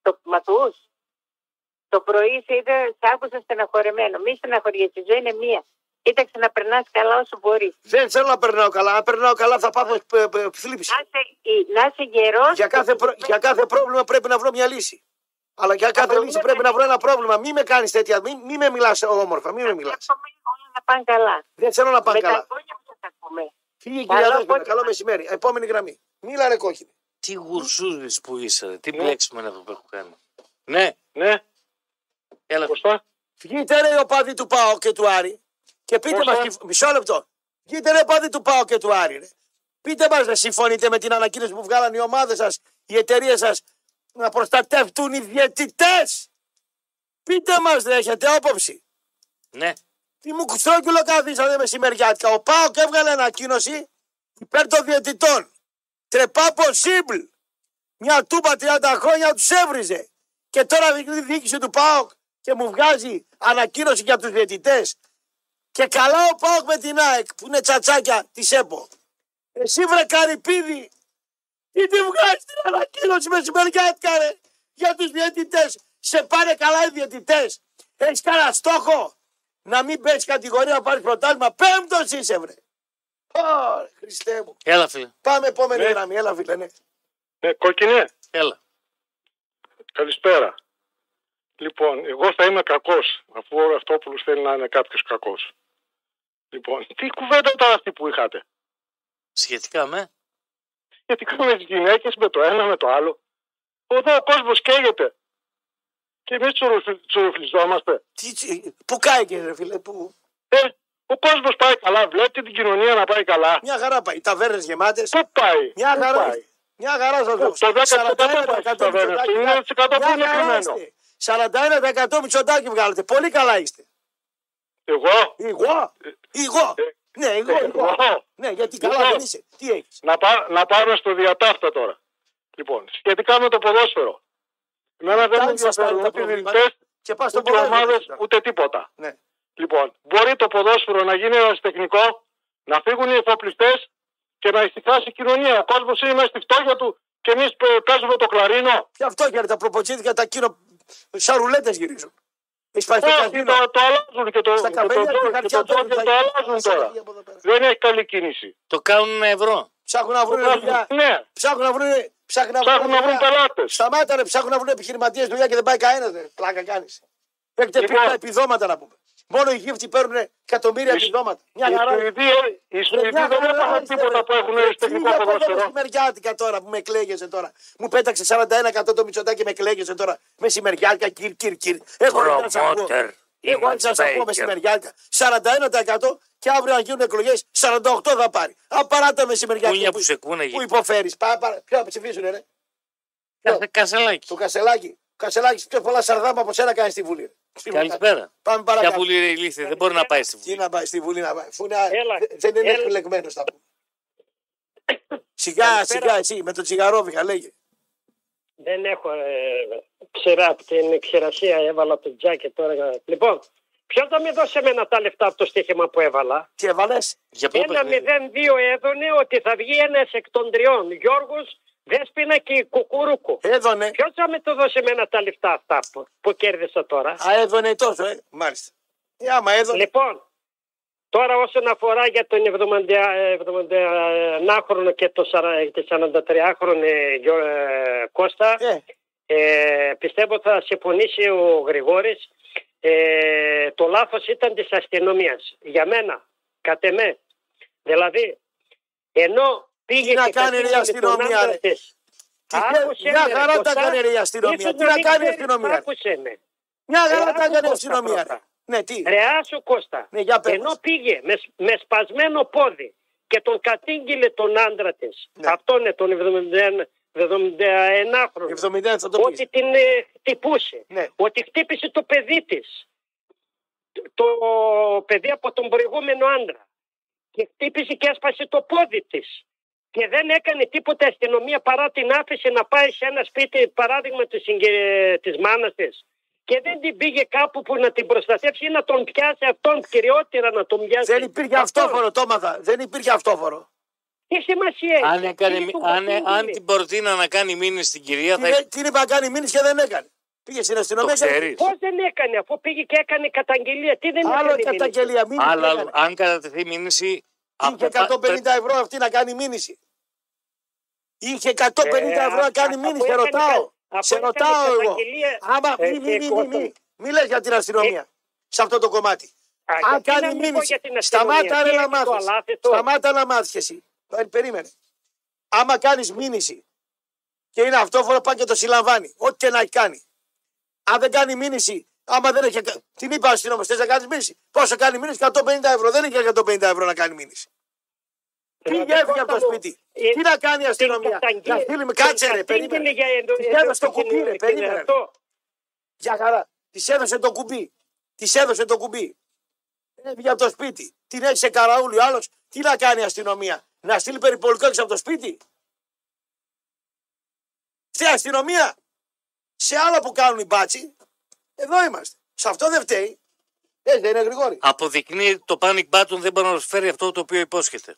Speaker 4: Το μ' ακούς? Το πρωί σε είδα, σ' άκουσα στεναχωρεμένο. Μη στεναχωριέσαι. Η ζωή είναι μία.
Speaker 5: Κοίταξε να περνάς καλά όσο μπορείς.
Speaker 2: Δεν θέλω να περνάω καλά. Αν περνάω καλά, θα πάθω ε, ε, θλίψη.
Speaker 5: Να είσαι, ή- να είσαι γερός.
Speaker 2: Για κάθε, προ- για κάθε πρόβλημα πρέπει να βρω μια λύση. Αλλά για κάθε λύση πρέπει να βρω ένα πρόβλημα. Μην με κάνεις τέτοια. Μην, μην με μιλάς όμορφα. Μην με μιλά.
Speaker 5: όλα να πάνε καλά.
Speaker 2: Δεν θέλω να πάνε
Speaker 5: Με
Speaker 2: καλά.
Speaker 5: τα χρόνια που θα τα πούμε.
Speaker 2: Φύγει η
Speaker 5: Καλό
Speaker 2: κυρία Δέσποινα.
Speaker 5: απόγευμα.
Speaker 2: Καλό μεσημέρι. Επόμενη γραμμή. Ε, Μίλα ρε κόκκινη.
Speaker 1: Τι γουρσούδες που είσαι, ρε. τι
Speaker 3: Ναι.
Speaker 1: μπλέξιμο είναι αυτό που έχω κάνει. Ναι,
Speaker 3: Ναι,
Speaker 1: έλα.
Speaker 3: Κωστά.
Speaker 2: Βγείτε ρε οι οπαδοί του Πάο και του Άρη και πείτε
Speaker 3: Πώς,
Speaker 2: μας,
Speaker 3: ε?
Speaker 2: τι- μισό λεπτό, βγείτε ρε οπαδοί του Πάο και του Άρη ρε. Πείτε μας να συμφωνείτε με την ανακοίνωση που βγάλαν οι ομάδες σας, οι εταιρείες σας να προστατεύτουν οι διαιτητές. Πείτε μας ρε, έχετε άποψη.
Speaker 1: Ναι,
Speaker 2: Τι μου κουστρόκυλο καθίσατε μεσημεριάτικα. Ο Πάο και έβγαλε ανακοίνωση υπέρ των διαιτητών. Τρεπάπο Σίμπλ. Μια τούπα 30 χρόνια τους έβριζε. Και τώρα βγήκε η διοίκηση του Πάοκ και μου βγάζει ανακοίνωση για τους διαιτητές. Και καλά ο Πάοκ με την ΑΕΚ που είναι τσατσάκια της ΕΠΟ. Εσύ βρε καρυπίδι, τι τη βγάζεις την ανακοίνωση μεσημεριάτικα ρε για τους διαιτητές. Σε πάνε καλά οι διαιτητές. Έχεις κανένα στόχο να μην πέσει κατηγορία να πάρεις πρωτάθλημα. Πέμπτος είσαι βρε. Ω, Χριστέ μου.
Speaker 1: έλα φίλε,
Speaker 2: Πάμε επόμενη
Speaker 3: Ναι.
Speaker 2: γραμμή, έλα φίλε. Ναι.
Speaker 3: Ναι, κόκκινε.
Speaker 1: έλα.
Speaker 3: Καλησπέρα. Λοιπόν, εγώ θα είμαι κακός, αφού ο Ραυτόπουλος θέλει να είναι κάποιος κακός. Λοιπόν, τι κουβέντα τώρα αυτή που είχατε.
Speaker 1: Σχετικά με,
Speaker 3: Σχετικά με τις γυναίκες, με το ένα, με το άλλο. Εδώ ο κόσμος καίγεται. Και εμείς τσουρουφλιζόμαστε.
Speaker 2: Τι, τι- που κάηκε ρε φίλε, που...
Speaker 3: Ε, ο κόσμος πάει καλά, βλέπει την κοινωνία να πάει καλά.
Speaker 2: μια χαρά πάει. Ταβέρνες γεμάτες,
Speaker 3: Πού πάει,
Speaker 2: μια
Speaker 3: πού
Speaker 2: χαρά,
Speaker 3: πάει. Ε,
Speaker 2: μια χαρά σας δώσω.
Speaker 3: Το 10% πάει στις
Speaker 2: 41%
Speaker 3: ταβέρνες, το 9% που είναι
Speaker 2: Μια χαρά
Speaker 3: κρυμμένο.
Speaker 2: είστε. 41% μητσοτάκι βγάλετε, πολύ καλά είστε.
Speaker 3: Εγώ,
Speaker 2: Εγώ,
Speaker 3: Ε,
Speaker 2: εγώ, ναι εγώ, εγώ.
Speaker 3: εγώ.
Speaker 2: Ναι, γιατί καλά
Speaker 3: Εγώ.
Speaker 2: δεν είσαι. Τι έχεις.
Speaker 3: Να, πά, να πάμε στο διατάφτα τώρα. Λοιπόν, σχετικά με το ποδόσφαιρο. Εμένα δεν με
Speaker 2: Φτάνει, σας
Speaker 3: ενδιαφέρουν
Speaker 2: φτάνει τα
Speaker 3: ούτε οι
Speaker 2: προβλήματα.
Speaker 3: διαιτητές,
Speaker 2: Και πας στο
Speaker 3: ούτε οι ομάδε,
Speaker 2: ποδόσφαιρο.
Speaker 3: ούτε τίποτα.
Speaker 2: Ναι.
Speaker 3: Λοιπόν, μπορεί το ποδόσφαιρο να γίνει ένας τεχνικό, να φύγουν οι εφοπλιστές και να ησυχάσει η κοινωνία. Ο κόσμος είναι μέσα στη φτώχεια του και εμείς παίζουμε το κλαρίνο.
Speaker 2: Γι' αυτό και τα προποτσίδια τα κύριο σαρουλέτες γυρίζουν. Έχεις πάει στο
Speaker 3: Όχι,
Speaker 2: καζίνο.
Speaker 3: το, το αλλάζουν και το,
Speaker 2: Στα
Speaker 3: και το,
Speaker 2: καφενεία και
Speaker 3: τζόκι, το,
Speaker 2: χαρτιά
Speaker 3: τζόκι
Speaker 2: τώρα,
Speaker 3: το
Speaker 2: τα-
Speaker 3: αλλάζουν
Speaker 2: τα-
Speaker 3: τώρα.
Speaker 2: τα- από εδώ πέρα.
Speaker 3: Δεν έχει καλή κίνηση.
Speaker 1: το κάνουν ένα ευρώ.
Speaker 2: Ψάχνουν να βρουν δουλειά.
Speaker 3: Ναι,
Speaker 2: Ψάχνουν να βρουν. Ψάχνουν να βρουν,
Speaker 3: ψάχνουν να βρουν
Speaker 2: δουλειά.
Speaker 3: πελάτες.
Speaker 2: Σταμάτα ρε, ψάχνουν να βρουν επιχειρηματίες δουλειά και δεν πάει κανένας. Πλάκα κάνεις. Έχετε πει
Speaker 3: Λοιπόν.
Speaker 2: τα επιδόματα να πούμε. Μόνο οι Γύφτοι παίρνουν εκατομμύρια
Speaker 3: Εις-
Speaker 2: επιδόματα. Μια
Speaker 3: Οι
Speaker 2: χαρά.
Speaker 3: Σουηδοί, οι Σουηδοί δεν έπαθαν τίποτα που έχουν στο τεχνικό ποδόσφαιρο.
Speaker 2: Μεσημεριάτικα τώρα που με κλαίγεσαι τώρα. Μου πέταξε 41% το μητσοτάκι και με κλαίγεσαι τώρα. Μεσημεριάτικα, κυρ, κυρ, κυρ. Έχω να σας ακούω.
Speaker 1: Προμότερ.
Speaker 2: Εγώ αν σα ακούω μεσημεριάτικα. 41% και αύριο αν γίνουν εκλογές 48% θα πάρει. Απαράτα μεσημεριάτικα.
Speaker 1: Κούνια που σε κούναγε.
Speaker 2: Που υποφέρει. Ποιο να ψηφίσουνε, ρε.
Speaker 1: Κάθε κασελάκι.
Speaker 2: Το Κασελάκι. Κασελάκι, πιο πολλά σαρδάμα από σένα κάνει στη Βουλή.
Speaker 1: Καλησπέρα.
Speaker 2: Πάμε
Speaker 1: Ποια
Speaker 2: παρακάτω.
Speaker 1: βουλή ρε η λύθη, δεν μπορεί να πάει στη
Speaker 2: Τι
Speaker 1: βουλή.
Speaker 2: να πάει στη Βουλή να πάει. Αφού είναι-
Speaker 3: Έλα,
Speaker 2: δε- δεν είναι
Speaker 3: έλα.
Speaker 2: εκλεγμένος θα πούμε. Σιγά, σιγά εσύ με τον τσιγαρόβιχα λέγε.
Speaker 6: Δεν έχω ε, ξηρά από την ξηρασία, έβαλα από το τζάκετ τώρα. Λοιπόν, ποιο θα με δώσει εμένα τα λεφτά από το στοίχημα που έβαλα.
Speaker 2: Τι έβαλες.
Speaker 1: Για ποιο
Speaker 6: Ένα
Speaker 1: παιχνίδι.
Speaker 6: 0-2 έδωνε ότι θα βγει ένας εκ των τριών. Γιώργος, Δέσπινα και Κουκουρούκου.
Speaker 2: Έδωνε.
Speaker 6: Ποιος θα με το δώσει εμένα τα λεφτά αυτά που, που κέρδισα τώρα.
Speaker 2: Α, έδωνε τόσο, ε. Μάλιστα. Ε, άμα έδωνε.
Speaker 6: Λοιπόν, τώρα όσον αφορά για τον 79χρονο και τον 43χρονο Κώστα,
Speaker 2: Ε,
Speaker 6: ε, πιστεύω θα συμφωνήσει ο Γρηγόρης. Ε, το λάθος ήταν της αστυνομίας. Για μένα, κατ' εμέ. Δηλαδή, ενώ πήγε
Speaker 2: Τι να
Speaker 6: και
Speaker 2: κάνει
Speaker 6: καθίσανε
Speaker 2: η αστυνομία,
Speaker 6: τον άντρα
Speaker 2: ρε.
Speaker 6: της.
Speaker 2: Τι-
Speaker 6: Άκουσε
Speaker 2: μια
Speaker 6: με, ρε,
Speaker 2: χαρά τα
Speaker 6: Κωστά.
Speaker 2: έκανε ρε, η αστυνομία.
Speaker 6: Ίσως
Speaker 2: Τι
Speaker 6: να
Speaker 2: να
Speaker 6: μην
Speaker 2: κάνει η
Speaker 6: ξέρεις,
Speaker 2: αστυνομία, ρε.
Speaker 6: Άκουσε με.
Speaker 2: μια χαρά
Speaker 6: Ε,
Speaker 2: τα έκανε η
Speaker 6: άκου
Speaker 2: αστυνομία.
Speaker 6: πρώτα.
Speaker 2: ρε. Ναι, τι.
Speaker 6: Ρε Άσο Κώστα,
Speaker 2: Ναι, για πες μας.
Speaker 6: ενώ πήγε με, σ- με σπασμένο πόδι και τον κατήγγειλε τον άντρα της,
Speaker 2: Ναι.
Speaker 6: αυτόν ε, τον 71χρονο,
Speaker 2: 70 θα το πει.
Speaker 6: ότι την ε, χτυπούσε,
Speaker 2: Ναι.
Speaker 6: ότι χτύπησε το παιδί της, το παιδί από τον προηγούμενο άντρα και χτύπησε και έσπασε το πόδι της και δεν έκανε τίποτα η αστυνομία παρά την άφησε να πάει σε ένα σπίτι παράδειγμα της, συγκε- της μάνας της και δεν την πήγε κάπου που να την προστατεύσει ή να τον πιάσει αυτόν κυριότερα να τον πιάσει.
Speaker 2: Δεν υπήρχε αυτόφορο, το έμαθα. Δεν υπήρχε αυτόφορο.
Speaker 6: Τι σημασία
Speaker 1: Αν,
Speaker 6: έχει.
Speaker 1: έκανε,
Speaker 6: Πήγε του
Speaker 1: αν,
Speaker 6: Βασίλη.
Speaker 1: αν την προτείνα να κάνει μήνυση στην κυρία,
Speaker 2: Τι
Speaker 1: θα
Speaker 2: είναι- Τι είπα να κάνει μήνυση και δεν έκανε. Πήγε στην
Speaker 1: Το
Speaker 2: αστυνομία. και-
Speaker 1: ξέρεις.
Speaker 7: Πώς δεν έκανε, αφού πήγε και έκανε καταγγελία. Τι δεν
Speaker 2: Άλλο
Speaker 7: έκανε.
Speaker 2: η
Speaker 7: μήνυση?
Speaker 2: καταγγελία. Μήνυση.
Speaker 1: Αλλά
Speaker 2: έκανε.
Speaker 1: αν κατατεθεί μήνυση.
Speaker 2: Είχε
Speaker 1: από τα-
Speaker 2: 150 ευρώ αυτή να κάνει μήνυση. Είχε 150
Speaker 7: Ε,
Speaker 2: ευρώ να
Speaker 7: α-
Speaker 2: κάνει
Speaker 7: α-
Speaker 2: μήνυση.
Speaker 7: αφού
Speaker 2: Σε
Speaker 7: έκανε
Speaker 2: ρωτάω.
Speaker 7: κα-
Speaker 2: Σε
Speaker 7: αφού έκανε
Speaker 2: ρωτάω εγώ.
Speaker 7: καταγγελία,
Speaker 2: Άμα
Speaker 7: ε,
Speaker 2: μη,
Speaker 7: και
Speaker 2: μη, μη, μη,
Speaker 7: Κώστα,
Speaker 2: μη, μη λες για την αστυνομία. Σε αυτό το κομμάτι.
Speaker 7: Α,
Speaker 2: Αν
Speaker 7: γιατί να
Speaker 2: κάνει
Speaker 7: μην πω
Speaker 2: μήνυση.
Speaker 7: για την αστυνομία.
Speaker 2: Σταμάτα
Speaker 7: Τι
Speaker 2: ρε να
Speaker 7: έχει το
Speaker 2: μάθεις.
Speaker 7: αλάθητο?
Speaker 2: Σταμάτα να μάθεις κι εσύ. Ε, Περίμενε. Άμα κάνεις μήνυση και είναι αυτόφορο πάει και το συλλαμβάνει. Ό,τι και να έχει κάνει. Αν δεν κάνει μήνυση, άμα δεν έχει. Την είπα αστυνόμο, θες να κάνεις μήνυση. Πόσο κάνει μήνυση, 150 ευρώ. Δεν είχε 150 ευρώ να κάνει μήνυση.
Speaker 7: Ε,
Speaker 2: Πήγε
Speaker 7: δεν
Speaker 2: έφυγε από το
Speaker 7: κόστο μου.
Speaker 2: σπίτι.
Speaker 7: Ε,
Speaker 2: Τι να κάνει η αστυνομία.
Speaker 7: καταγγε-
Speaker 2: Να στείλει με
Speaker 7: την
Speaker 2: κάτσε ρε,
Speaker 7: κατήγγειλε
Speaker 2: περίμενε.
Speaker 7: για εντο-
Speaker 2: Της
Speaker 7: εντο-
Speaker 2: έδωσε το κουμπί ρε,
Speaker 7: κοινωνικό
Speaker 2: περίμενε.
Speaker 7: αυτό.
Speaker 2: Για χαρά. Της έδωσε το κουμπί. Της έδωσε το κουμπί. Έφυγε από το σπίτι. Την έχει σε καραούλι ο άλλος. Τι να κάνει η αστυνομία. Να στείλει περιπολικό έξω από το σπίτι. Στη αστυνομία. Σε άλλο που κάνουν οι μπάτσι. Εδώ είμαστε. Σε αυτό δεν φταίει. Έτσι δεν είναι Γρηγόρη.
Speaker 1: Αποδεικνύει ότι το panic button δεν μπορεί να προσφέρει αυτό το οποίο υπόσχεται.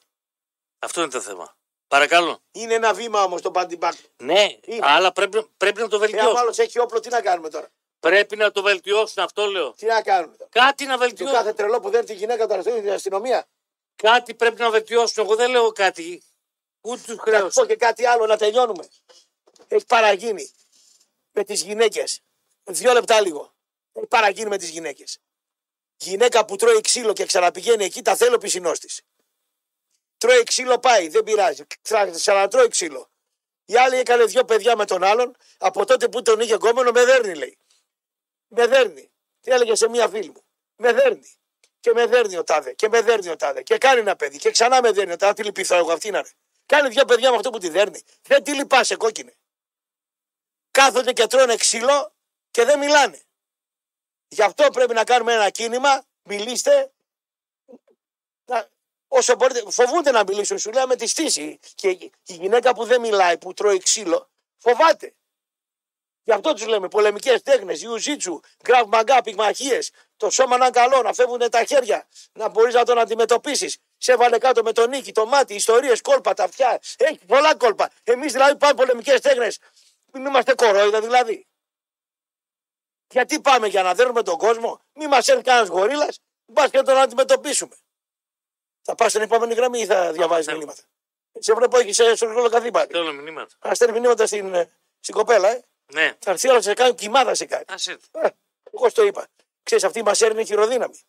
Speaker 1: Αυτό είναι το θέμα. Παρακαλώ.
Speaker 2: Είναι ένα βήμα όμως το παντιμπάκ.
Speaker 1: Ναι,
Speaker 2: Είναι.
Speaker 1: αλλά πρέπει, πρέπει να το
Speaker 2: Ε, αν
Speaker 1: βελτιώσουν.
Speaker 2: άλλος έχει όπλο, τι να κάνουμε τώρα.
Speaker 1: Πρέπει να το βελτιώσουν, αυτό λέω.
Speaker 2: Τι να κάνουμε τώρα.
Speaker 1: Κάτι να
Speaker 2: Του
Speaker 1: βελτιώσουν.
Speaker 2: κάθε τρελό που δεν τη γυναίκα του αραστούν στην αστυνομία.
Speaker 1: Κάτι πρέπει να βελτιώσουν. Εγώ δεν λέω κάτι. Ούτε τους
Speaker 2: Να σου πω
Speaker 1: χρέωσα.
Speaker 2: και κάτι άλλο να τελειώνουμε. Έχει παραγίνει με τις γυναίκες. Δύο λεπτά λίγο. Έχει παραγίνει με τις γυναίκες. Γυναίκα που τρώει ξύλο και ξαναπηγαίνει εκεί, τα θέλω πισινός της. Τρώει ξύλο, πάει, δεν πειράζει. Ξα- Ξανατρώει ξύλο. Η άλλη έκανε δύο παιδιά με τον άλλον. Από τότε που τον είχε κόμενο, με δέρνει, λέει. Με δέρνει. Τι έλεγε σε μία φίλη μου. Με δέρνει. Και με δέρνει ο τάδε. Και με δέρνει ο τάδε. Και κάνει ένα παιδί. Και ξανά με δέρνει ο τάδε. Τι λυπηθώ εγώ αυτήν να ρε. Κάνει δύο παιδιά με αυτό που τη δέρνει. Δεν τη λυπάσαι, κόκκινε. Κάθονται και τρώνε ξύλο και δεν μιλάνε. Γι' αυτό πρέπει να κάνουμε ένα κίνημα. Μιλήστε. Να- όσο μπορείτε. Φοβούνται να μιλήσουν. Σου λέω με τη στήση. Και η γυναίκα που δεν μιλάει, που τρώει ξύλο, φοβάται. Γι' αυτό τους λέμε πολεμικές τέχνες, Ιουζίτσου, γκραβ μαγκά, πυγμαχίε. Το σώμα να είναι καλό, να φεύγουν τα χέρια, να μπορείς να τον αντιμετωπίσεις. Σε βάλε κάτω με τον νίκη, το μάτι, ιστορίες, κόλπα, τα αυτιά. Έχει πολλά κόλπα. Εμείς δηλαδή πάμε πολεμικές τέχνες. Μην είμαστε κορόιδα δηλαδή. Γιατί πάμε για να δέρνουμε τον κόσμο, μη μας έρθει κανένας γορίλας, μπας και τον αντιμετωπίσουμε. Θα πας στην επόμενη γραμμή ή θα διαβάζεις
Speaker 1: θέλω.
Speaker 2: μηνύματα. Σε βλέπω ε, έχει σε ρόλο καθήπαντη.
Speaker 1: Θέλω μηνύματα.
Speaker 2: Α στέλνει μηνύματα στην, ε, στην κοπέλα, ε.
Speaker 1: Ναι.
Speaker 2: Θα έρθει η ώρα να σε κάνω κοιμάδα σε κάτι.
Speaker 1: Α έρθει.
Speaker 2: Ε, εγώ στο είπα. Ξέρεις, αυτή μα έρνει χειροδύναμη.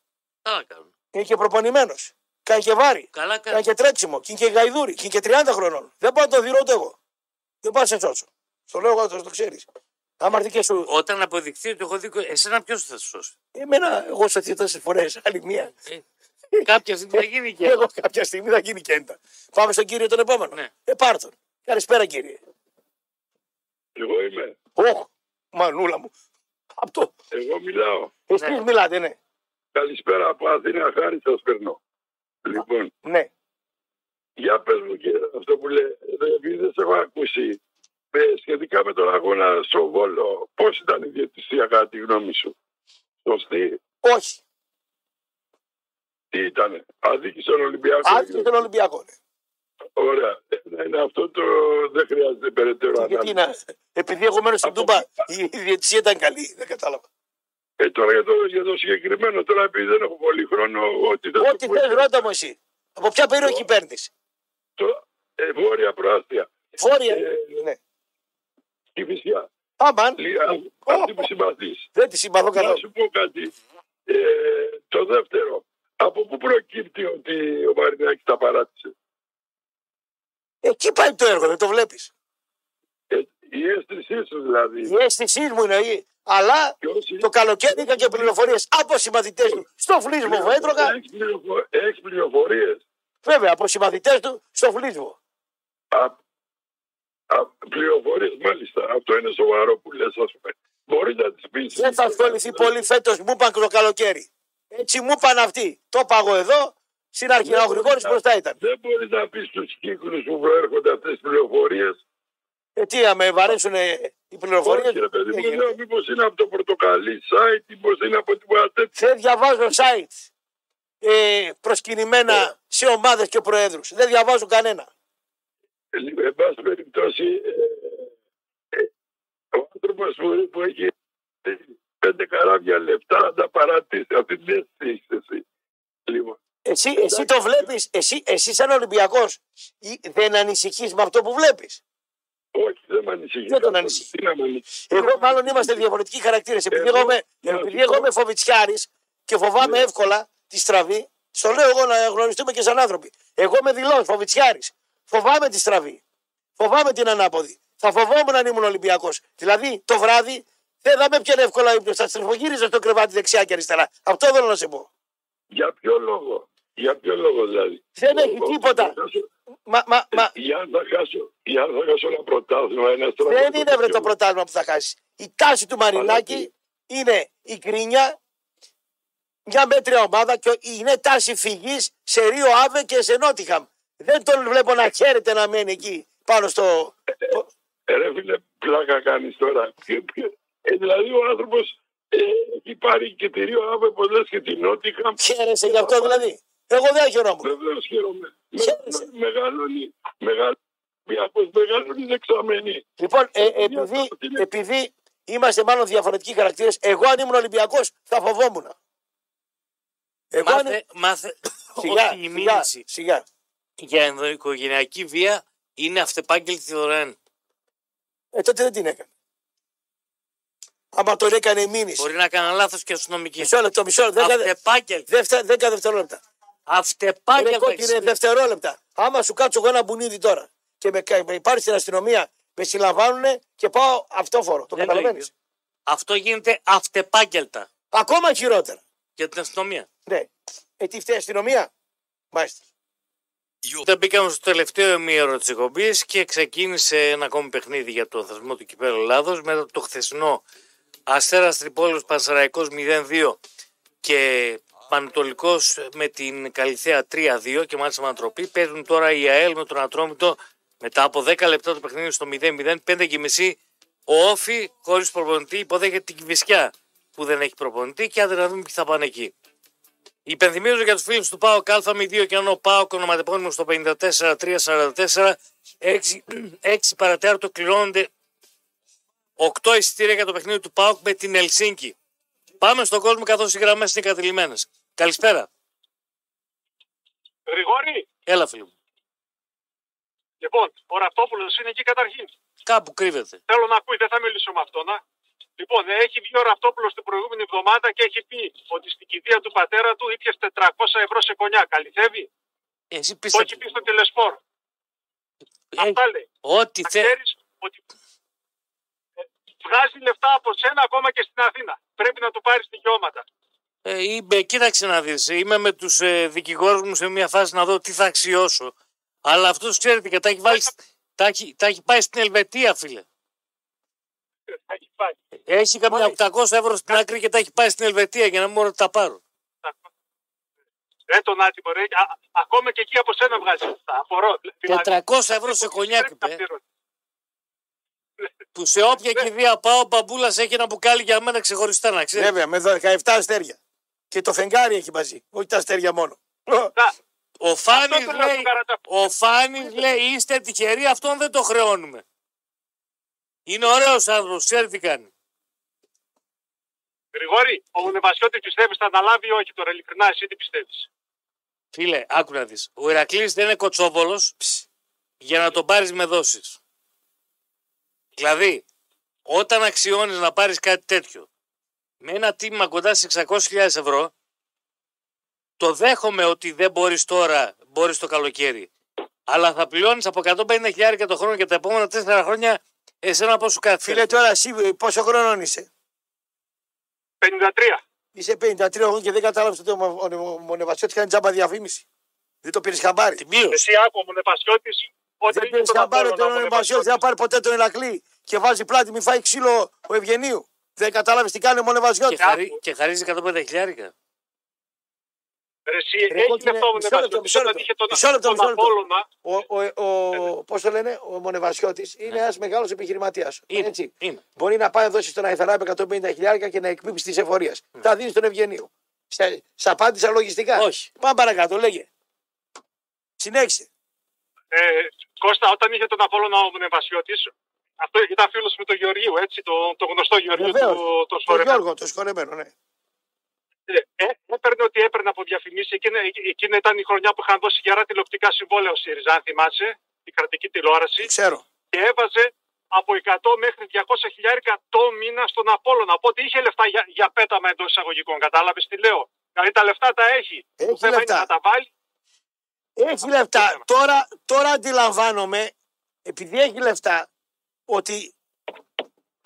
Speaker 1: Καλά να κάνουν.
Speaker 2: Είναι και προπονημένος. Κάνει και βάρη.
Speaker 1: Καλά
Speaker 2: Κάνει
Speaker 1: κάνουν.
Speaker 2: και τρέξιμο. Και είναι και γαϊδούρι. Και είναι και 30 χρονών. Δεν πάω να το δει ούτε εγώ. Δεν πάω να σε σώσω. Στο λέω εγώ, το, το ξέρεις. Άμα έρθει και σου.
Speaker 1: Όταν αποδειχθεί ότι έχω δίκιο, εσένα ποιος θα σου σώσει.
Speaker 2: Εμένα, εγώ σε τέσσερι φορές. Άλλη μία.
Speaker 1: Ε, Κάποια στιγμή θα γίνει και.
Speaker 2: Εγώ κάποια στιγμή θα γίνει κέντα. Πάμε στον κύριο τον επόμενο.
Speaker 1: Ναι.
Speaker 2: Ε, πάρ' τον. Καλησπέρα, κύριε.
Speaker 8: Εγώ είμαι.
Speaker 2: Όχ, μανούλα μου. Απ' το.
Speaker 8: Εγώ μιλάω.
Speaker 2: Εσείς
Speaker 1: Ναι.
Speaker 2: μιλάτε, ναι.
Speaker 8: Καλησπέρα από Αθήνα, χάρη σας περνώ. Λοιπόν,
Speaker 2: Ναι.
Speaker 8: για πες μου και αυτό που λέει, ρε, επειδή δεν σε έχω ακούσει, ε, σχετικά με τον αγώνα στο Βόλο, πώς ήταν η διαιτησία κατά τη γνώμη σου. Σωστή,
Speaker 2: Όχι.
Speaker 8: τι ήταν, αδίκησε τον Ολυμπιακό.
Speaker 2: Άδικη τον Ολυμπιακό. ναι.
Speaker 8: Ωραία, Ε, ναι, ναι, αυτό το δεν χρειάζεται περαιτέρω
Speaker 2: Γιατί
Speaker 8: ανάλυση.
Speaker 2: να... Επειδή εγώ μένω στην
Speaker 8: Από-
Speaker 2: Τούμπα, η η διαιτησία ήταν καλή. Δεν κατάλαβα.
Speaker 8: Ε, τώρα για το, για το συγκεκριμένο, τώρα επειδή δεν έχω πολύ χρόνο, ό,τι θα σου
Speaker 2: Ό,τι
Speaker 8: πω,
Speaker 2: θε, ρώτα μου εσύ. Από ποια περιοχή
Speaker 8: Εγώ.
Speaker 2: παίρνει.
Speaker 8: το- ε, Βόρεια Προάστια,
Speaker 2: Βόρεια.
Speaker 8: Ε,
Speaker 2: Ναι.
Speaker 8: η Φυσιά,
Speaker 2: Αμαν,
Speaker 8: Λίγα- αυτή που συμπαθείς.
Speaker 2: δεν τη συμπαθώ
Speaker 8: Να
Speaker 2: καθόλου.
Speaker 8: σου πω κάτι. Ε, το δεύτερο. Από πού προκύπτει ότι ο Μαρινάκης τα παράτησε.
Speaker 2: Εκεί πάει το έργο, δεν το βλέπεις.
Speaker 8: Ε, η αίσθησή σου δηλαδή.
Speaker 2: Η αίσθησή μου είναι η. Αλλά
Speaker 8: Και όσοι-
Speaker 2: το καλοκαίρι είχα και πληροφορίες από συμμαθητέ του στο
Speaker 8: Ναι,
Speaker 2: φλίσμο που έτρωγα.
Speaker 8: Έχεις πληροφο- Έχεις πληροφορίες.
Speaker 2: Βέβαια, από συμμαθητέ του στο φλίσμο.
Speaker 8: Α, α, πληροφορίες μάλιστα. Αυτό είναι σοβαρό που λες ας πούμε. Μπορείς να τις πεις.
Speaker 2: Δεν θα
Speaker 8: Ναι.
Speaker 2: ασχοληθεί πολύ φέτος, μου είπαν και το καλοκαίρι. Έτσι μου είπαν αυτοί. Το είπα εγώ εδώ. Στην αρχή ο Γρηγόρης μπροστά ήταν.
Speaker 8: Ναι, Δεν μπορείς να πεις στους κύκλους που προέρχονται αυτές τις πληροφορίες.
Speaker 2: Ε, τι, να με βαρέσουν οι ε, πληροφορίες.
Speaker 8: Όχι ρε παιδί μου, λέω μήπως είναι από το πορτοκαλί site, μήπως είναι από τίποτα τέτοιο.
Speaker 2: Δεν διαβάζω site ε,
Speaker 8: Ναι.
Speaker 2: προσκυνημένα σε ομάδες και προέδρους. Δεν διαβάζω κανένα.
Speaker 8: Λοιπόν, Εν πάση περιπτώσει, ε, ε, ο άνθρωπος ε, που, που έχει πέντε καράβια λεφτά να τα παρατήσει. Αυτή την αίσθηση είσαι εσύ. Λοιπόν,
Speaker 2: Εσύ, εσύ το βλέπεις, εσύ, εσύ σαν Ολυμπιακός, δεν ανησυχείς με αυτό που βλέπεις.
Speaker 8: όχι, δεν με ανησυχεί.
Speaker 2: Δεν τον
Speaker 8: καθόλου.
Speaker 2: ανησυχεί.
Speaker 8: Τι να με ανησυχεί.
Speaker 2: Εγώ, μάλλον είμαστε διαφορετικοί χαρακτήρες. Επειδή εγώ,
Speaker 8: Εγώ- Ε,
Speaker 2: είμαι- επειδή εγώ είμαι φοβητσιάρης και
Speaker 8: Ναι.
Speaker 2: φοβάμαι εύκολα τη στραβή, στο λέω εγώ να γνωριστούμε και σαν άνθρωποι. Εγώ είμαι δηλώ φοβητσιάρης. Φοβάμαι τη στραβή. Φοβάμαι την ανάποδη. Θα φοβόμουν αν ήμουν Ολυμπιακός. Δηλαδή το βράδυ δεν θα με πιάνει εύκολα ύπνο. Θα στριφογύριζα στο κρεβάτι δεξιά και αριστερά. Αυτό θέλω να σε πω.
Speaker 8: Για ποιο λόγο. Για ποιο λόγο δηλαδή.
Speaker 2: Δεν έχει
Speaker 8: Εγώ-
Speaker 2: τίποτα.
Speaker 8: θα χάσω-
Speaker 2: Μα, μα, μα,
Speaker 8: Για να θα χάσω, για να θα χάσω ένα πρωτάθλημα, ένα στραβό.
Speaker 2: δεν είναι βρε το πρωτάθλημα που θα χάσεις. Η τάση του Μαρινάκη
Speaker 8: Αλλά
Speaker 2: είναι η κρίνια, μια μέτρια ομάδα και είναι τάση φυγής σε Ρίο Άβε και σε Νότιχαμ. Δεν τον βλέπω να χαίρεται να μένει εκεί πάνω στο.
Speaker 8: Ε, Ρε φίλε, πλάκα κάνει τώρα. Ποιο- ποιο- Ε, δηλαδή ο άνθρωπος έχει πάρει και τη Ρίο Άβε πολλέ και την Νότιχαμ.
Speaker 2: Χαίρεσαι γι' αυτό δηλαδή. Εγώ δεν χαιρόμουν.
Speaker 8: Βεβαίω χαίρομαι. Με,
Speaker 2: Χαίρεσαι.
Speaker 8: με- μεγαλώνει. Μεγαλώνει. Ολυμπιακός, Μεγαλώνει δεξαμενή.
Speaker 2: Λοιπόν, ε,
Speaker 8: Ε,
Speaker 2: επειδή,
Speaker 8: αυτό είναι.
Speaker 2: επειδή είμαστε μάλλον διαφορετικοί χαρακτήρες, εγώ αν ήμουν Ολυμπιακός θα φοβόμουν. Εγώ αν.
Speaker 1: Μάθε, μάθε
Speaker 2: Σιγά,
Speaker 1: ότι η
Speaker 2: σιγά,
Speaker 1: μήνυση
Speaker 2: σιγά.
Speaker 1: για ενδοοικογενειακή βία είναι αυτεπάγγελτη δωρεάν.
Speaker 2: Ε, τότε δεν την έκανε. Άμα τον έκανε μήνυση.
Speaker 1: Μπορεί να κάνω λάθος και αστυνομική.
Speaker 2: Μισό λεπτό, μισό λεπτό. Δέκα,
Speaker 1: Αυτεπάγγελτη.
Speaker 2: δέκα, δέκα δευτερόλεπτα. Ρε
Speaker 1: Αυτεπάγγελτη.
Speaker 2: κόκκινε, δευτερόλεπτα. Άμα σου κάτσω εγώ ένα μπουνίδι τώρα και με, κα- με πάρει στην αστυνομία, με συλλαμβάνουνε και πάω αυτόφορο. Το
Speaker 1: Δεν το
Speaker 2: καταλαβαίνεις.
Speaker 1: ίδιο. Αυτό γίνεται αυτεπάγγελτα
Speaker 2: Ακόμα χειρότερα.
Speaker 1: για την αστυνομία.
Speaker 2: Ναι. Ε, τι φταίει η αστυνομία. Μάλιστα.
Speaker 1: Όταν μπήκαμε στο τελευταίο ημίωρο τη εκπομπής και ξεκίνησε ένα ακόμη παιχνίδι για το θεσμό του Κυπέλλου Ελλάδος μετά το χθεσινό Αστέρας Τρυπόλεω Πανσεραϊκό 0-2 και Πανετολικός με την Καλυθέα 3-2 και μάλιστα με ανατροπή. Παίζουν τώρα η ΑΕΛ με τον Ατρόμητο μετά από 10 λεπτά το παιχνίδι στο 0-0, 5,5 ο Όφη χωρίς προπονητή υποδέχεται την Κυβισιά που δεν έχει προπονητή και άντε να δούμε ποιοι θα πάνε εκεί. Υπενθυμίζω για τους φίλους του ΠΑΟΚ Α02 και ενώ ΠΑΟΚ ονοματεπώνυμος στο 54-344 6, 6 παρατέρτο κληρώνονται 8 εισιτήρια για το παιχνίδι του ΠΑΟΚ με την Ελσίνκη. Πάμε στον κόσμο καθώς οι γραμμές είναι κατηλημένες. Καλησπέρα.
Speaker 9: Γρηγόρη,
Speaker 1: Έλα φίλο μου.
Speaker 9: λοιπόν, ο Ραπτόπουλος είναι εκεί καταρχήν.
Speaker 1: Κάπου κρύβεται.
Speaker 9: Θέλω να ακούει, δεν θα μιλήσω με αυτόν. α. Λοιπόν, έχει βγει ο Ραπτόπουλος την προηγούμενη εβδομάδα και έχει πει ότι στην κηδεία του πατέρα του ήπιε 400 ευρώ σε κονιάκ. Αληθεύει,
Speaker 1: Εσύ
Speaker 9: το έχει
Speaker 1: πίστευε.
Speaker 9: πει στο τηλεσπορ.
Speaker 1: Έχει-
Speaker 9: Αυτά λέει.
Speaker 1: Ό,τι
Speaker 9: Να
Speaker 1: θε.
Speaker 9: ξέρεις ότι ε, βγάζει λεφτά από σένα ακόμα και στην Αθήνα. Πρέπει να του πάρεις δικαιώματα.
Speaker 1: Ε, είμαι, κοίταξε να δεις, είμαι με τους ε, δικηγόρους μου σε μια φάση να δω τι θα αξιώσω. Αλλά αυτός ξέρετε και τα έχει, βάλει, σ- τα έχει, τα έχει πάει στην Ελβετία φίλε.
Speaker 9: Θα έχει πάει.
Speaker 1: Έχει καμιά
Speaker 9: Μάλιστα.
Speaker 1: 800 ευρώ στην άκρη και τα έχει πάει στην Ελβετία για να μπορώ να τα πάρω.
Speaker 9: Ρε Ε, τον άτιμο, ρε. Α, ακόμα και εκεί από σένα βγάζει λεφτά. Απορώ. Δηλαδή,
Speaker 1: 400 ευρώ σε κονιάκ,
Speaker 9: πρέπει να
Speaker 1: είπε,
Speaker 9: πληρώνεις.
Speaker 1: που σε όποια
Speaker 9: Ναι.
Speaker 1: κηδεία πάω, ο μπαμπούλας έχει ένα μπουκάλι για μένα ξεχωριστά να ξέρεις.
Speaker 2: Βέβαια, με 17 αστέρια. Και το φεγγάρι έχει μαζί. Όχι τα αστέρια μόνο.
Speaker 9: Να,
Speaker 1: Ο Φάνη
Speaker 9: Αυτό το λέω
Speaker 1: λέει,
Speaker 9: του Καρατά.
Speaker 1: ο Φάνης λέει, είστε τυχεροί, αυτόν δεν το χρεώνουμε. Είναι ωραίος άνθρωπος, ξέρει τι κάνει.
Speaker 9: Γρηγόρη, ο Νεβασιώτης πιστεύεις θα αναλάβει ή όχι τώρα, ειλικρινά, εσύ τι πιστεύεις.
Speaker 1: Φίλε, άκου να δεις. Ο Ηρακλής δεν είναι κοτσόβολος για να τον πάρεις με δόσεις. Δηλαδή, όταν αξιώνεις να πάρεις κάτι τέτοιο με ένα τίμημα κοντά στις 600.000 ευρώ, το δέχομαι ότι δεν μπορείς τώρα, μπορείς το καλοκαίρι. Αλλά θα πληρώνεις από 150.000 το χρόνο και τα επόμενα 4 χρόνια εσένα πώς σου κάθεται.
Speaker 2: Φίλε, τώρα εσύ ε, πόσο χρόνο είσαι.
Speaker 9: 53.
Speaker 2: Είσαι 53 χρόνων και δεν κατάλαβες ότι ο Μο- ο Νε- ο Μονεβασιώτης κάνει τζάμπα διαφήμιση. Δεν το πήρες χαμπάρι.
Speaker 1: την πλήρωσε.
Speaker 9: Εσύ άκου, ο Νεβασιώτη. Όταν
Speaker 2: Δεν
Speaker 9: είναι
Speaker 2: πήρε
Speaker 9: στον
Speaker 2: χαμπάρι ότι
Speaker 9: Απόλλωνα,
Speaker 2: ο
Speaker 9: ο
Speaker 2: Μονεβασιώτη δεν θα πάρει ποτέ τον Ηρακλή και βάζει πλάτη, μη φάει ξύλο ο Ευγενίου. Δεν κατάλαβες τι κάνει ο
Speaker 1: Και,
Speaker 2: Μονεβασιώτη.
Speaker 1: χαρί, και χαρίζει 150.000.
Speaker 9: Ρε, Εσύ
Speaker 2: Ρε,
Speaker 9: έχει
Speaker 2: κόκκινε,
Speaker 9: λεφτό ο
Speaker 2: μισό λεπτό,
Speaker 9: Νεβασιώτης,
Speaker 2: μισό
Speaker 9: όταν
Speaker 2: λεπτό,
Speaker 9: είχε τον,
Speaker 2: μισό λεπτό,
Speaker 9: τον
Speaker 2: μισό λεπτό.
Speaker 9: Απόλλωνα,
Speaker 2: Ο, ο, ο, πώς το λένε, ο Μονεβασιώτης
Speaker 1: Ναι.
Speaker 2: είναι ένας μεγάλος επιχειρηματίας.
Speaker 1: Είναι,
Speaker 2: Έτσι.
Speaker 1: είναι.
Speaker 2: Μπορεί να πάει να δώσει στον Αϊθαράπ 150.000 και να εκπίπτει τη εφορία.
Speaker 1: Ναι.
Speaker 2: Τα δίνει στον Ευγενείο. Σε, σε απάντησα λογιστικά.
Speaker 1: Όχι.
Speaker 2: Πάμε παρακάτω, λέγε. Συνέχισε.
Speaker 9: ε, Κώστα, όταν είχε τον Απόλλωνα ο Νεβασιώτης, Αυτό ήταν φίλος με τον Γεωργίου, έτσι, το, το γνωστό Γεωργίου
Speaker 2: Βεβαίως.
Speaker 9: του το
Speaker 2: Τον
Speaker 9: Σόρενα.
Speaker 2: Γιώργο, το σχολεμένο, ναι.
Speaker 9: Ε, έπαιρνε ό,τι έπαιρνε από διαφημίσει. Εκείνη, εκείνη ήταν η χρονιά που είχαν δώσει γερά τηλεοπτικά συμβόλαια ο ΣΥΡΙΖΑ, αν θυμάσαι, η κρατική τηλεόραση.
Speaker 2: Ξέρω.
Speaker 9: και έβαζε από 100 μέχρι 200 χιλιάρικα το μήνα στον Απόλλωνα. Οπότε είχε λεφτά για, για πέταμα εντός εισαγωγικών. Κατάλαβες τι λέω. Δηλαδή τα λεφτά τα έχει.
Speaker 2: Έχει
Speaker 9: το θέμα
Speaker 2: λεφτά.
Speaker 9: είναι να τα βάλει.
Speaker 2: Έχει λεφτά. Τώρα, τώρα αντιλαμβάνομαι, επειδή έχει λεφτά, ότι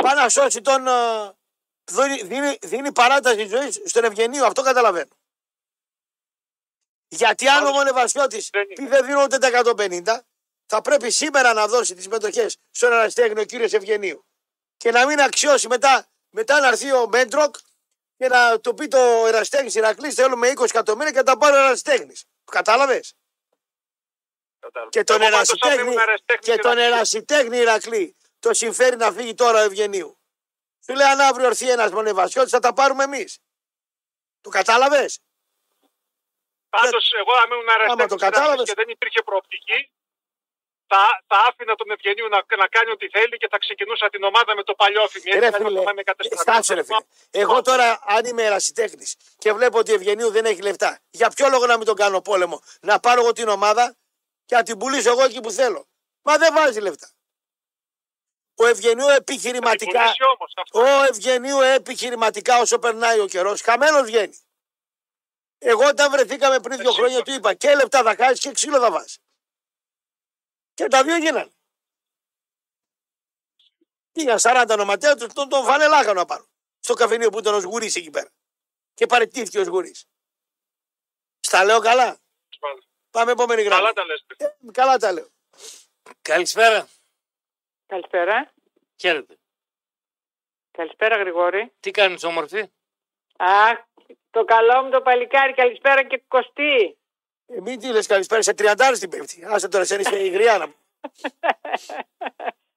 Speaker 2: πάει να σώσει τον. ε, Δίνει, δίνει, δίνει παράταση ζωής στον Ευγενείο. Αυτό καταλαβαίνω. Γιατί αν ο Μονεβασιώτης
Speaker 9: Δεν είναι.
Speaker 2: πει δεν δίνω ούτε τα 150, θα πρέπει σήμερα να δώσει τις μετοχέ στον Αναστέγνη ο κύριος Ευγενείου. Και να μην αξιώσει μετά, μετά να έρθει ο Μέντροκ και να του πει το Εραστέχνη Ηρακλής: Θέλουμε 20 εκατομμύρια και να τα πάρει ο Εραστέχνη. Κατάλαβε. Και τον
Speaker 9: Εγώ πάντως, αν
Speaker 2: ερασιτέχνη,
Speaker 9: ήμουν ερασιτέχνης,
Speaker 2: και τον
Speaker 9: ήταν-
Speaker 2: ερασιτέχνη Ηρακλή το συμφέρει να φύγει τώρα ο Ευγενίου. Σου λέει αν αύριο έρθει ένας μονεβασιώτης θα τα πάρουμε εμείς. Το κατάλαβες.
Speaker 9: Πάντως, εγώ αν ήμουν
Speaker 2: Άμα το
Speaker 9: αεραστέχνης
Speaker 2: κατάλαβες.
Speaker 9: και δεν υπήρχε προοπτική, θα, θα άφηνα τον Ευγενίου να, να κάνει ό,τι θέλει και θα ξεκινούσα την ομάδα με το παλιόφημι. Έτσι,
Speaker 2: Ρε
Speaker 9: αλλιώς
Speaker 2: φίλε,
Speaker 9: θα πάμε κατεστραμμένοι.
Speaker 2: Ε, στάσε ρε φίλε. Εγώ τώρα, αν είμαι ερασιτέχνης και βλέπω ότι ο Ευγενίου δεν έχει λεφτά, για ποιο λόγο να μην τον κάνω πόλεμο, να πάρω εγώ την ομάδα και να την πουλήσω εγώ εκεί που θέλω. Μα δεν βάζει λεφτά. Ο Ευγενίου
Speaker 9: Θα την
Speaker 2: επιχειρηματικά,
Speaker 9: πουλήσει όμως αυτό.
Speaker 2: Ο Ευγενίου επιχειρηματικά όσο περνάει ο καιρός, χαμένος βγαίνει. Εγώ όταν βρεθήκαμε πριν δύο
Speaker 9: Εσύ,
Speaker 2: χρόνια,
Speaker 9: πώς.
Speaker 2: του είπα και λεπτά θα κάνεις και ξύλο θα βάζεις. Και τα δύο γίνανε. Πήγαν 40 νοματέα τους, τον, τον φάνε λάχανο απάνω. Στο καφενείο που ήταν ο Σγουρής εκεί πέρα. Και παρετήθηκε ο Σγουρής. Στα λέω καλά. Πάμε επόμενη γραμμή.
Speaker 9: Καλά τα λες.
Speaker 2: Ε, καλά τα λέω.
Speaker 1: Καλησπέρα.
Speaker 4: Καλησπέρα.
Speaker 1: Χαίρετε.
Speaker 4: Καλησπέρα, Γρηγόρη.
Speaker 1: Τι κάνεις όμορφη.
Speaker 4: Αχ, το καλό μου το παλικάρι. Καλησπέρα και Κωστή.
Speaker 2: Ε, μην τη λες καλησπέρα σε 30 την Πέμπτη. Άσε τώρα, σε είσαι η
Speaker 9: Ε,
Speaker 2: Γριάννα.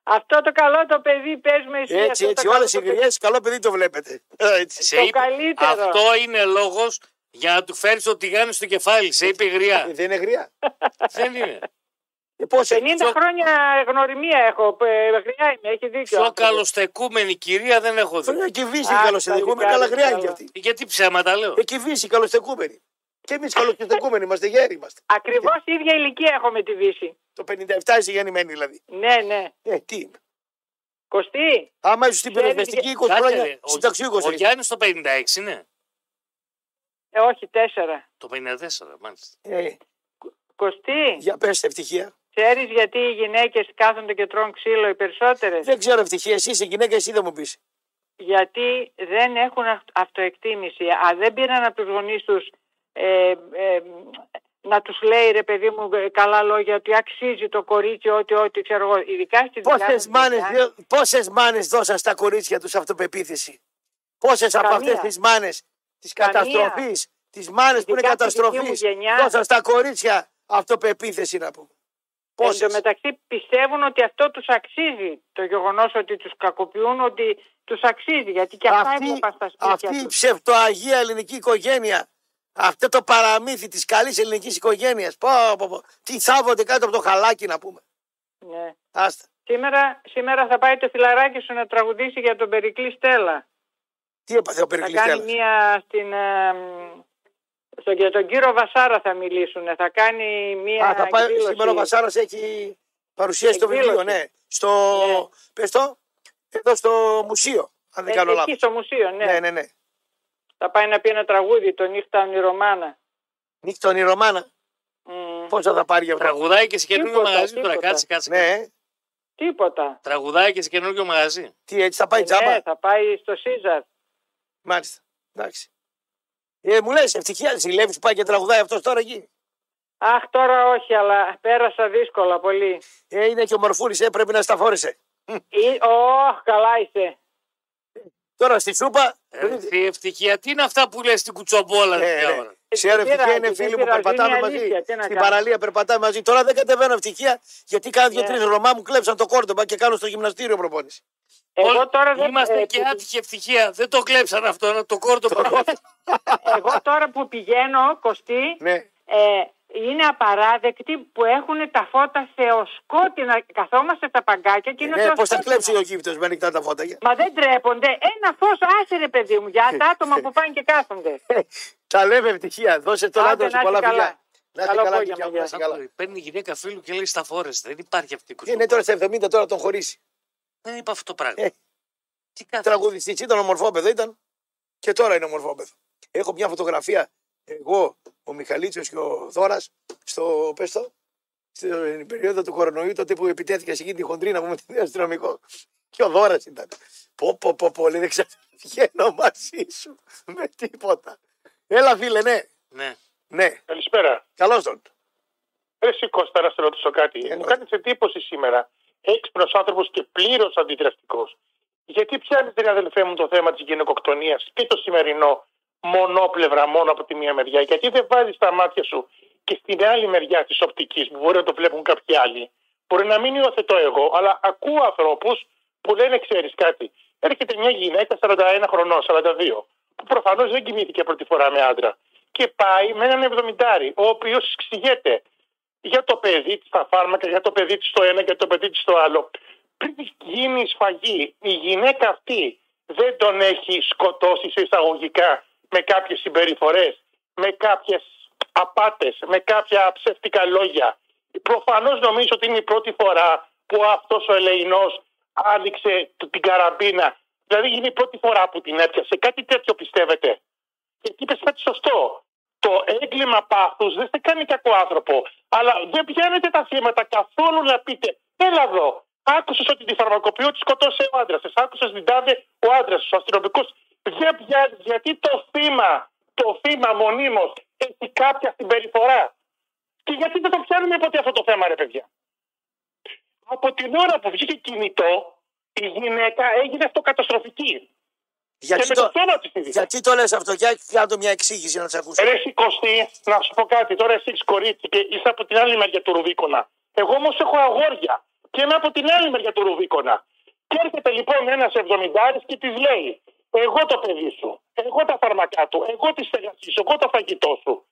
Speaker 4: Αυτό το καλό το παιδί πες με εσύ. αυτό
Speaker 2: Έτσι,
Speaker 4: το
Speaker 2: έτσι,
Speaker 4: καλό
Speaker 2: όλες
Speaker 4: το
Speaker 2: οι
Speaker 4: παιδί.
Speaker 2: γριέ, καλό παιδί το βλέπετε. Ε, Έτσι.
Speaker 1: Σε
Speaker 4: Το καλύτερο.
Speaker 1: Αυτό είναι λόγος για να του φέρεις το τηγάνι στο κεφάλι. Σε είπε
Speaker 2: Ε,
Speaker 1: γριά.
Speaker 2: Δεν είναι γριά.
Speaker 1: Δεν είναι.
Speaker 2: Ε, πώς είναι.
Speaker 4: 50 χρόνια γνωριμία έχω. ε, Γριά είμαι, έχει δίκιο.
Speaker 1: Πιο καλοστεκούμενη κυρία δεν έχω
Speaker 2: Αυτό
Speaker 1: δει.
Speaker 2: είναι κυβίση
Speaker 4: Α,
Speaker 2: καλοστεκούμενη,
Speaker 4: παλικάρι,
Speaker 2: αλλά γριά είναι
Speaker 4: καλά.
Speaker 2: και αυτή.
Speaker 1: Γιατί ψέματα λέω.
Speaker 2: Ε, κυβίση καλοστεκούμενη. Και εμείς καλοστεκούμενοι είμαστε, γέροι είμαστε.
Speaker 4: Ακριβώς η ίδια ηλικία έχω με τη Βύση.
Speaker 2: Το 57 είσαι γεννημένη δηλαδή.
Speaker 4: Ναι, ναι.
Speaker 2: Ε, τι είμαι.
Speaker 4: Κωστή,
Speaker 2: Άμα είσαι στην
Speaker 4: Ξέρεις,
Speaker 2: πυροσβεστική 20
Speaker 1: Κάτσε,
Speaker 2: χρόνια,
Speaker 1: ρε. Ο-
Speaker 2: συνταξιούχος.
Speaker 1: Ο Γιάννης το 56 είναι.
Speaker 4: ε, όχι, τέσσερα.
Speaker 1: Το 54 μάλιστα.
Speaker 4: Κωστή,
Speaker 2: Ε, Για πες ευτυχία.
Speaker 4: ξέρεις γιατί οι γυναίκες κάθονται και τρώνε ξύλο οι περισσότερες.
Speaker 2: Δεν ξέρω ευτυχία, εσύ είσαι γυναίκα, εσύ δεν μου πεις.
Speaker 4: γιατί δεν έχουν αυτ- αυτοεκτίμηση. Α, δεν πήραν από τους γονείς τους ε, ε, να τους λέει ρε παιδί μου ε, καλά λόγια ότι αξίζει το κορίτσι ό,τι ό,τι ξέρω εγώ. Ειδικά στη δουλειά
Speaker 2: Πόσες
Speaker 4: μου,
Speaker 2: μάνε
Speaker 4: παιδιά,
Speaker 2: πόσες μάνες δώσαν στα κορίτσια τους αυτοπεποίθηση. Πόσες από
Speaker 4: Καμία.
Speaker 2: αυτές τις μάνες της
Speaker 4: Καμία.
Speaker 2: καταστροφή, τι μάνες που είναι
Speaker 4: Ειδικά στη δική μου
Speaker 2: καταστροφή,
Speaker 4: γενιά.
Speaker 2: δώσαν στα κορίτσια αυτοπεποίθηση να πούμε.
Speaker 4: Εν τω
Speaker 2: Πόσε.
Speaker 4: μεταξύ πιστεύουν ότι αυτό τους αξίζει το γεγονός ότι τους κακοποιούν ότι τους αξίζει γιατί και αυτά
Speaker 2: Αυτή,
Speaker 4: έβλεπα στα σπίτια
Speaker 2: αυτή η
Speaker 4: τους.
Speaker 2: ψευτοαγία ελληνική οικογένεια, αυτό το παραμύθι της καλής ελληνικής οικογένειας. Τι θάβονται κάτω από το χαλάκι να πούμε.
Speaker 4: Ναι.
Speaker 2: Άστα.
Speaker 4: Σήμερα, σήμερα θα πάει το φιλαράκι σου να τραγουδήσει για τον Περικλή Στέλλα.
Speaker 2: Τι έπαθε ο
Speaker 4: Θα
Speaker 2: Περικλής
Speaker 4: κάνει
Speaker 2: Τέλας.
Speaker 4: μία στην. ε, μ, στο, για τον κύριο Βασάρα θα μιλήσουν. Θα κάνει μία.
Speaker 2: Α, θα πάει,
Speaker 4: εκδήλωση.
Speaker 2: σήμερα ο Βασάρας έχει παρουσίαση το βιβλίο,
Speaker 4: Εκδήλωση.
Speaker 2: ναι. Στο,
Speaker 4: Ναι.
Speaker 2: πες το, εδώ στο μουσείο, αν
Speaker 4: Ε,
Speaker 2: δεν κάνω
Speaker 4: εκεί
Speaker 2: λάθος.
Speaker 4: στο μουσείο, ναι.
Speaker 2: Ναι, ναι, ναι.
Speaker 4: Θα πάει να πει ένα τραγούδι το νύχτα ονειρωμάνα.
Speaker 2: Νύχτον η Ρωμάνα,
Speaker 4: Μ,
Speaker 2: πόσα θα πάρει γι' αυτό.
Speaker 1: Τραγουδάει και σε καινούργιο
Speaker 4: Τίποτα,
Speaker 1: μαγαζί. Τώρα
Speaker 4: τίποτα.
Speaker 1: κάτσε, κάτσε.
Speaker 2: Ναι,
Speaker 1: κάτσε.
Speaker 2: ε.
Speaker 4: τίποτα.
Speaker 1: Τραγουδάει και σε καινούργιο μαγαζί.
Speaker 2: τι έτσι θα πάει
Speaker 4: Ε, ναι,
Speaker 2: τζάμπα.
Speaker 4: θα πάει στο Σίζαρ.
Speaker 2: Μάλιστα. Εντάξει. Ε, μου λες, ευτυχία, ζηλεύεις που πάει και τραγουδάει αυτός τώρα εκεί.
Speaker 4: Αχ, τώρα όχι, αλλά πέρασα δύσκολα πολύ.
Speaker 2: Ε, είναι και ο Μορφούρης, ε, πρέπει να σταφόρεσαι.
Speaker 4: Ή- Ωχ, καλά είσαι.
Speaker 2: Τώρα στη σούπα,
Speaker 1: Ε, τι ευτυχία. Τι είναι αυτά που λες στην κουτσομπόλα.
Speaker 2: Ε,
Speaker 1: την
Speaker 2: ναι.
Speaker 1: ώρα.
Speaker 2: Ξέρω,
Speaker 4: Δεν
Speaker 2: ευτυχία είναι
Speaker 4: πειράζει,
Speaker 2: φίλοι
Speaker 4: δεν
Speaker 2: που
Speaker 4: πειράζει,
Speaker 2: περπατάμε
Speaker 4: ε, είναι
Speaker 2: μαζί.
Speaker 4: αλήθεια, τι να
Speaker 2: Στην
Speaker 4: κάνω.
Speaker 2: παραλία περπατάμε μαζί. Τώρα δεν κατεβαίνω ευτυχία γιατί κάνω δύο
Speaker 4: Ναι.
Speaker 2: τρεις Ρωμά μου κλέψαν το κόρτομπα και κάνω στο γυμναστήριο προπόνηση.
Speaker 4: Εγώ
Speaker 1: Όλοι-
Speaker 4: τώρα, δεν,
Speaker 1: Είμαστε
Speaker 4: ε,
Speaker 1: και
Speaker 4: που-
Speaker 1: άτυχη ευτυχία. Δεν το κλέψαν αυτό. Το κόρτο που
Speaker 4: εγώ τώρα που πηγαίνω, Κωστή,
Speaker 2: Ναι.
Speaker 4: Ε, είναι απαράδεκτοι που έχουν τα φώτα θεοσκότεινα. Καθόμαστε τα παγκάκια και είναι
Speaker 2: Ναι, πώς θα
Speaker 4: θεοσκότεινα.
Speaker 2: κλέψει ο Αιγύπτο με ανοιχτά τα φώτα.
Speaker 4: Μα δεν τρέπονται. Ένα φως άσερε, παιδί μου, για τα άτομα που πάνε και κάθονται.
Speaker 2: Τα λέμε ευτυχία. Δώσε τον
Speaker 4: Άντε,
Speaker 2: άντρα σου
Speaker 4: να
Speaker 2: πολλά
Speaker 4: είστε
Speaker 2: φιλιά.
Speaker 4: καλά.
Speaker 2: Να είστε
Speaker 4: Καλό
Speaker 2: καλά,
Speaker 4: απόγευμα,
Speaker 2: δικιά μου,
Speaker 4: γεια.
Speaker 2: να είστε
Speaker 1: Σαν
Speaker 2: καλά.
Speaker 1: που παίρνει η γυναίκα φίλου και λέει στα φόρες. Δεν υπάρχει αυτή η κουτσούμπα.
Speaker 2: Είναι τώρα σε 70, τώρα τον χωρίσει.
Speaker 1: Δεν είπα αυτό το πράγμα.
Speaker 2: Ε.
Speaker 1: Τι κάθε.
Speaker 2: Τραγουδιστή ήταν ομορφόπεδο, ήταν. Και τώρα είναι ομορφόπεδο. Έχω μια φωτογραφία. Εγώ, ο Μιχαλίτσιος και ο Δώρα, στο πες το, στην περίοδο του κορονοϊού, τότε που επιτέθηκα σε εκείνη τη χοντρίνα που με την αστυνομικό. Και ο Δώρα ήταν. Πω, πω, πω, πω, λέει, δεν ξαναβγαίνω μαζί σου με τίποτα. Έλα, φίλε, ναι,
Speaker 1: Ναι.
Speaker 2: ναι.
Speaker 10: Καλησπέρα. Ε,
Speaker 2: Καλώς τον.
Speaker 10: Ρε Κώστα, να σε ρωτήσω κάτι.
Speaker 2: Ε,
Speaker 10: Μου
Speaker 2: ναι.
Speaker 10: κάνεις εντύπωση σήμερα. Έξυπνος άνθρωπος και πλήρως αντιδραστικός. Γιατί πιάνεις, ρε αδελφέ μου, το θέμα της γυναικοκτονίας και το σημερινό μονόπλευρα μόνο από τη μία μεριά. Γιατί δεν βάζεις τα μάτια σου και στην άλλη μεριά της οπτικής που μπορεί να το βλέπουν κάποιοι άλλοι. Μπορεί να μην υιοθετώ εγώ, αλλά ακούω ανθρώπους που λένε, ξέρεις κάτι. Έρχεται μια γυναίκα 41 χρονών, 42, που προφανώς δεν κοιμήθηκε πρώτη φορά με άντρα. Και πάει με έναν 70, ο οποίος ξηγέται για το παιδί της στα φάρμακα, για το παιδί της στο ένα και το παιδί της στο άλλο. Πριν γίνει η σφαγή, η γυναίκα αυτή δεν τον έχει σκοτώσει σε εισαγωγικά με κάποιες συμπεριφορές, με κάποιες απάτες, με κάποια ψεύτικα λόγια. Προφανώς νομίζω ότι είναι η πρώτη φορά που αυτός ο Ελεηνός άνοιξε τ- την καραμπίνα. Δηλαδή είναι η πρώτη φορά που την έπιασε. Κάτι τέτοιο πιστεύετε. Και είπες κάτι σωστό. Το έγκλημα πάθους δεν σε κάνει κακό άνθρωπο. Αλλά δεν πιάνετε τα θύματα καθόλου να πείτε. Έλα εδώ. Άκουσες ότι τη φαρμακοποιό τη σκοτώσε ο άντρας τη. Άκουσες την τάδε ο άντρας τη, ο αστυνομικός. Δεν πιάνει. Γιατί το θύμα, το θύμα μονίμως έχει κάποια συμπεριφορά. Και γιατί δεν το πιάνουμε ποτέ αυτό το θέμα, ρε παιδιά. Από την ώρα που βγήκε κινητό, η γυναίκα έγινε αυτοκαταστροφική.
Speaker 2: Γιατί
Speaker 10: και με το
Speaker 2: το,
Speaker 10: σώμα τη τη
Speaker 2: γιατί το λες αυτό, για κάνω μια εξήγηση να σε ακούσω.
Speaker 10: Ρε εσύ, Κωστή, να σου πω κάτι. Τώρα εσύ έχεις κορίτσι και είσαι από την άλλη μεριά του Ρουβίκονα. Εγώ όμως έχω αγόρια και είμαι από την άλλη μεριά του Ρουβίκονα. Και έρχεται λοιπόν ένας 70 και της λέει: Εγώ το παιδί σου, εγώ τα φαρμακά του, εγώ τη στεγασή σου, εγώ το φαγητό σου.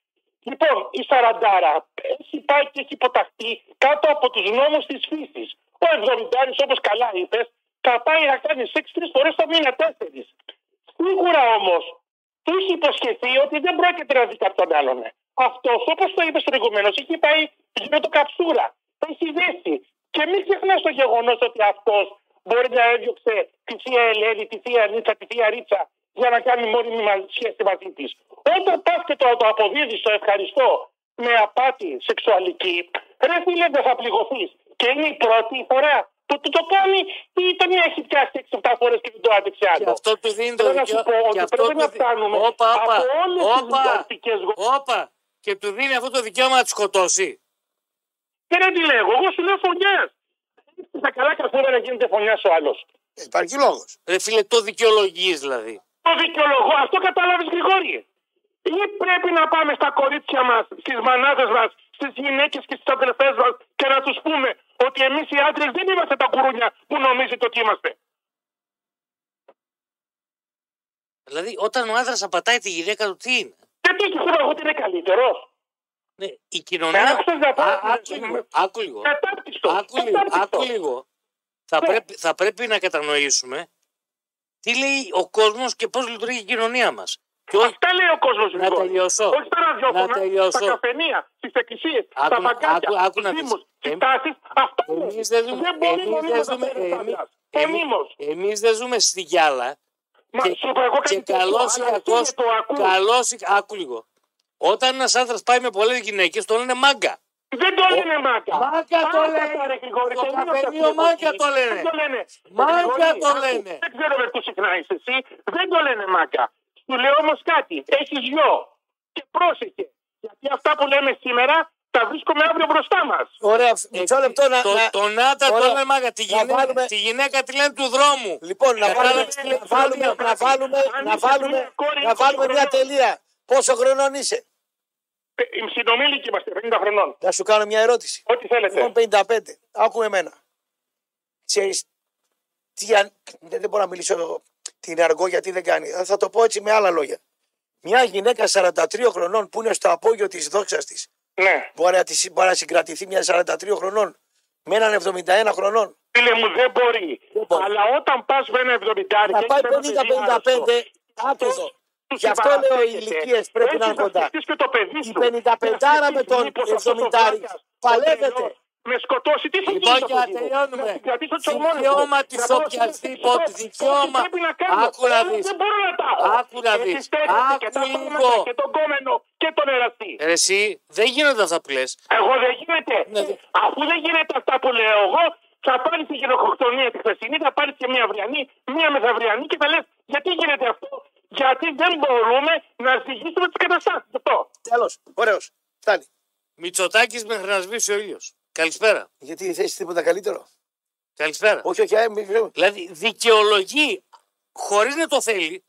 Speaker 10: Λοιπόν, η Σαραντάρα έχει πάει και έχει υποταχθεί κάτω από τους νόμους της φύσης. Ο 70 όπως καλά είπες, θα πάει να κάνει σεξ τρεις φορές το μήνα, τέσσερις. Σίγουρα όμως του είχε υποσχεθεί ότι δεν πρόκειται να δει κάποιον άλλον. Αυτός, όπως το είπες προηγουμένως, έχει πάει γύρω το καψούρα. Έχει δέσει. Και μην ξεχνάς το γεγονός ότι αυτός μπορεί να έδιωξε τη θεία Ελένη, τη θεία Νίτσα, τη θεία Ρίτσα για να κάνει μόνιμη μα- σχέση μαζί της. Όταν πας και το, το αποδίδεις το ευχαριστώ με απάτη σεξουαλική, ρε φίλε δεν θα πληγωθείς. Και είναι η πρώτη φορά που του το κάνει ή τον έχει πιάσει 6-7 φορές και δεν το άντεξε
Speaker 1: Και
Speaker 10: άλλο.
Speaker 1: αυτό του δίνει το
Speaker 10: Θέλω να
Speaker 1: δικαίωμα.
Speaker 10: σου πω ότι πρέπει να φτάνουμε
Speaker 1: Όπα,
Speaker 10: από
Speaker 1: όπα,
Speaker 10: όλες τις
Speaker 1: όπα,
Speaker 10: διδακτικές γο-
Speaker 1: όπα. Και του δίνει αυτό το δικαίωμα να τη σκοτώσει.
Speaker 10: Και δεν τη Ε, λέγω, εγώ σου λέω φωνιάς. Τα καλά καθόλου να γίνεται φωνιάς ο άλλος.
Speaker 2: Υπάρχει λόγος.
Speaker 1: Ε, Ρε φίλε, το δικαιολογείς δηλαδή.
Speaker 10: Το δικαιολογώ, αυτό κατάλαβε Γρηγόρη. Ή πρέπει να πάμε στα κορίτσια μας, στις μανάδες μας, στις γυναίκες και στις αδελφέ μας και να τους πούμε ότι εμείς οι άντρες δεν είμαστε τα κουρούνια που νομίζετε ότι είμαστε.
Speaker 1: Δηλαδή, όταν ο άντρα απατάει τη γυναίκα του, τι είναι.
Speaker 10: Δεν τι έχει χώρα, εγώ ότι είναι καλύτερος.
Speaker 1: Ναι, η
Speaker 10: Με
Speaker 1: κοινωνία.
Speaker 10: άκουσες να πω-
Speaker 1: Α, Άκου λίγο. Άκου λίγο.
Speaker 10: Κατάπτυστο.
Speaker 1: Άκου λίγο,
Speaker 10: κατάπτυστο.
Speaker 1: άκου λίγο. Θα,
Speaker 10: Ναι.
Speaker 1: πρέπει, θα πρέπει να κατανοήσουμε τι λέει ο κόσμος και πώς λειτουργεί η κοινωνία μας. Και όχι.
Speaker 10: Αυτά λέει ο κόσμος
Speaker 1: Να τελειώσω.
Speaker 10: Όχι στα ραδιόφωνα,
Speaker 1: Να τελειώσω.
Speaker 10: στα καφενεία, στις εκκλησίες,
Speaker 1: Άκου
Speaker 10: στα
Speaker 1: να- άκου-
Speaker 10: παγκάκια,
Speaker 1: άκου
Speaker 10: στους
Speaker 1: να δεις.
Speaker 10: δήμους, στις
Speaker 1: Εμ-
Speaker 10: τάσεις. Αυτά
Speaker 1: Εμεί
Speaker 10: λέει.
Speaker 1: δεν ζούμε.
Speaker 10: Δεν μπορεί
Speaker 1: εμείς
Speaker 10: μονίμως
Speaker 1: δεν
Speaker 10: να
Speaker 1: ζούμε-
Speaker 10: θέλει
Speaker 1: εμεί-
Speaker 10: άντρας.
Speaker 1: εμεί-
Speaker 10: Μονίμως.
Speaker 1: εμείς δεν ζούμε στη γυάλα.
Speaker 10: Ε, Μα
Speaker 1: και-
Speaker 10: σου είπα εγώ
Speaker 1: Και
Speaker 10: κάτι τέτοιο,
Speaker 1: καλός ή
Speaker 10: αλλά εσύ
Speaker 1: κακός.
Speaker 10: δεν το ακούς.
Speaker 1: Καλός ή. Άκου λίγο. Όταν ένας άντρα πάει με πολλές γυναίκες, τον λένε μάγκα.
Speaker 10: Δεν το λένε μάγκα.
Speaker 1: Μάγκα το
Speaker 10: Άστα
Speaker 1: λένε.
Speaker 10: τα, ρε, Γρηγόρη,
Speaker 1: Στο
Speaker 10: τελείωσε
Speaker 1: καφενείο
Speaker 10: αυτή η εποχή.
Speaker 1: μάγκα το λένε.
Speaker 10: Δεν το λένε.
Speaker 1: Μάγκα
Speaker 10: Γρηγόρη,
Speaker 1: το
Speaker 10: άκου,
Speaker 1: λένε.
Speaker 10: Δεν ξέρω με πού συχνά είσαι εσύ. Δεν το λένε μάγκα. Σου λέω όμως κάτι. Έχεις γιο. Και πρόσεχε. Γιατί αυτά που λέμε σήμερα τα βρίσκουμε αύριο μπροστά μας.
Speaker 2: Ωραία, μισό λεπτό να.
Speaker 1: Ε, Το,
Speaker 2: να-
Speaker 1: τον άντρα
Speaker 2: Ωραία.
Speaker 1: τον λένε μάγκα. Τη,
Speaker 2: Να
Speaker 1: γυναίκα-
Speaker 2: βάλουμε-
Speaker 1: τη γυναίκα τη λένε του δρόμου.
Speaker 2: Λοιπόν, να βάλουμε,
Speaker 1: Κατάλαβες τι λέει
Speaker 2: να βάλουμε,
Speaker 10: η
Speaker 2: να βάλουμε,
Speaker 10: Αν
Speaker 2: να
Speaker 10: είσαι
Speaker 2: βάλουμε,
Speaker 10: μια κόρη
Speaker 2: να
Speaker 10: 20
Speaker 2: βάλουμε μια
Speaker 10: χρονών.
Speaker 2: τελεία. Πόσο χρονών είσαι,
Speaker 10: Ε, Συνομήλικοι είμαστε 50 χρονών.
Speaker 2: να σου κάνω μια ερώτηση.
Speaker 10: Ό,τι θέλετε.
Speaker 2: Εγώ είμαι 55. Άκου εμένα. Ξέρεις, τι αν... δεν, δεν μπορώ να μιλήσω την αργό γιατί δεν κάνει. Ε, Θα το πω έτσι με άλλα λόγια. Μια γυναίκα 43 χρονών που είναι στο απόγειο της δόξας της
Speaker 10: Ναι.
Speaker 2: Μπορεί να, τη- μπορεί να συγκρατηθεί μια 43 χρονών με έναν 71 χρονών.
Speaker 7: Φίλε μου, δεν μπορεί.
Speaker 2: μπορεί.
Speaker 7: Αλλά όταν πας με ένα 70
Speaker 2: Να πάει 50-55, άκου εδώ. Γι' αυτό λέω οι
Speaker 10: ε.
Speaker 2: ηλικίες πρέπει να είναι κοντά.
Speaker 7: Και το παιδί
Speaker 2: Η
Speaker 7: σου.
Speaker 2: 55 με
Speaker 1: Λοιπόν,
Speaker 2: τον
Speaker 7: Μήπως αυτός ο
Speaker 2: 70
Speaker 7: βλάκας, ο
Speaker 2: παλεύεται.
Speaker 7: τρελός, Με σκοτώσει, τι θα γίνει.
Speaker 1: Λοιπόν,
Speaker 7: στο
Speaker 1: για να
Speaker 7: παιδί μου?
Speaker 1: τελειώνουμε.
Speaker 7: Να συγκρατήσω το μόνο μου.
Speaker 1: Δικαίωμα της
Speaker 7: Να πάω σε ένα
Speaker 1: οποιασδήποτε.
Speaker 7: φυσικό.
Speaker 1: Δικαίωμα.
Speaker 7: Όχι, πρέπει να κάνω.
Speaker 1: Άκου να
Speaker 9: Ε,
Speaker 7: Εγώ
Speaker 1: δεις.
Speaker 7: Δεν μπορώ να τα έχω.
Speaker 1: Άκου να
Speaker 7: Εσείς
Speaker 1: δεις.
Speaker 7: στέλνετε και
Speaker 1: Άκου
Speaker 7: τα
Speaker 1: λίγο.
Speaker 7: κόμματα Και τον κόμενο και τον εραστή.
Speaker 1: Εσύ δεν γίνονται αυτά που λες.
Speaker 7: Εγώ δεν γίνεται.
Speaker 1: Ναι.
Speaker 7: Αφού δεν γίνεται αυτά που λέω εγώ, θα πάρεις τη γενοκτονία τη χθεσινή, θα πάρεις και μια αυριανή, μια μεθαυριανή και θα λες γιατί γίνεται αυτό. Γιατί δεν μπορούμε να ζυγίσουμε τις καταστάσεις. Αυτό.
Speaker 2: Τέλος. Ωραίος. Φτάνει.
Speaker 1: Μητσοτάκης μέχρι να σβήσει ο ήλιος. Καλησπέρα.
Speaker 2: Γιατί θες τίποτα καλύτερο.
Speaker 1: Καλησπέρα.
Speaker 2: Όχι, όχι, ε, μη- μη-
Speaker 1: Δηλαδή δικαιολογεί χωρίς να το θέλει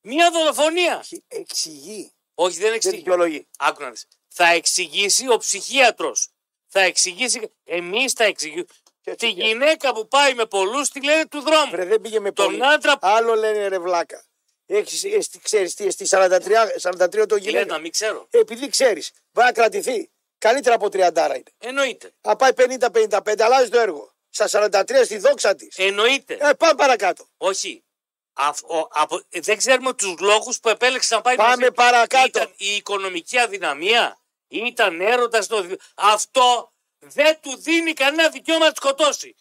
Speaker 1: μία δολοφονία.
Speaker 2: όχι. Εξηγεί.
Speaker 1: Όχι, δεν
Speaker 2: Δεν
Speaker 1: εξηγεί.
Speaker 2: δικαιολογεί.
Speaker 1: Άκου να δεις. Θα εξηγήσει ο ψυχίατρος. Θα εξηγήσει. Εμείς θα εξηγήσουμε.
Speaker 2: Και
Speaker 1: Τη
Speaker 2: ψυχίατρος.
Speaker 1: γυναίκα που πάει με πολλούς τη λένε του δρόμου.
Speaker 2: Βρε, δεν πήγε με
Speaker 1: Τον
Speaker 2: πολύ.
Speaker 1: άντρα-
Speaker 2: Άλλο λένε ρε βλάκα. Έχεις, ε, στη- ξέρεις τι, στη 43, 43 το
Speaker 1: Λένε να
Speaker 2: γυναίκα.
Speaker 1: μην ξέρω.
Speaker 2: Επειδή ξέρεις, μπορεί να κρατηθεί. Καλύτερα από 30 είναι.
Speaker 1: Εννοείται.
Speaker 2: Θα πάει 50-55, αλλάζεις το έργο. Στα 43 στη δόξα της.
Speaker 1: Εννοείται.
Speaker 2: Ε, πάμε παρακάτω.
Speaker 1: Όχι. Αφ- ο- από, ε, δεν ξέρουμε τους λόγους που επέλεξε να πάει
Speaker 2: Πάμε
Speaker 1: μαζί.
Speaker 2: παρακάτω.
Speaker 1: Ήταν η οικονομική αδυναμία. Ήταν έρωτας. Το... Αυτό δεν του δίνει κανένα δικαίωμα να τη σκοτώσει.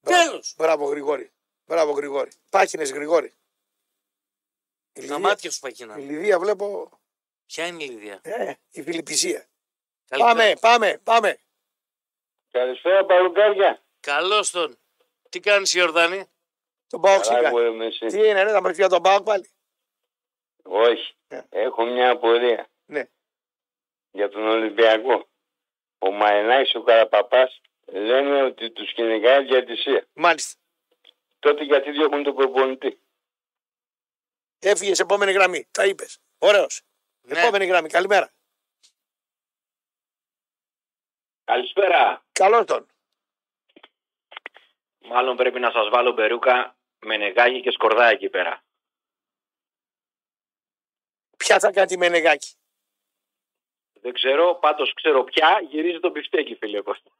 Speaker 1: Τέλος.
Speaker 2: Μπράβο, Γρηγόρη. Μπράβο, Γρηγόρη. Πάχινες, Γρηγόρη. Η
Speaker 1: Τα
Speaker 2: Λιδία,
Speaker 1: μάτια σου
Speaker 2: η
Speaker 1: παγινά.
Speaker 2: Λιδία βλέπω.
Speaker 1: Ποια είναι η Λιδία.
Speaker 2: Ε, η Φιλιππισία.
Speaker 1: Καλησπέρα.
Speaker 2: Πάμε, πάμε, πάμε.
Speaker 7: Καλησπέρα, Παουγκάρια.
Speaker 1: Καλώς τον. Τι κάνεις, Ιορδάνη.
Speaker 2: Τον Πάοκ σιγά. Τι είναι, ρε, θα μα πει για τον Πάοκ πάλι.
Speaker 7: Όχι.
Speaker 2: Ναι.
Speaker 7: Έχω μια απορία
Speaker 2: Ναι.
Speaker 7: για τον Ολυμπιακό. Ο Μαϊνάκης, ο Καραπαπάς λένε ότι τους κυνηγάει διατησία.
Speaker 2: Μάλιστα.
Speaker 7: Τότε γιατί διώχνουν τον προπονητή.
Speaker 2: Έφυγες σε επόμενη γραμμή. Τα είπες. Ωραίος.
Speaker 1: Ναι.
Speaker 2: Επόμενη γραμμή. Καλημέρα.
Speaker 7: Καλησπέρα.
Speaker 2: Καλό τον.
Speaker 7: Μάλλον πρέπει να σας βάλω μπερούκα με νεγάγι και σκορδά εκεί πέρα.
Speaker 2: Ποια θα κάνει τη μενεγάκι.
Speaker 7: Δεν ξέρω, πάντως ξέρω πια γυρίζει το μπιφτέκι, φίλε Κώστα.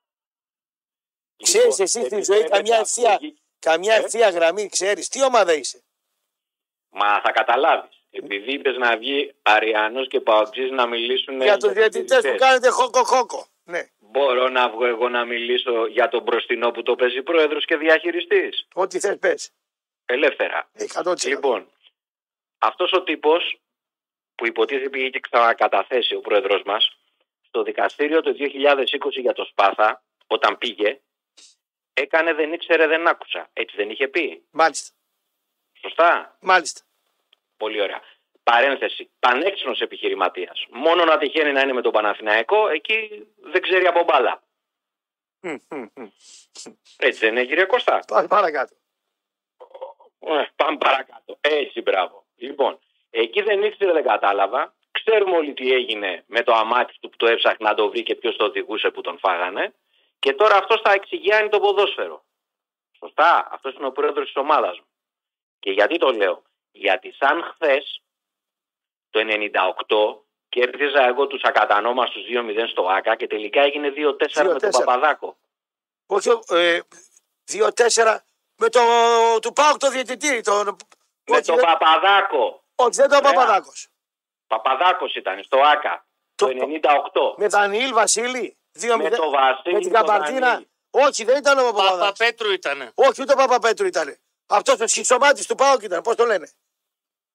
Speaker 2: Ξέρεις
Speaker 7: Λοιπόν,
Speaker 2: εσύ στη
Speaker 7: επιτρέπετε
Speaker 2: ζωή καμιά
Speaker 7: να
Speaker 2: ευθεία.
Speaker 7: βγει-
Speaker 2: Καμιά
Speaker 7: Ε.
Speaker 2: ευθεία γραμμή, ξέρει. Τι ομάδα είσαι.
Speaker 7: Μα θα καταλάβεις. Επειδή είπες να βγει Αριανός και Παοξής να μιλήσουν
Speaker 2: για τους διαιτητές που
Speaker 7: διαιτητές.
Speaker 2: κάνετε χόκο-χόκο. Ναι.
Speaker 7: Μπορώ να βγω εγώ να μιλήσω για τον μπροστινό που το παίζει πρόεδρος και διαχειριστής.
Speaker 2: Ό,τι Ε, θες, πες.
Speaker 7: Ελεύθερα.
Speaker 2: 100%.
Speaker 7: Λοιπόν, αυτός ο τύπος που υποτίθεται πήγε και ξανακαταθέσει ο πρόεδρος μας στο δικαστήριο το 2020 για το Σπάθα, όταν πήγε, έκανε δεν ήξερε, δεν άκουσα. Έτσι δεν είχε πει.
Speaker 2: Μάλιστα.
Speaker 7: Σωστά.
Speaker 2: Μάλιστα.
Speaker 7: Πολύ ωραία. Παρένθεση. Πανέξυπνος επιχειρηματίας. Μόνο να τυχαίνει να είναι με τον Παναθηναϊκό, εκεί δεν ξέρει από μπάλα.
Speaker 2: Μμ, μμ, μμ.
Speaker 7: Έτσι δεν είναι, κύριε Κώστα.
Speaker 2: Πάμε παρακάτω.
Speaker 7: Ε, Πάμε παρακάτω. Έτσι, μπράβο. Λοιπόν, εκεί δεν ήξερε, δεν κατάλαβα. Ξέρουμε όλοι τι έγινε με το αμάτι του που το έψαχνε να το βρει και ποιος το οδηγούσε που τον φάγανε. Και τώρα αυτός θα εξηγιάνει το ποδόσφαιρο. Σωστά. Αυτός είναι ο πρόεδρος της ομάδας μου. Και γιατί το λέω. Γιατί σαν χθες το 98 κέρδιζα εγώ τους ακατανόμαστους 2-0 στο ΑΚΑ και τελικά έγινε 2-4 με τον
Speaker 2: 2-4.
Speaker 7: Παπαδάκο.
Speaker 2: Όχι, ε, 2-4 με το του Πάουκ το διαιτητήρι. Τον,
Speaker 7: Με
Speaker 2: όχι,
Speaker 7: τον
Speaker 2: δεν-
Speaker 7: Παπαδάκο.
Speaker 2: όχι, δεν το
Speaker 7: Ωραία.
Speaker 2: Παπαδάκος.
Speaker 7: Παπαδάκος ήταν στο ΑΚΑ το
Speaker 2: Το-
Speaker 7: 98.
Speaker 2: Με Δανιήλ Βασίλη. 2-0.
Speaker 7: με το Βασίλη.
Speaker 2: με την
Speaker 7: το
Speaker 2: Καμπαρτίνα.
Speaker 7: Δανίλη.
Speaker 2: Όχι, δεν ήταν ο Παπαδάκος.
Speaker 1: Παπαπέτρου ήταν.
Speaker 2: Όχι, ούτε ο Παπαπέτρου ήταν. Αυτός ο σχισομάτης του Πάουκ ήταν. Πώς το λένε.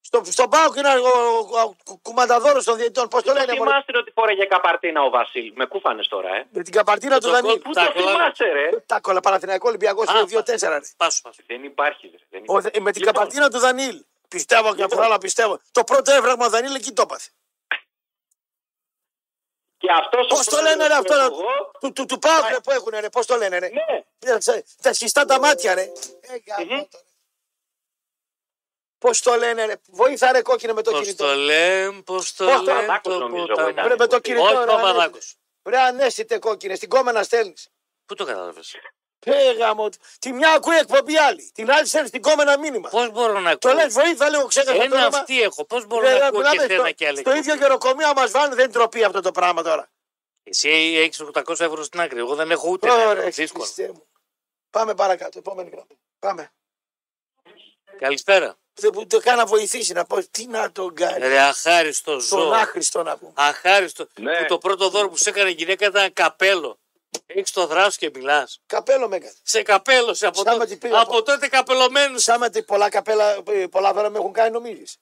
Speaker 2: Στο, στον Πάουκ ήταν ο, ο, ο κουμανταδόρος των διαιτητών. Πώς το
Speaker 7: Το
Speaker 2: λένε. μωρέ.
Speaker 7: θυμάστε ότι φόρεγε καπαρτίνα ο Βασίλη. Με κούφανες τώρα, ε.
Speaker 2: Με την καπαρτίνα του
Speaker 1: το
Speaker 2: Δανιήλ.
Speaker 1: κόλπο.
Speaker 7: Πού
Speaker 1: Τα
Speaker 7: το
Speaker 1: κολλάμε.
Speaker 7: θυμάστε, ρε.
Speaker 2: Τάκολα, Παναθηναϊκό Ολυμπιακό
Speaker 1: Α,
Speaker 2: 2-4. ρε.
Speaker 1: Πάσου, πάσου.
Speaker 7: Δεν υπάρχει, ρε. Δεν
Speaker 2: Ο,
Speaker 7: υπάρχει.
Speaker 2: Δε- με την
Speaker 7: Λοιπόν,
Speaker 2: καπαρτίνα του Δανίλ. Πιστεύω και απ' τα άλλα πιστεύω. Το πρώτο έβραγμα Δανίλ εκεί το έπαθε.
Speaker 7: Και αυτός
Speaker 2: Πώ
Speaker 7: ο
Speaker 2: το λένε ρε
Speaker 7: πρόεδρος
Speaker 2: αυτό.
Speaker 7: που
Speaker 2: ρε,
Speaker 7: έχω εγώ,
Speaker 2: Του, του, του Πάουκ, ρε, που έχουν ρε. Πώς το λένε ρε.
Speaker 7: Ναι,
Speaker 2: Ε, σε- Τα σχιστά τα μάτια ρε. Ε,
Speaker 7: Μμμ.
Speaker 2: Πώς το λένε ρε. Βοήθα ρε κόκκινε με το
Speaker 1: Πώς το
Speaker 2: κινητό.
Speaker 1: λένε, πώς το
Speaker 2: Πώς το-
Speaker 1: λένε.
Speaker 7: Παπαδάκος
Speaker 1: Το
Speaker 7: νομίζω
Speaker 1: ποτάμι.
Speaker 7: ήταν.
Speaker 2: Ρε με το
Speaker 7: Όχι,
Speaker 2: κινητό.
Speaker 1: Όχι,
Speaker 2: ρε,
Speaker 1: Παπαδάκο.
Speaker 2: ανέσυτε. Ρε ανέστητε κόκκινε. Στην κόμενα στέλνεις.
Speaker 1: Πού το κατάλαβες.
Speaker 2: Πέγαμο. Τη μια ακούει εκπομπή άλλη. Την άλλη σε ένα μήνυμα.
Speaker 1: Πώς μπορώ να ακούω.
Speaker 2: Το λε βοήθεια, λέω ξέχασα το
Speaker 1: Ένα
Speaker 2: όνομα.
Speaker 1: αυτή έχω. Πώς μπορώ
Speaker 2: Ε,
Speaker 1: να ακούω και
Speaker 2: μιλάμε
Speaker 1: εσένα
Speaker 2: στο-
Speaker 1: και άλλη.
Speaker 2: Στο ίδιο γεροκομείο μα βάλουν, δεν τροπεί αυτό το πράγμα τώρα.
Speaker 1: Εσύ έχεις 800 ευρώ στην άκρη. Εγώ δεν έχω ούτε. ένα ευρώ.
Speaker 2: Ωραία,
Speaker 1: Δύσκολο.
Speaker 2: Χριστέ μου. Πάμε παρακάτω, επόμενη γραμμή. Πάμε.
Speaker 1: Καλησπέρα.
Speaker 2: Δεν που το καν να βοηθήσει να πω τι να τον κάνει.
Speaker 1: Ρε αχάριστο
Speaker 2: Τον
Speaker 1: ζώο.
Speaker 2: άχρηστο να πούμε.
Speaker 1: Αχάριστο.
Speaker 8: Ναι.
Speaker 1: Που το πρώτο δώρο που σε έκανε η γυναίκα ήταν καπέλο. Έχεις το δράσος και μιλάς.
Speaker 2: Καπέλο με έκανε.
Speaker 1: Σε καπέλωσε από,
Speaker 2: Σαν
Speaker 1: το...
Speaker 2: να την πήγα
Speaker 1: από
Speaker 2: από-
Speaker 1: τότε καπελωμένος.
Speaker 2: Σαν με τη πολλά καπέλα, ε, πολλά δώρα με έχουν κάνει νομίζεις.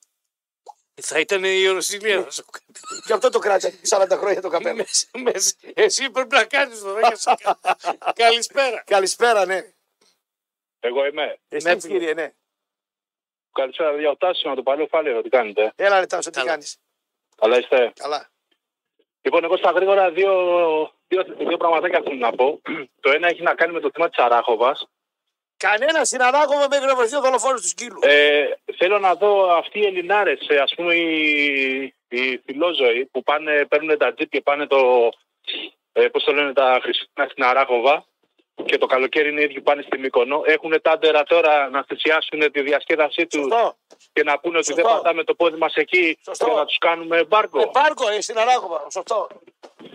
Speaker 1: Θα ήταν η ιεροσυλία
Speaker 2: Ναι.
Speaker 1: να σου κάνει.
Speaker 2: Γι' αυτό το κράτησα 40 χρόνια το καπέλο.
Speaker 1: Μέσα- μέσα. Εσύ πρέπει να κάνεις το δώρο. Καλησπέρα.
Speaker 2: Καλησπέρα, ναι.
Speaker 11: Εγώ είμαι.
Speaker 2: Εσύ
Speaker 1: Ναι, φίλε.
Speaker 2: κύριε, ναι.
Speaker 11: Καλησπέρα, διαοτάσιο να το παλιό φάλερο. Τι κάνετε.
Speaker 2: Έλα ρε Τάσο, τι
Speaker 1: Καλά.
Speaker 2: κάνεις.
Speaker 11: Καλά είστε.
Speaker 2: Καλά.
Speaker 11: Λοιπόν, εγώ στα γρήγορα δύο, δύο, δύο πραγματάκια θέλω να πω. το ένα έχει να κάνει με το θέμα της Αράχοβας.
Speaker 2: Κανένας συναράγωμα μέχρι να βρεθεί ο δολοφόνος του σκύλου.
Speaker 11: Ε, θέλω να δω αυτοί οι Ελληνάρες, ας πούμε οι, οι φιλόζωοι που πάνε, παίρνουν τα τζιπ και πάνε το. Ε, Πώς το λένε τα Χριστούγεννα στην Αράχοβα και το καλοκαίρι είναι οι ίδιοι που πάνε στη Μυκονό. Έχουν τάντερα τώρα να θυσιάσουν τη διασκέδασή τους
Speaker 2: Σωστό.
Speaker 11: και να πούνε ότι
Speaker 2: Σωστό.
Speaker 11: δεν πατάμε το πόδι μας εκεί
Speaker 2: Σωστό.
Speaker 11: και να τους κάνουμε μπάρκο.
Speaker 2: Ε, πάρκο, ε, συναράγωμα. Σωστό.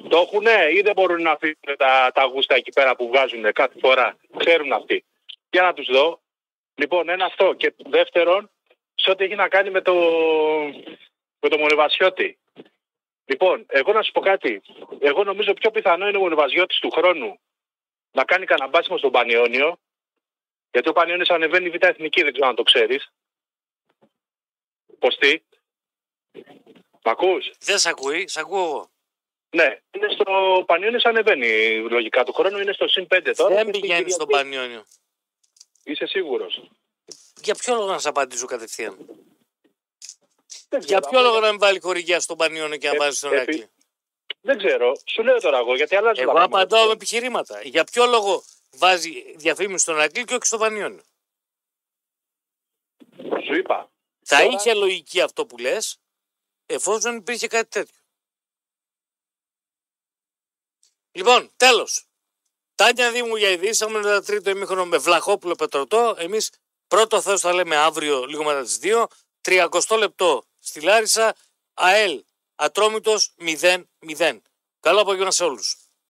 Speaker 11: Το έχουν ή δεν μπορούν να αφήσουν τα, τα γούστα εκεί πέρα που βγάζουν κάθε φορά. Ξέρουν αυτοί. Για να τους δω. Λοιπόν, ένα αυτό. Και δεύτερον, σε ό,τι έχει να κάνει με το, με το Μονεβασιώτη. Λοιπόν, εγώ να σου πω κάτι. Εγώ νομίζω πιο πιθανό είναι ο Μονεβασιώτης του χρόνου να κάνει κανένα μπάσιμο στον Πανιόνιο. Γιατί ο Πανιόνιο ανεβαίνει β' εθνική, δεν ξέρω αν το ξέρεις. Πώ τι. Μ' ακούς?
Speaker 1: Δεν σε ακούει, σε ακούω εγώ.
Speaker 11: Ναι, είναι στο Πανιόνιο ανεβαίνει λογικά του χρόνου, είναι στο συν 5 τώρα.
Speaker 1: Δεν
Speaker 11: Και στην
Speaker 1: πηγαίνει στον
Speaker 11: Κυριακή.
Speaker 1: Πανιόνιο.
Speaker 11: Είσαι σίγουρος.
Speaker 1: Για ποιο λόγο να σε απαντήσω
Speaker 2: Ναι.
Speaker 1: κατευθείαν. Για
Speaker 11: ξέρω,
Speaker 1: ποιο
Speaker 11: από-
Speaker 1: λόγο να μην βάλει χορηγιά στον Πανιόνιο και να
Speaker 11: Ε,
Speaker 1: βάζει στον
Speaker 11: επί-
Speaker 1: Ερακλή.
Speaker 11: Δεν ξέρω, σου λέω τώρα εγώ γιατί αλλάζω.
Speaker 1: Εγώ απαντάω με επιχειρήματα. Για ποιο λόγο βάζει διαφήμιση στον Ερακλή και όχι στον Πανιόνιο.
Speaker 11: Σου είπα.
Speaker 1: Θα
Speaker 11: Τώρα-
Speaker 1: είχε λογική αυτό που λες, εφόσον υπήρχε κάτι τέτοιο. Λοιπόν, τέλος. Τάνια Δήμου για ειδήσει. Έχουμε μετά τρίτο ημίχρονο με Βλαχόπουλο Πετρωτό. Εμείς πρώτο Θεός θα λέμε αύριο, λίγο μετά τις 2. 30 λεπτό στη Λάρισα. ΑΕΛ. Ατρόμητος 0-0. Καλό απόγευμα σε όλους.